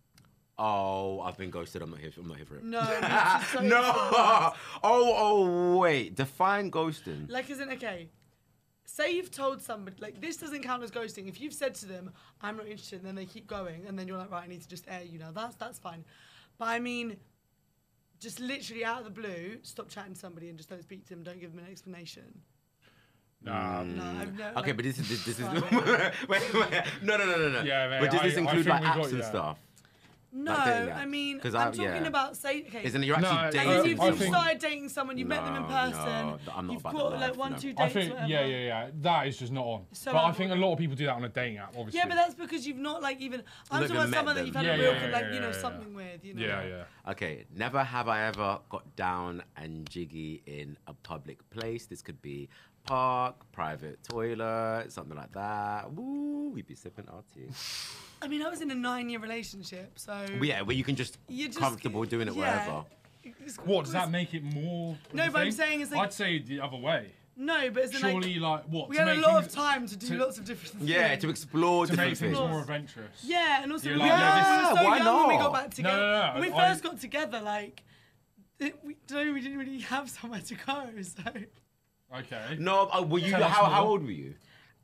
[SPEAKER 2] Oh, I've been ghosted. I'm not here. I'm not here for it.
[SPEAKER 3] No. which is so
[SPEAKER 2] No. oh, oh, wait. Define ghosting.
[SPEAKER 3] Like, isn't okay. Say you've told somebody like this doesn't count as ghosting. If you've said to them, "I'm not interested," and then they keep going, and then you're like, "Right, I need to just air you now." That's that's fine. But I mean, just literally out of the blue, stop chatting to somebody and just don't speak to them. Don't give them an explanation. Mm.
[SPEAKER 4] Nah.
[SPEAKER 3] No, I've no.
[SPEAKER 2] Okay,
[SPEAKER 3] like-
[SPEAKER 2] but this is this, this is wait, wait, no, no, no, no, no.
[SPEAKER 4] Yeah, mate,
[SPEAKER 2] but does this
[SPEAKER 4] I- I
[SPEAKER 2] include
[SPEAKER 4] think
[SPEAKER 2] like
[SPEAKER 4] we got
[SPEAKER 2] apps and
[SPEAKER 4] you.
[SPEAKER 2] stuff?
[SPEAKER 3] no,
[SPEAKER 2] like dating
[SPEAKER 3] I
[SPEAKER 2] apps.
[SPEAKER 3] mean,
[SPEAKER 2] 'Cause I-
[SPEAKER 3] I'm talking
[SPEAKER 2] yeah.
[SPEAKER 3] about say okay.
[SPEAKER 2] Isn't it you're
[SPEAKER 4] No,
[SPEAKER 2] actually
[SPEAKER 4] I-
[SPEAKER 3] Like,
[SPEAKER 2] dating
[SPEAKER 3] if
[SPEAKER 4] I
[SPEAKER 3] you've,
[SPEAKER 4] think-
[SPEAKER 3] you've
[SPEAKER 2] someone?
[SPEAKER 3] started dating someone, you've met them in
[SPEAKER 2] No,
[SPEAKER 3] person,
[SPEAKER 2] no, I'm not
[SPEAKER 3] you've
[SPEAKER 2] about
[SPEAKER 3] caught
[SPEAKER 2] that
[SPEAKER 3] like
[SPEAKER 2] life,
[SPEAKER 3] one,
[SPEAKER 2] no.
[SPEAKER 3] two
[SPEAKER 4] I
[SPEAKER 3] dates,
[SPEAKER 4] think,
[SPEAKER 3] whatever.
[SPEAKER 4] yeah, yeah, yeah. That is just not on.
[SPEAKER 3] So
[SPEAKER 4] but I
[SPEAKER 3] like-
[SPEAKER 4] think a lot of people do that on a dating app, obviously.
[SPEAKER 3] Yeah, but that's because you've not like even. I'm
[SPEAKER 2] Not
[SPEAKER 3] talking
[SPEAKER 2] even
[SPEAKER 3] about
[SPEAKER 2] met
[SPEAKER 3] someone
[SPEAKER 2] them.
[SPEAKER 3] that you've had
[SPEAKER 4] Yeah,
[SPEAKER 3] a real, like
[SPEAKER 4] yeah, yeah,
[SPEAKER 3] you know,
[SPEAKER 4] yeah, yeah.
[SPEAKER 3] something with. You know.
[SPEAKER 4] yeah, yeah.
[SPEAKER 2] Okay, never have I ever got down and jiggy in a public place. This could be park, private toilet, something like that. Woo, we'd be sipping our tea.
[SPEAKER 3] I mean, I was in a nine-year relationship, so
[SPEAKER 2] But yeah, where you can just
[SPEAKER 3] you're just
[SPEAKER 2] comfortable doing it
[SPEAKER 3] yeah.
[SPEAKER 2] wherever.
[SPEAKER 3] It's-
[SPEAKER 4] What does that make it more? of
[SPEAKER 3] No,
[SPEAKER 4] a
[SPEAKER 3] but I'm
[SPEAKER 4] thing?
[SPEAKER 3] saying it's like-
[SPEAKER 4] I'd say the other way.
[SPEAKER 3] No, but it's
[SPEAKER 4] Surely,
[SPEAKER 3] like
[SPEAKER 4] like what?
[SPEAKER 3] we
[SPEAKER 4] to
[SPEAKER 3] had a
[SPEAKER 4] make
[SPEAKER 3] lot
[SPEAKER 4] things-
[SPEAKER 3] of time to do
[SPEAKER 4] to-
[SPEAKER 3] lots of different
[SPEAKER 2] Yeah,
[SPEAKER 3] things.
[SPEAKER 2] to explore
[SPEAKER 4] to make
[SPEAKER 2] different
[SPEAKER 4] things
[SPEAKER 2] things.
[SPEAKER 4] more adventurous.
[SPEAKER 3] Yeah, and also
[SPEAKER 4] You're
[SPEAKER 3] we,
[SPEAKER 4] like,
[SPEAKER 3] were,
[SPEAKER 4] yeah,
[SPEAKER 3] we were so
[SPEAKER 2] why
[SPEAKER 3] young when we
[SPEAKER 2] not?
[SPEAKER 3] got back together.
[SPEAKER 4] no, no,
[SPEAKER 3] When we
[SPEAKER 4] I-
[SPEAKER 3] first got together, like. It, we, don't know, we didn't really have somewhere to go, so
[SPEAKER 4] Okay.
[SPEAKER 2] No, uh, were you?
[SPEAKER 4] Tell us
[SPEAKER 2] How, how
[SPEAKER 4] more.
[SPEAKER 2] old were you?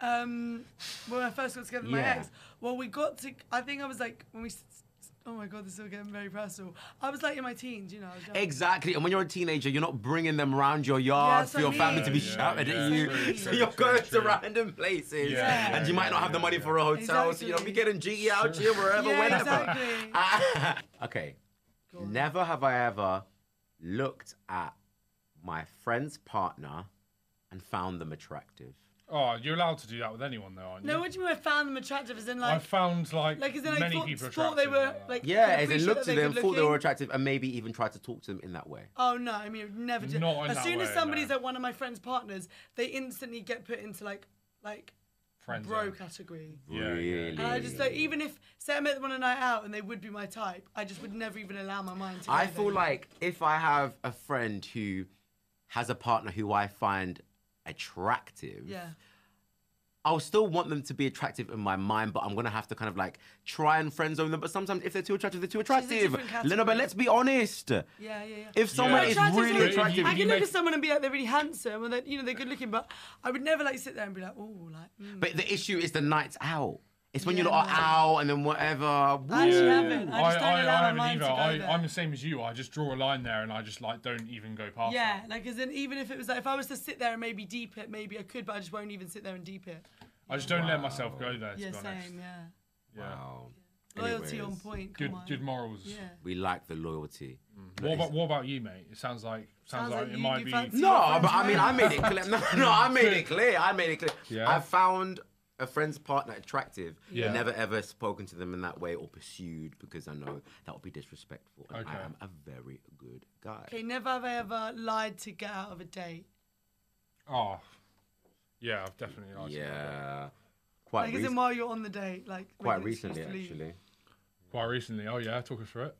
[SPEAKER 3] um, when I first got together with
[SPEAKER 2] Yeah.
[SPEAKER 3] my ex, well, we got to. I think I was like when we. s- s- Oh my god, this is all getting very personal. I was like in my teens, you know. I was young.
[SPEAKER 2] Exactly. And when you're a teenager, you're not bringing them round your yard
[SPEAKER 3] that's
[SPEAKER 2] for your
[SPEAKER 3] what I
[SPEAKER 2] family
[SPEAKER 3] mean.
[SPEAKER 2] to be
[SPEAKER 3] Yeah,
[SPEAKER 2] shouting
[SPEAKER 4] yeah,
[SPEAKER 2] at you.
[SPEAKER 3] true,
[SPEAKER 2] so
[SPEAKER 3] true,
[SPEAKER 2] you're
[SPEAKER 4] true,
[SPEAKER 2] going
[SPEAKER 4] true.
[SPEAKER 2] to random places.
[SPEAKER 4] Yeah,
[SPEAKER 2] and you might not have the money for a hotel, so you know, be
[SPEAKER 3] Exactly.
[SPEAKER 2] getting jiggy out here wherever,
[SPEAKER 3] yeah,
[SPEAKER 2] whenever.
[SPEAKER 3] exactly.
[SPEAKER 2] Okay. Never have I ever looked at my friend's partner and found them attractive.
[SPEAKER 4] Oh, you're allowed to do that with anyone, though, aren't you?
[SPEAKER 3] No, what do you mean? I found them attractive? As in, like,
[SPEAKER 4] I found like,
[SPEAKER 3] like as in, I
[SPEAKER 4] many
[SPEAKER 3] thought,
[SPEAKER 4] people
[SPEAKER 3] thought they
[SPEAKER 4] attractive
[SPEAKER 3] were
[SPEAKER 4] that.
[SPEAKER 3] like.
[SPEAKER 2] Yeah, as
[SPEAKER 3] could
[SPEAKER 2] in
[SPEAKER 3] appreciate
[SPEAKER 2] looked
[SPEAKER 3] that
[SPEAKER 2] to
[SPEAKER 3] they
[SPEAKER 2] them, thought
[SPEAKER 3] good
[SPEAKER 2] they were
[SPEAKER 3] looking.
[SPEAKER 2] attractive, and maybe even tried to talk to them in that way.
[SPEAKER 3] Oh no, I mean, it would never do.
[SPEAKER 4] Not in
[SPEAKER 3] as
[SPEAKER 4] that
[SPEAKER 3] soon as
[SPEAKER 4] way,
[SPEAKER 3] somebody's
[SPEAKER 4] no.
[SPEAKER 3] like one of my friend's partners, they instantly get put into like, like,
[SPEAKER 4] Friend
[SPEAKER 3] bro
[SPEAKER 4] zone.
[SPEAKER 3] category.
[SPEAKER 4] Yeah,
[SPEAKER 2] really?
[SPEAKER 4] yeah.
[SPEAKER 3] And I just like even if say I met them on a night out and they would be my type, I just would never even allow my mind to.
[SPEAKER 2] I
[SPEAKER 3] go
[SPEAKER 2] feel
[SPEAKER 3] there.
[SPEAKER 2] like if I have a friend who has a partner who I find attractive,
[SPEAKER 3] Yeah.
[SPEAKER 2] I'll still want them to be attractive in my mind, but I'm gonna have to kind of like try and friend zone them. But sometimes if they're too attractive, they're too attractive.
[SPEAKER 3] different
[SPEAKER 2] Lena, but
[SPEAKER 3] category.
[SPEAKER 2] let's be honest.
[SPEAKER 3] Yeah, yeah, yeah.
[SPEAKER 2] If someone
[SPEAKER 4] But
[SPEAKER 2] is
[SPEAKER 3] attractive
[SPEAKER 2] really
[SPEAKER 3] someone-
[SPEAKER 2] attractive,
[SPEAKER 3] I
[SPEAKER 4] you
[SPEAKER 3] can look
[SPEAKER 4] make-
[SPEAKER 3] at someone and be like, they're really handsome, or that you know they're good looking, but I would never like sit there and be like, oh, like. mm.
[SPEAKER 2] but the issue is the nights out. It's when you
[SPEAKER 3] Yeah,
[SPEAKER 2] lot are
[SPEAKER 3] no.
[SPEAKER 2] out and then whatever.
[SPEAKER 3] I actually
[SPEAKER 2] Woo.
[SPEAKER 3] haven't. I just don't allow my mind to go
[SPEAKER 4] I,
[SPEAKER 3] there.
[SPEAKER 4] I'm the same as you. I just draw a line there, and I just like don't even go past.
[SPEAKER 3] Yeah,
[SPEAKER 4] that.
[SPEAKER 3] like as in even if it was like if I was to sit there and maybe deep it, maybe I could, but I just won't even sit there and deep it.
[SPEAKER 4] I just don't let myself go there. To
[SPEAKER 3] Yeah,
[SPEAKER 4] be honest.
[SPEAKER 3] same, yeah.
[SPEAKER 4] Yeah.
[SPEAKER 2] Wow.
[SPEAKER 3] Loyalty on
[SPEAKER 2] Anyways,
[SPEAKER 3] point. Come
[SPEAKER 4] Good,
[SPEAKER 3] on.
[SPEAKER 4] good morals.
[SPEAKER 3] Yeah.
[SPEAKER 2] We like the loyalty.
[SPEAKER 4] What about what about you, mate? It sounds like sounds,
[SPEAKER 3] Sounds
[SPEAKER 4] like,
[SPEAKER 3] like
[SPEAKER 4] it
[SPEAKER 3] you-
[SPEAKER 4] might
[SPEAKER 3] you
[SPEAKER 4] be.
[SPEAKER 3] fancy
[SPEAKER 2] No,
[SPEAKER 3] your
[SPEAKER 2] but
[SPEAKER 3] friends
[SPEAKER 2] I mean, I made it clear. No, no, I made it clear. I made it clear.
[SPEAKER 4] Yeah.
[SPEAKER 2] I found a friend's partner attractive.
[SPEAKER 4] Yeah.
[SPEAKER 2] Yeah. Never ever spoken to them in that way or pursued because I know that would be disrespectful. And
[SPEAKER 4] Okay.
[SPEAKER 2] I am a very good guy.
[SPEAKER 3] Okay, never have I ever lied to get out of a date.
[SPEAKER 4] Oh, yeah, I've definitely. liked it.
[SPEAKER 2] Yeah. Quite,
[SPEAKER 3] Like as
[SPEAKER 2] rec-
[SPEAKER 3] in while you're on the date, like make
[SPEAKER 2] quite
[SPEAKER 3] an excuse
[SPEAKER 2] recently,
[SPEAKER 3] to leave.
[SPEAKER 2] actually.
[SPEAKER 4] Quite recently. Oh yeah, talk us through it.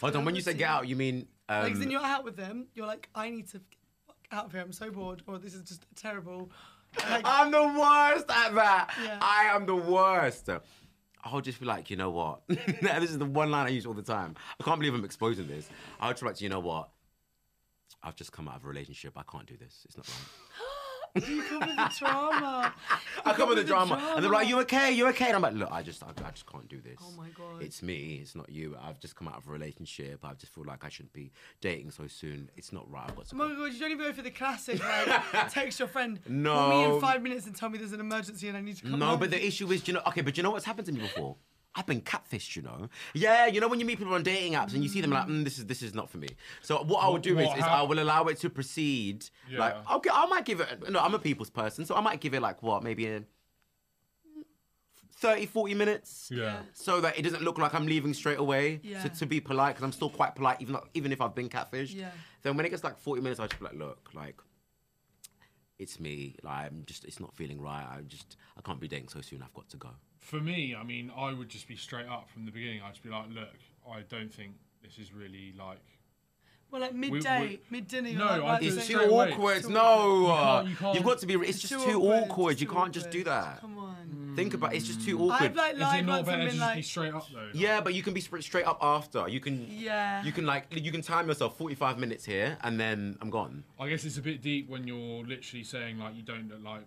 [SPEAKER 2] Hold on, when you say get out, you mean. Um,
[SPEAKER 3] Like as in you're out with them, you're like, I need to out of here. I'm so bored, or this is just terrible.
[SPEAKER 2] I'm the worst at that.
[SPEAKER 3] Yeah.
[SPEAKER 2] I am the worst. I'll just be like, you know what? this is the one line I use all the time. I can't believe I'm exposing this. I'll just be like, you know what? I've just come out of a relationship. I can't do this. It's not right.
[SPEAKER 3] You come with the Oh drama.
[SPEAKER 2] I come with the drama. And they're like, you okay? You okay? And I'm like, look, I just, I, I just can't do this. Oh
[SPEAKER 3] my God.
[SPEAKER 2] It's me. It's not you. I've just come out of a relationship. I just feel like I shouldn't be dating so soon. It's not right. I've got to
[SPEAKER 3] Oh
[SPEAKER 2] go."
[SPEAKER 3] my god, you don't even go for the classic, like, text your friend.
[SPEAKER 2] No.
[SPEAKER 3] Call me in five minutes and tell me there's an emergency and I need to come
[SPEAKER 2] No,
[SPEAKER 3] home."
[SPEAKER 2] but the issue is, do you know, okay, but do you know what's happened to me before? I've been catfished, you know. Yeah, you know when you meet people on dating apps and you see them like, mm, this is this is not for me. So what I will do is,
[SPEAKER 4] what
[SPEAKER 2] is
[SPEAKER 4] hap-
[SPEAKER 2] I will allow it to proceed. Like,
[SPEAKER 4] Yeah.
[SPEAKER 2] okay, I might give it. No, I'm a people's person, so I might give it like what, maybe in 30, 40 minutes.
[SPEAKER 4] Yeah.
[SPEAKER 2] So that it doesn't look like I'm leaving straight away.
[SPEAKER 3] Yeah.
[SPEAKER 2] So to be polite, because I'm still quite polite, even though, even if I've been catfished.
[SPEAKER 3] Yeah.
[SPEAKER 2] Then when it gets like 40 minutes, I just be like, look, like it's me. Like I'm just, it's not feeling right. I just, I can't be dating so soon. I've got to go.
[SPEAKER 4] For me, I mean, I would just be straight up from the beginning. I'd just be like, look, I don't think this is really like.
[SPEAKER 3] Well, like
[SPEAKER 4] we-
[SPEAKER 3] midday,
[SPEAKER 4] we-
[SPEAKER 3] mid dinner.
[SPEAKER 4] No, I
[SPEAKER 3] like,
[SPEAKER 4] think
[SPEAKER 2] It's
[SPEAKER 4] Straight
[SPEAKER 2] too
[SPEAKER 4] away.
[SPEAKER 2] awkward.
[SPEAKER 4] It's
[SPEAKER 2] no,
[SPEAKER 4] can't- you can't-
[SPEAKER 2] have got to be. It's, just too awkward. You
[SPEAKER 3] too
[SPEAKER 2] can't just do
[SPEAKER 3] awkward.
[SPEAKER 2] that.
[SPEAKER 3] Come on.
[SPEAKER 2] Think about it. It's just too awkward.
[SPEAKER 3] I've like
[SPEAKER 4] Is it
[SPEAKER 3] lied
[SPEAKER 4] not
[SPEAKER 3] once
[SPEAKER 4] better
[SPEAKER 3] and
[SPEAKER 4] to
[SPEAKER 3] been
[SPEAKER 4] just be
[SPEAKER 3] like,
[SPEAKER 4] straight up though?
[SPEAKER 2] Yeah, but you can be sp- straight up after. You can.
[SPEAKER 3] Yeah.
[SPEAKER 2] You can like you can time yourself 45 minutes here and then I'm gone.
[SPEAKER 4] I guess it's a bit deep when you're literally saying like you don't look like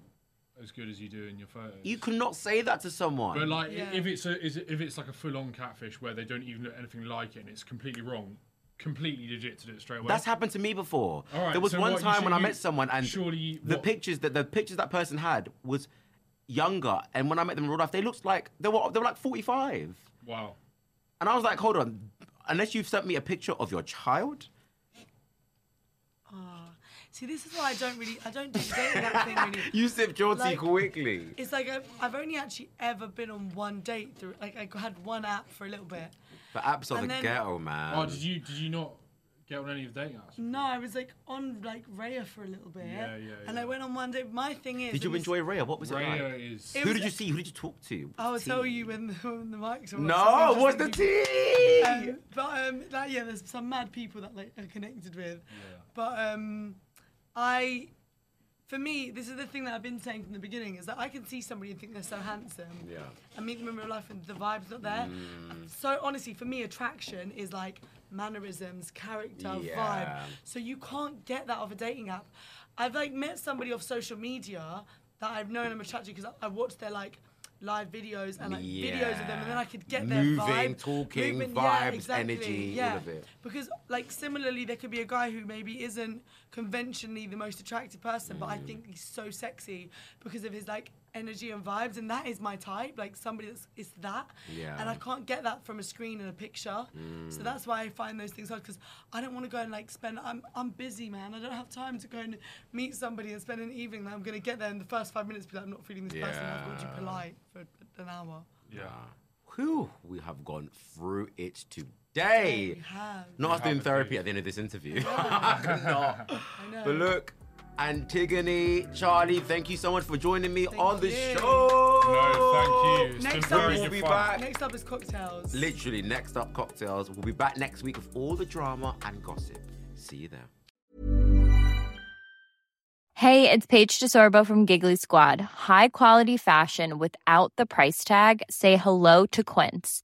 [SPEAKER 4] as good as you do in your photos.
[SPEAKER 2] You cannot say that to someone.
[SPEAKER 4] But like, i-
[SPEAKER 3] Yeah.
[SPEAKER 4] if it's a, is it, if it's like a full-on catfish where they don't even look anything like it and it's completely wrong, completely legit to do it straight away.
[SPEAKER 2] That's happened to me before.
[SPEAKER 4] All right,
[SPEAKER 2] there was
[SPEAKER 4] so
[SPEAKER 2] one
[SPEAKER 4] what, you
[SPEAKER 2] time
[SPEAKER 4] should-
[SPEAKER 2] when I
[SPEAKER 4] you-
[SPEAKER 2] met someone and
[SPEAKER 4] surely you-
[SPEAKER 2] the
[SPEAKER 4] what-
[SPEAKER 2] pictures that the pictures that person had was younger, and when I met them in real life, they looked like they were they were like forty five,
[SPEAKER 4] wow.
[SPEAKER 2] and I was like, hold on, unless you've sent me a picture of your child,
[SPEAKER 3] Ah, see, this is why I don't really, I don't do dating that thing really.
[SPEAKER 2] you sipped your tea
[SPEAKER 3] Like-
[SPEAKER 2] quickly.
[SPEAKER 3] It's like I've, I've only actually ever been on one date through. Like I had one app for a little bit.
[SPEAKER 2] The apps are
[SPEAKER 3] and
[SPEAKER 2] the
[SPEAKER 3] then-
[SPEAKER 2] ghetto, man.
[SPEAKER 4] Oh, did you did you not get on any of the dating apps?
[SPEAKER 3] No, I was like on like Raya for a little bit.
[SPEAKER 4] Yeah, yeah,
[SPEAKER 3] And I
[SPEAKER 4] yeah.
[SPEAKER 3] went on one date. My thing is.
[SPEAKER 2] Did you
[SPEAKER 3] it was-
[SPEAKER 2] enjoy Raya? What was it like?
[SPEAKER 4] Raya is.
[SPEAKER 2] Who
[SPEAKER 3] was- Oh,
[SPEAKER 2] did you see? Who did you talk to?
[SPEAKER 3] I will
[SPEAKER 2] Tea.
[SPEAKER 3] tell you when, when the mics are. on.
[SPEAKER 2] No,
[SPEAKER 3] Something
[SPEAKER 2] what's the
[SPEAKER 3] interesting
[SPEAKER 2] tea?
[SPEAKER 3] people- Um, but um, like, yeah, there's some mad people that like are connected with. But um, I, for me, this is the thing that I've been saying from the beginning is that I can see somebody and think they're so handsome. Yeah. I meet them in real life and the vibe's not there. So honestly, for me, attraction is like mannerisms, character,
[SPEAKER 2] Yeah.
[SPEAKER 3] vibe. So you can't get that off a dating app. I've like met somebody off social media that I've known I'm attracted because I, I watched their like live videos and like videos of them, and then I could get their
[SPEAKER 2] Moving,
[SPEAKER 3] vibe,
[SPEAKER 2] talking,
[SPEAKER 3] yeah,
[SPEAKER 2] vibes, energy, all
[SPEAKER 3] yeah.
[SPEAKER 2] of it.
[SPEAKER 3] Because like similarly, there could be a guy who maybe isn't conventionally the most attractive person, but I
[SPEAKER 2] Mm.
[SPEAKER 3] think he's so sexy because of his like energy and vibes, and that is my type. Like somebody that's is that,
[SPEAKER 2] Yeah. Mm.
[SPEAKER 3] and I can't get that from a screen and a picture. So that's why I find those things hard because I don't want to go and like spend. I'm I'm busy, man. I don't have time to go and meet somebody and spend an evening. I'm gonna get there in the first five minutes, be like, I'm not feeling this person. I've got to be
[SPEAKER 2] Yeah.
[SPEAKER 3] polite for an hour.
[SPEAKER 4] Yeah.
[SPEAKER 2] Whew, we have gone through it today.
[SPEAKER 3] We have.
[SPEAKER 2] Not us doing therapy at the end of this interview. Not. But look, Antigone, Charlie, thank you so much for joining me on the
[SPEAKER 3] you.
[SPEAKER 2] show.
[SPEAKER 4] No, thank you. It's
[SPEAKER 3] Next
[SPEAKER 4] been
[SPEAKER 3] time
[SPEAKER 4] very
[SPEAKER 3] we'll
[SPEAKER 4] good
[SPEAKER 2] be
[SPEAKER 4] fun.
[SPEAKER 2] back.
[SPEAKER 3] Next up is cocktails.
[SPEAKER 2] Literally, next up, cocktails. We'll be back next week with all the drama and gossip. See you there.
[SPEAKER 5] Hey, it's Paige DeSorbo from Giggly Squad. High quality fashion without the price tag. Say hello to Quince.